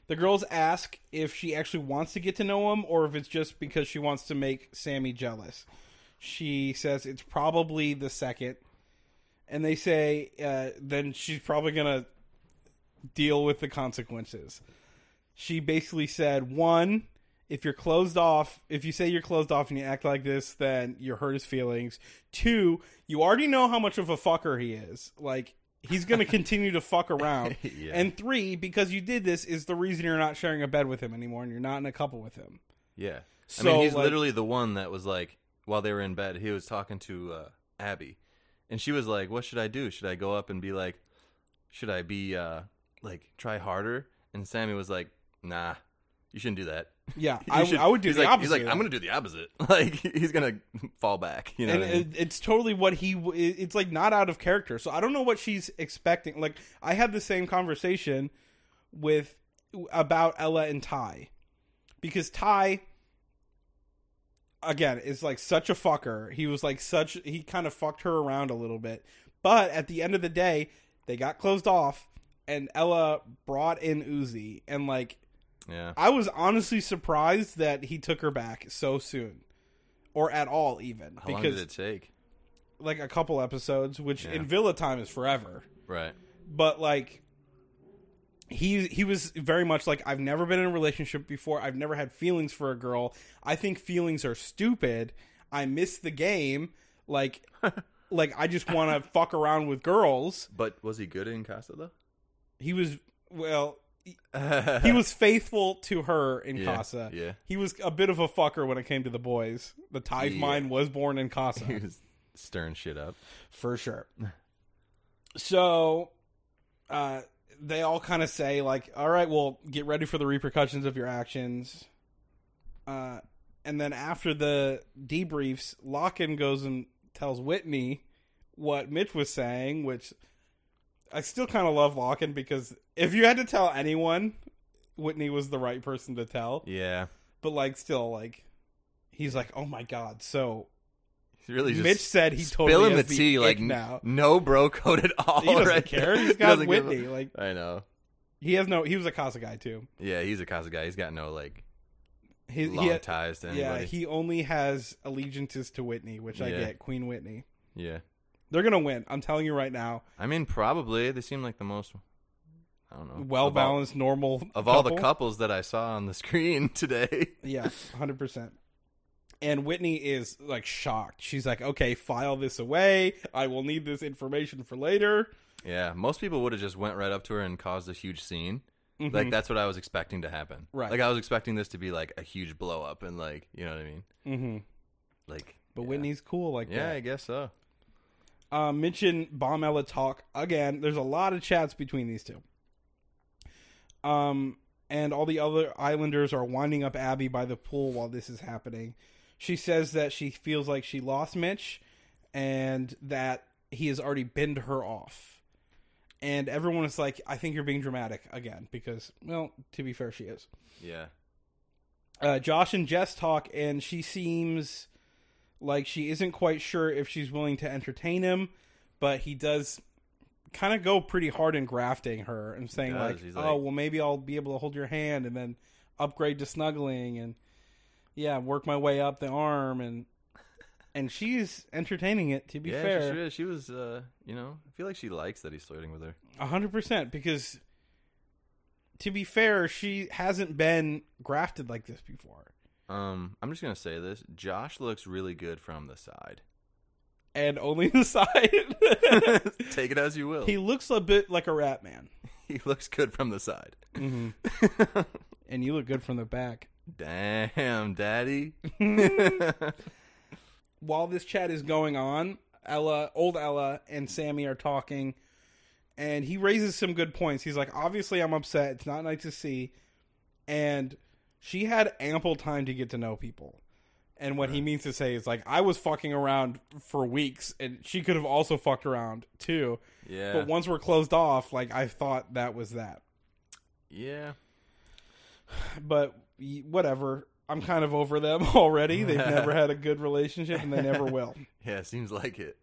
the girls ask if she actually wants to get to know him or if it's just because she wants to make Sammy jealous. She says it's probably the second. And they say uh, then she's probably going to deal with the consequences. She basically said one, if you're closed off, if you say you're closed off and you act like this, then you hurt his feelings. Two, you already know how much of a fucker he is. Like, he's going to continue to fuck around.
Yeah.
And three, because you did this, is the reason you're not sharing a bed with him anymore and you're not in a couple with him.
yeah.
So,
I mean, he's
like-
literally the one that was like, while they were in bed, he was talking to uh, Abby. And she was like, What should I do? Should I go up and be like, Should I be, uh, like, try harder? And Sammy was like, Nah, you shouldn't do that.
Yeah,
You
I,
should-
I would do
he's
the
like,
opposite.
He's like,
of
I'm
that."
going to do the opposite. Like, he's going to fall back. You know
and
what I mean?
it, it's totally what he w- it- it's like not out of character so i don't know what she's expecting like i had the same conversation with about ella and ty because ty again is like such a fucker he was like such he kind of fucked her around a little bit but at the end of the day they got closed off and ella brought in uzi and like
yeah.
i was honestly surprised that he took her back so soon or at all even
How long did it take?
like a couple episodes, which
Yeah.
in Villa time is forever.
Right.
But like he he was very much like I've never been in a relationship before. I've never had feelings for a girl. I think feelings are stupid. I miss the game. Like like I just want to fuck around with girls.
But was he good in Casa, though?
He was well, he was faithful to her in
Yeah,
Casa.
yeah.
He was a bit of a fucker when it came to the boys. The Tive
Yeah.
mind was born in Casa.
he was stirring shit up.
for sure. So, uh, they all kind of say like, "All right, well, get ready for the repercussions of your actions." Uh, and then after the debriefs, Locken goes and tells Whitney what Mitch was saying, which I still kind of love Locken because if you had to tell anyone, Whitney was the right person to tell.
Yeah.
But like, still, like, he's like, "Oh my god!" So
He's really just
Mitch said he
spilling
totally
the
has
tea
ick
like
now.
no bro code at all.
He doesn't
right
care.
there.
He's got
doesn't give a-
Whitney. Like
I know.
he has no. He was a Casa guy too.
Yeah, he's a Casa guy. He's got no like
He, he
long
had-
ties to anybody.
yeah, he only has allegiances to Whitney, which I
Yeah.
get. Queen Whitney.
yeah.
They're gonna win. I'm telling you right now.
I mean, probably they seem like the most. I don't know.
Well
of all-
balanced, normal
of all the
couple.
couples that I saw on the screen today.
Yeah, hundred percent. And Whitney is like shocked. She's like, "Okay, file this away. I will need this information for later."
Yeah, most people would have just went right up to her and caused a huge scene. Like that's what I was expecting to happen.
Mm-hmm. Right.
Like I was expecting this to be like a huge blow up and like you know what I mean.
Mm-hmm.
Like,
But
yeah.
Whitney's cool like
Yeah,
that.
I guess so.
Uh, mention Bombella talk again. There's a lot of chats between these two. Um, and all the other Islanders are winding up Abby by the pool while this is happening. She says that she feels like she lost Mitch, and that he has already binned her off. And everyone is like, "I think you're being dramatic again," because, well, to be fair, she is
Yeah.
uh, Josh and Jess talk, and she seems like she isn't quite sure if she's willing to entertain him, but he does kind of go pretty hard in grafting her and saying
does.
like,
He's
"Oh,
like-
well, maybe I'll be able to hold your hand and then upgrade to snuggling and yeah, work my way up the arm and." And she's entertaining it. To be
yeah,
fair,
She, was- she was. Uh, you know, I feel like she likes that he's flirting with her.
A hundred percent, because to be fair, she hasn't been grafted like this before,
Um, I'm just gonna say this: Josh looks really good from the side.
and only the side.
Take it as you will.
He
He,
looks a bit like a rat man,
looks good from the side.
and you look good from the back.
Damn, daddy.
While this chat is going on, Ella, old Ella, and Sammy are talking, and he raises some good points. He's like, obviously, I'm upset. It's not nice to see, and she had ample time to get to know people. And what he means to say is like, I was fucking around for weeks, and she could have also fucked around too.
Yeah.
But once we're closed off, like I thought that was that.
yeah.
but y- whatever. I'm kind of over them already. They've never had a good relationship and they never will.
Yeah. Seems like it.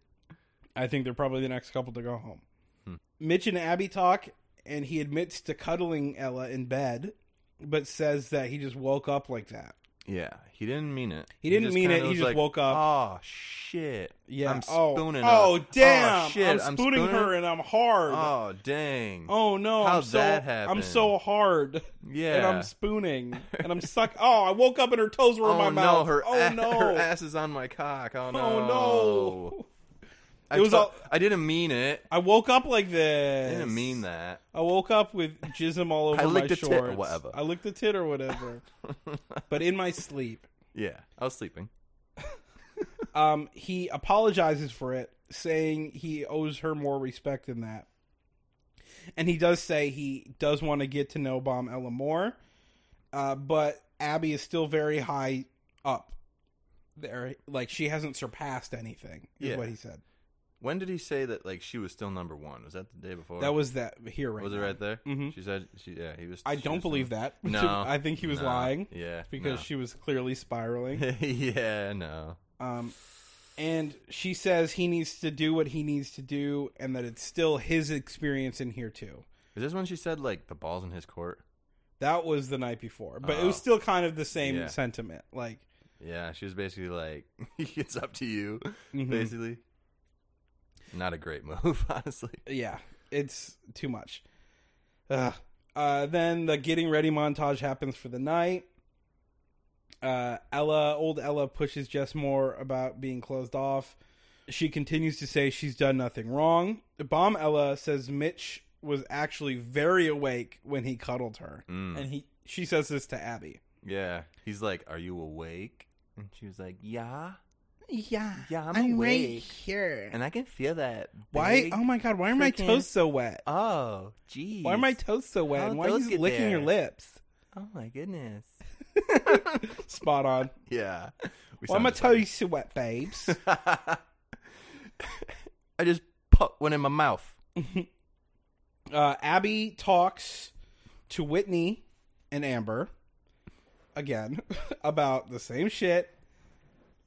I think they're probably the next couple to go home.
Hmm.
Mitch and Abby talk, and he admits to cuddling Ella in bed, but says that he just woke up like that.
Yeah, he didn't mean it.
He didn't
just
mean it,
kinda
he
was
just woke up.
Oh shit!
Yeah.
I'm
oh,
spooning. her.
oh, damn.
Oh shit!
I'm spooning her and I'm hard.
Oh dang!
oh no. I'm
How'd
so,
that
I'm
happen?
so hard.
yeah.
And I'm spooning. And I'm suck. Oh, I woke up and her toes were
oh
in my
no,
mouth.
her
oh
a-
no.
her ass is on my cock. Oh no!
oh no.
I
It was
fu-
all-
I didn't mean it.
I woke up like
I
this.
didn't mean that.
I woke up with jism all over
I licked
my
a tit or
shorts.
whatever.
I licked a tit or whatever, but in my sleep.
yeah, I was sleeping.
Um, he apologizes for it, saying he owes her more respect than that. And he does say he does want to get to know Bomb Ella more, uh, but Abby is still very high up there. Like she hasn't surpassed anything. Is
Yeah.
what he said.
When did he say that? Like she was still number one? Was that the day before?
That was that here right.
Was it
now.
right there?
Mhm.
She said. She yeah. He was.
I
she
don't
was
believe
number-
that.
No,
I think he was
no,
lying
Yeah,
because she was clearly spiraling.
no. yeah, no.
Um, and she says he needs to do what he needs to do, and that it's still his experience in here too.
Is this when she said like the ball's in his court?
That was the night before, but it was
Oh.
still kind of the same
Yeah.
sentiment. Like,
Yeah, she was basically like, "It's up to you."
Mhm.
Basically, Mm-hmm. not a great move, honestly.
yeah, it's too much. Ugh. Uh, then the getting ready montage happens for the night. Uh, Ella, old Ella, pushes Jess more about being closed off. She continues to say she's done nothing wrong. Bomb Ella says Mitch was actually very awake when he cuddled her,
Mm.
and he she says this to Abby.
Yeah, he's like, "Are you awake?" And she was like, "Yeah,"
Yeah,
Yeah, I'm I'm right awake.
here.
and I can feel that.
Why?
big-
Oh my God! Why are my
freaking-
toes so wet?
oh, geez.
Why are my toes so wet?
How'd
and why are
those
you
get
licking your
there?
lips?
oh my goodness.
Spot on.
Yeah. We
Why
sound
my
just like-
toes so wet, babes?
I just put one in my mouth.
uh, Abby talks to Whitney and Amber again about the same shit.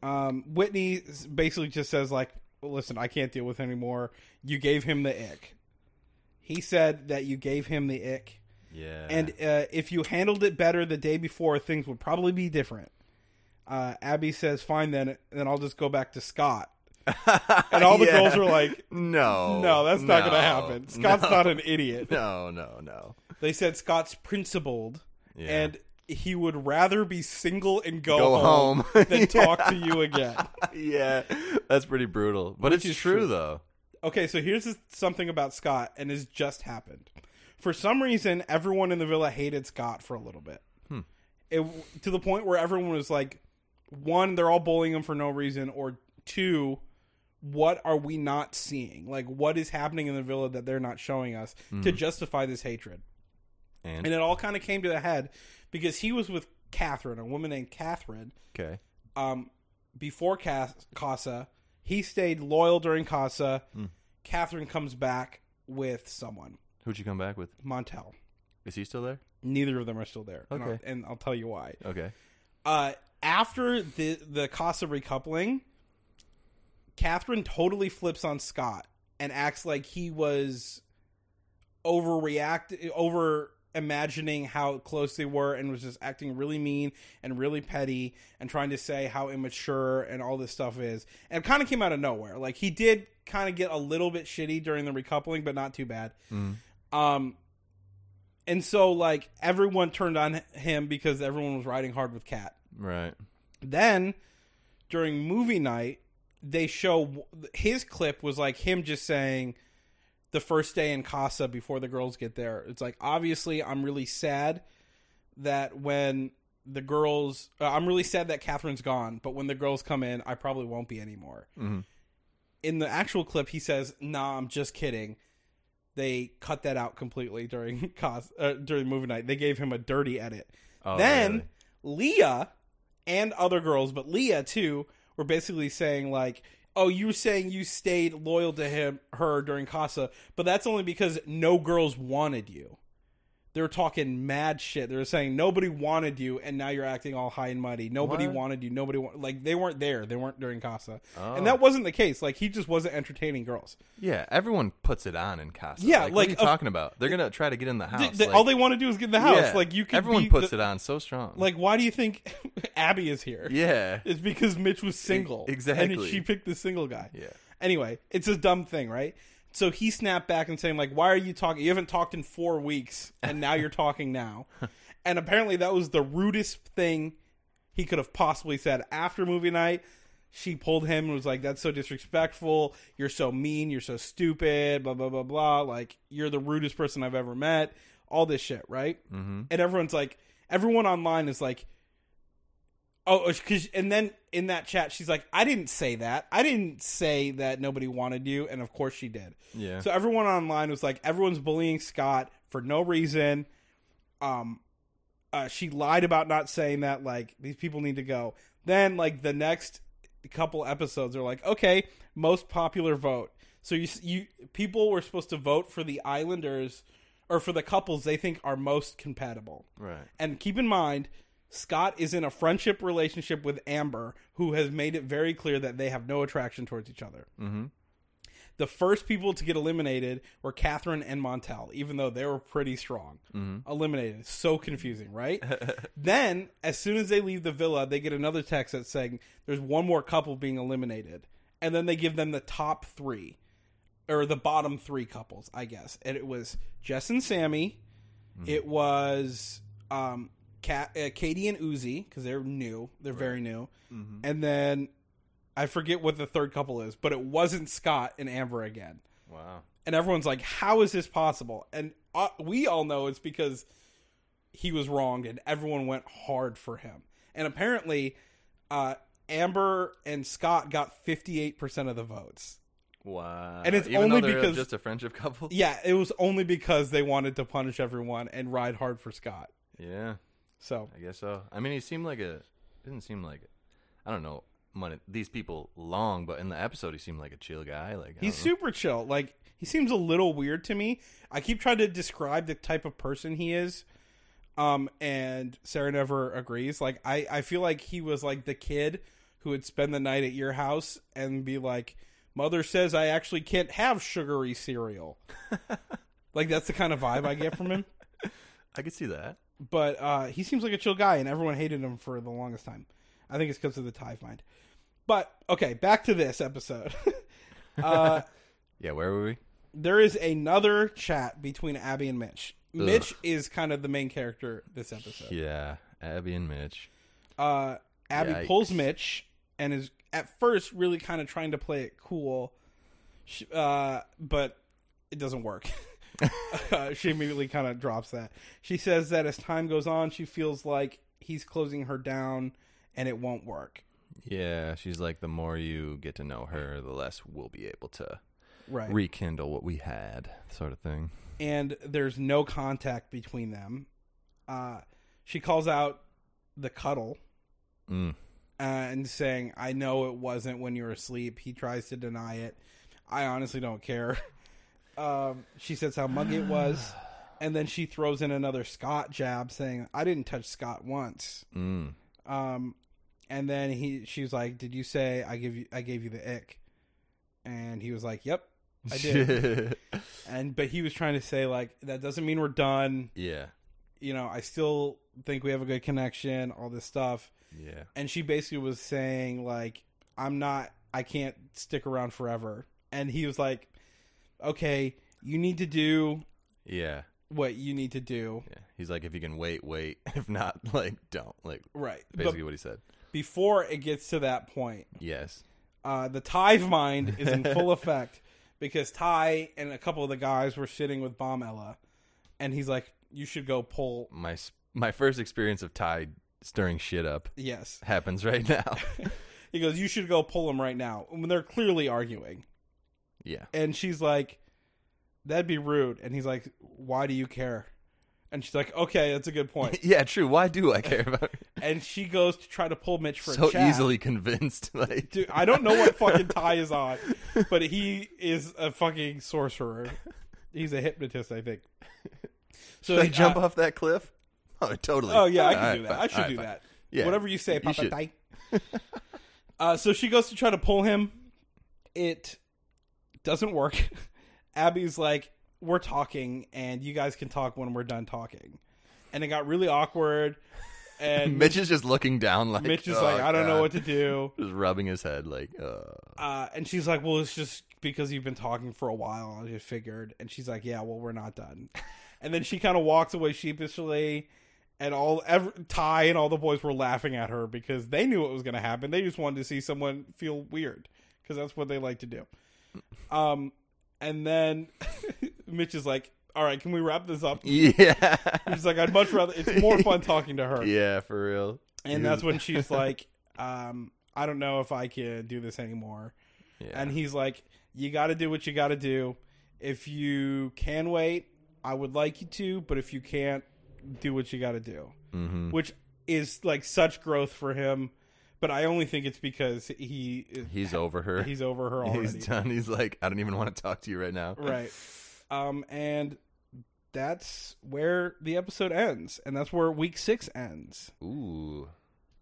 Um, Whitney s- basically just says like, "Listen, I can't deal with it anymore. You gave him the ick. He said that you gave him the ick,
Yeah.
And uh, if you handled it better the day before, things would probably be different. Uh, Abby says, "Fine, then, then I'll just go back to Scott." And all the
Yeah.
girls are like,
no.
"No, that's not going
no,
to happen. Scott's
no,
not an idiot."
No, no, no.
They said Scott's principled,
Yeah.
and he would rather be single and go,
Go
home,
home.
than
Yeah.
talk to you again.
yeah, that's pretty brutal. But
Which
it's
is
true,
true.
though.
Okay, so here's this- something about Scott, and it's just happened. For some reason, everyone in the villa hated Scott for a little bit.
Hmm.
It, to the point where everyone was like, one, they're all bullying him for no reason, or two, what are we not seeing? Like, what is happening in the villa that they're not showing us
Hmm.
to justify this hatred?
And,
And it all kind of came to the head because he was with Catherine, a woman named Catherine,
okay,
um, before Cas- Casa. He stayed loyal during Casa. Catherine comes back with someone,
who'd you come back with?
Montel.
Is he still there?
Neither of them are still there. And, I'll,
Okay.
and I'll tell you why.
Okay.
Uh, after the, the Casa recoupling, Catherine totally flips on Scott and acts like he was overreact over imagining how close they were and was just acting really mean and really petty and trying to say how immature and all this stuff is. And kind of came out of nowhere. Like he did kind of get a little bit shitty during the recoupling, but not too bad.
Mhm.
Um and so like everyone turned on him because everyone was riding hard with Cat.
Right.
Then during movie night, they show his clip was like him just saying the first day in Casa before the girls get there. It's like obviously I'm really sad that when the girls uh, I'm really sad that Catherine's gone, but when the girls come in, I probably won't be anymore.
Mhm.
In the actual clip, he says, "Nah, I'm just kidding." They cut that out completely during Casa uh, during movie night. They gave him a dirty edit
Oh,
then
really?
Leah and other girls, but Leah too, were basically saying like, "Oh, you were saying you stayed loyal to him, her during Casa, but that's only because no girls wanted you." They were talking mad shit. They were saying nobody wanted you, and now you're acting all high and mighty. Nobody
What?
wanted you. Nobody wa- like they weren't there. They weren't during Casa,
Oh.
and that wasn't the case. Like he just wasn't entertaining girls.
yeah, everyone puts it on in Casa.
Yeah,
what
like,
are you
of-
talking about? They're gonna try to get in uh, the
Th-
house.
th-
like-
all they want to do is get in the house.
Yeah,
Like you can.
everyone
be
puts
the-
it on so strong.
Like why do you think Abby is here?
yeah,
It's because Mitch was single. And
E- exactly.
she picked the single guy.
yeah,
Anyway, it's a dumb thing, right? So he snapped back and saying, like, why are you talking? You haven't talked in four weeks, and now you're talking now. And apparently that was the rudest thing he could have possibly said after movie night. She pulled him and was like, That's so disrespectful. You're so mean. You're so stupid. Blah, blah, blah, blah. Like, you're the rudest person I've ever met. All this shit, right?
Mhm.
And everyone's like, Everyone online is like, Oh, it's 'cause- and then in that chat, she's like, I didn't say that. I didn't say that nobody wanted you. And of course she did.
yeah.
So everyone online was like, everyone's bullying Scott for no reason. Um, uh, she lied about not saying that. Like these people need to go. Then like the next couple episodes are like, okay, most popular vote. So you you people were supposed to vote for the Islanders or for the couples they think are most compatible.
right.
And keep in mind, Scott is in a friendship relationship with Amber, who has made it very clear that they have no attraction towards each other.
Mhm.
The first people to get eliminated were Catherine and Montel, even though they were pretty strong. Eliminated. So confusing, right? then, as soon as they leave the villa, they get another text that's saying there's one more couple being eliminated. And then they give them the top three, or the bottom three couples, I guess. And it was Jess and Sammy, it was um, Cat, uh, Katie and Uzi because they're new, they're very new, and then I forget what the third couple is, but it wasn't Scott and Amber again.
Wow.
And everyone's like, "How is this possible?" And uh, we all know it's because he was wronged, and everyone went hard for him. And apparently, uh, Amber and Scott got fifty-eight percent of the votes.
Wow.
And it's
Even though
only
they're
because-
just a friendship couple.
Yeah, it was only because they wanted to punish everyone and ride hard for Scott.
yeah.
So
I guess so. I mean, he seemed like a didn't seem like I don't know when it, these people long, but in the episode he seemed like a chill guy. Like I
He's
don't know.
super chill. Like he seems a little weird to me. I keep trying to describe the type of person he is. Um and Sarah never agrees. Like I I feel like he was like the kid who would spend the night at your house and be like mother says I actually can't have sugary cereal. like that's the kind of vibe I get from him.
I could see that.
but uh, he seems like a chill guy, and everyone hated him for the longest time. I think it's because of the tie mind. But okay, back to this episode. uh,
Yeah, where were we?
there is another chat between Abby and Mitch. Mitch is kind of the main character this episode.
Yeah, Abby and Mitch.
Uh, Abby
Yikes.
pulls Mitch and is at first really kind of trying to play it cool, Sh- uh, but it doesn't work. Uh, she immediately kind of drops that. She says that as time goes on, she feels like he's closing her down and it won't work.
Yeah, she's like, the more you get to know her, the less we'll be able to
Right.
rekindle what we had, sort of thing.
and there's no contact between them. Uh, she calls out the cuddle
Mm.
uh, and saying, "I know it wasn't when you were asleep." He tries to deny it. I honestly don't care. Um, she says how muggy it was, and then she throws in another Scott jab, saying, "I didn't touch Scott once."
Mm.
Um, and then he, she's like, "Did you say I give you? I gave you the ick?" And he was like, "Yep." I did. and but he was trying to say like that doesn't mean we're done.
yeah,
you know, I still think we have a good connection, all this stuff.
yeah,
And she basically was saying, like, I'm not, I can't stick around forever. And he was like, okay, you need to do
yeah,
what you need to do.
yeah. He's like, if you can wait, wait. If not, like, don't. Like,
Right.
basically
But
what he said.
before it gets to that point,
Yes.
uh, the Tive mind is in full effect because Ty and a couple of the guys were sitting with Bomb Ella. And he's like, you should go pull.
My s- my first experience of Ty stirring shit up
Yes.
happens right now.
He goes, you should go pull him right now. When they're clearly arguing.
yeah.
and she's like that'd be rude and he's like why do you care and she's like okay that's a good point
Yeah, true. Why do I care about her?
and she goes to try to pull mitch for
so
a chat.
easily convinced? Like,
Dude, i don't know what fucking tie is on but he is a fucking sorcerer he's a hypnotist i think so
should I
he-
jump
uh,
off that cliff? Oh, totally.
oh yeah i can
All
do
right,
that
fine.
i should
All right,
do
fine.
that
Yeah.
whatever you say papa
should.
Ty. uh, so she goes to try to pull him it doesn't work abby's like we're talking and you guys can talk when we're done talking and it got really awkward and mitch,
Mitch is just looking down, like
is
"Oh,
like i don't know
God."
what to do
Just rubbing his head, like, uh,
uh, and she's like well it's just because you've been talking for a while i just figured and she's like yeah well we're not done and then she kind of walks away sheepishly and all ev ty and all the boys were laughing at her because they knew what was going to happen they just wanted to see someone feel weird because that's what they like to do um, and then mitch is like all right can we wrap this up
yeah,
she's like i'd much rather it's more fun talking to her
yeah, for real.
and that's when she's like um, i don't know if i can do this anymore
Yeah.
and he's like, "You got to do what you got to do. If you can wait, I would like you to, but if you can't, do what you got to do."
mm-hmm.
Which is like such growth for him, but I only think it's because he
he's over her.
he's over her
He's
already,
done. He's like, I don't even want to talk to you right now.
right? Um, and that's where the episode ends, and that's where week six ends.
Ooh,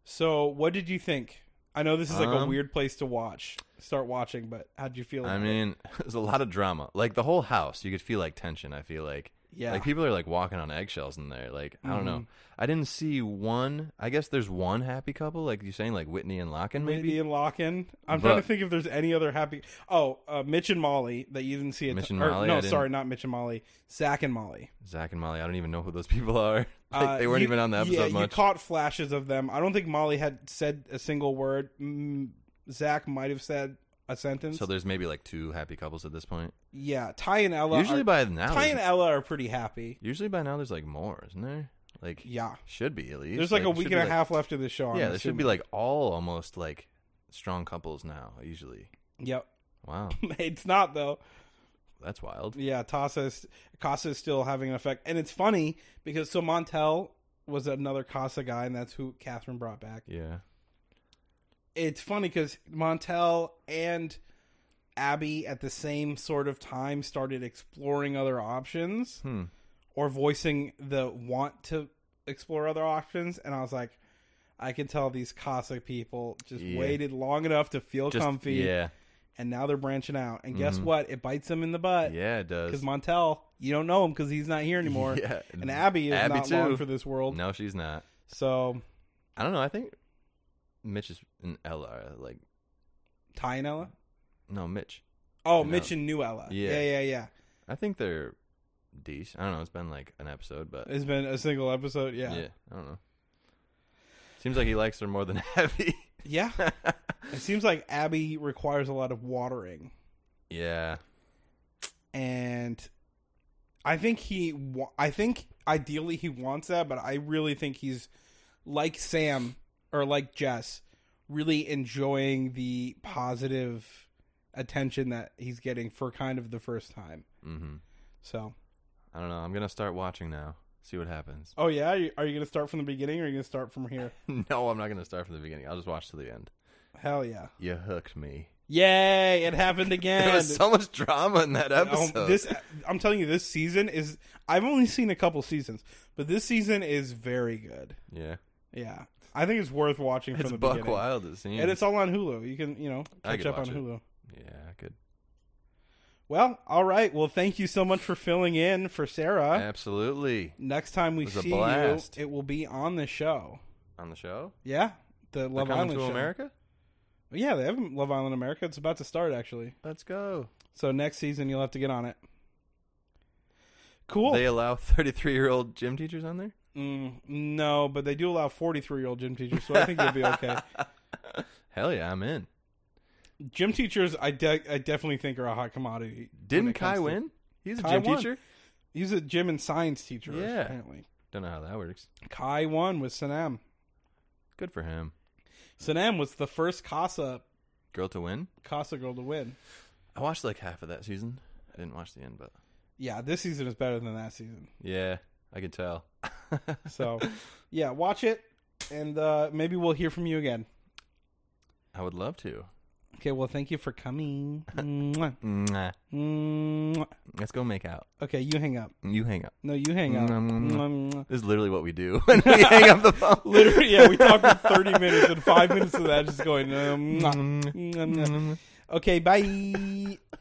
So, what did you think? I know this is like a
Um,
weird place to watch, start watching, but how'd you feel?
I
about it?
mean, there's a lot of drama. Like the whole house, you could feel like tension. I feel like,
yeah, Mm-hmm.
like people are like walking on eggshells in there. Like I don't know. I didn't see one. I guess there's one happy couple, like you're saying, like Whitney and Locken, maybe.
Whitney and Locken. I'm trying to
But-
think if there's any other happy. Oh, uh, Mitch and Molly that you didn't see. It
Mitch and Molly, I
no,
didn't-
sorry, not Mitch and Molly. Zach and Molly.
Zach and Molly. I don't even know who those people are. like
Uh,
they weren't
you-
even on the episode
Yeah, you
much.
caught flashes of them. I don't think Molly had said a single word. Mm, Zach might have said a sentence.
so there's maybe like two happy couples at this point.
yeah, Ty and Ella.
usually
are,
by now,
uh, Ty and
there's-
Ella are pretty happy.
usually by now, there's like more, isn't there? Like
Yeah,
should be at least.
there's like, a
it
week
should
and a
be, like-
half left of the show. I'm
yeah, there should be
assuming.
like all almost like strong couples now. Usually,
Yep,
wow,
it's not though.
that's wild.
Yeah, Tasa is, Casa is still having an effect, and it's funny because so Montel was another Casa guy, and that's who Catherine brought back.
Yeah,
It's funny because Montel and Abby at the same sort of time started exploring other options
hmm.
or voicing the want to explore other options, and I was like, I can tell these Casa people just
Yeah.
waited long enough to feel
Just-
comfy,
Yeah,
and now they're branching out. And guess
Mhm.
what? It bites them in the butt
yeah, it
because
does.
Montel you don't know him because he's not here anymore.
Yeah.
And Abby is
Abby
not long
too.
for this world.
No, she's not.
So
I don't know. I think Mitch is an Ella. are, Like,
Ty and Ella.
no, Mitch.
Oh,
No.
Mitch and New Ella.
Yeah.
yeah, yeah. yeah.
I think they're decent. I don't know. It's been like an episode, but
It's been a single episode.
yeah,
Yeah.
I don't know. Seems like he likes her more than Abby.
Yeah. It seems like Abby requires a lot of watering.
yeah.
And I think he, wa- I think ideally he wants that, but I really think he's like Sam or like Jess, really enjoying the positive attention that he's getting for kind of the first time.
Mm-hmm.
So,
I don't know. I'm gonna start watching now. See what happens.
oh yeah, are you, are you going to start from the beginning or are you going to start from here?
no, I'm not gonna start from the beginning. I'll just watch to the end.
Hell yeah.
You hooked me.
Yay, it happened again.
There was so much drama in that
Um,
episode.
this I'm telling you, this season is. I've only seen a couple seasons, but this season is very good.
yeah,
Yeah, I think it's worth watching from
it's
the
buck
beginning.
wild. It seems.
And it's all on Hulu. You can you know
I
catch
could
up on
watch it.
Hulu.
yeah, good.
Well, all right. Well, thank you so much for filling in for Sarah.
Absolutely
Next time we
was a
see you,
blast.
it will be on the show.
on the show.
Yeah, the
They're
Love
coming
Island
to
show.
America.
Yeah, they have Love Island America. It's about to start actually.
Let's go.
So next season you'll have to get on it. Cool.
They allow 33 year old gym teachers on there.
Mm, no, but they do allow 43 year old gym teachers, so I think you'll be okay.
Hell yeah, I'm in.
gym teachers, I, de- I definitely think are a hot commodity. when
Didn't
it comes
Kai
to-
win? He's a
Kai
gym
won.
teacher.
He's a gym and science teacher,
Yeah.
apparently.
Don't know how that works.
Kai won with Sanam.
Good for him.
Sanam was the first Casa
Girl to win.
Casa girl to win.
I watched like half of that season. I didn't watch the end, but
Yeah, this season is better than that season.
yeah, I could tell.
So, yeah, watch it, and uh, maybe we'll hear from you again.
I would love to.
Okay, well, thank you for coming. Mwah.
Mwah.
Mwah.
Let's go make out.
Okay, you hang up.
You hang out.
No, you hang up.
Mwah, mwah,
Mwah, mwah.
This is literally what we do when we hang up the phone.
Literally, yeah, we talked for 30 minutes, and five minutes of that just going, um, mwah.
Mm.
Okay, bye.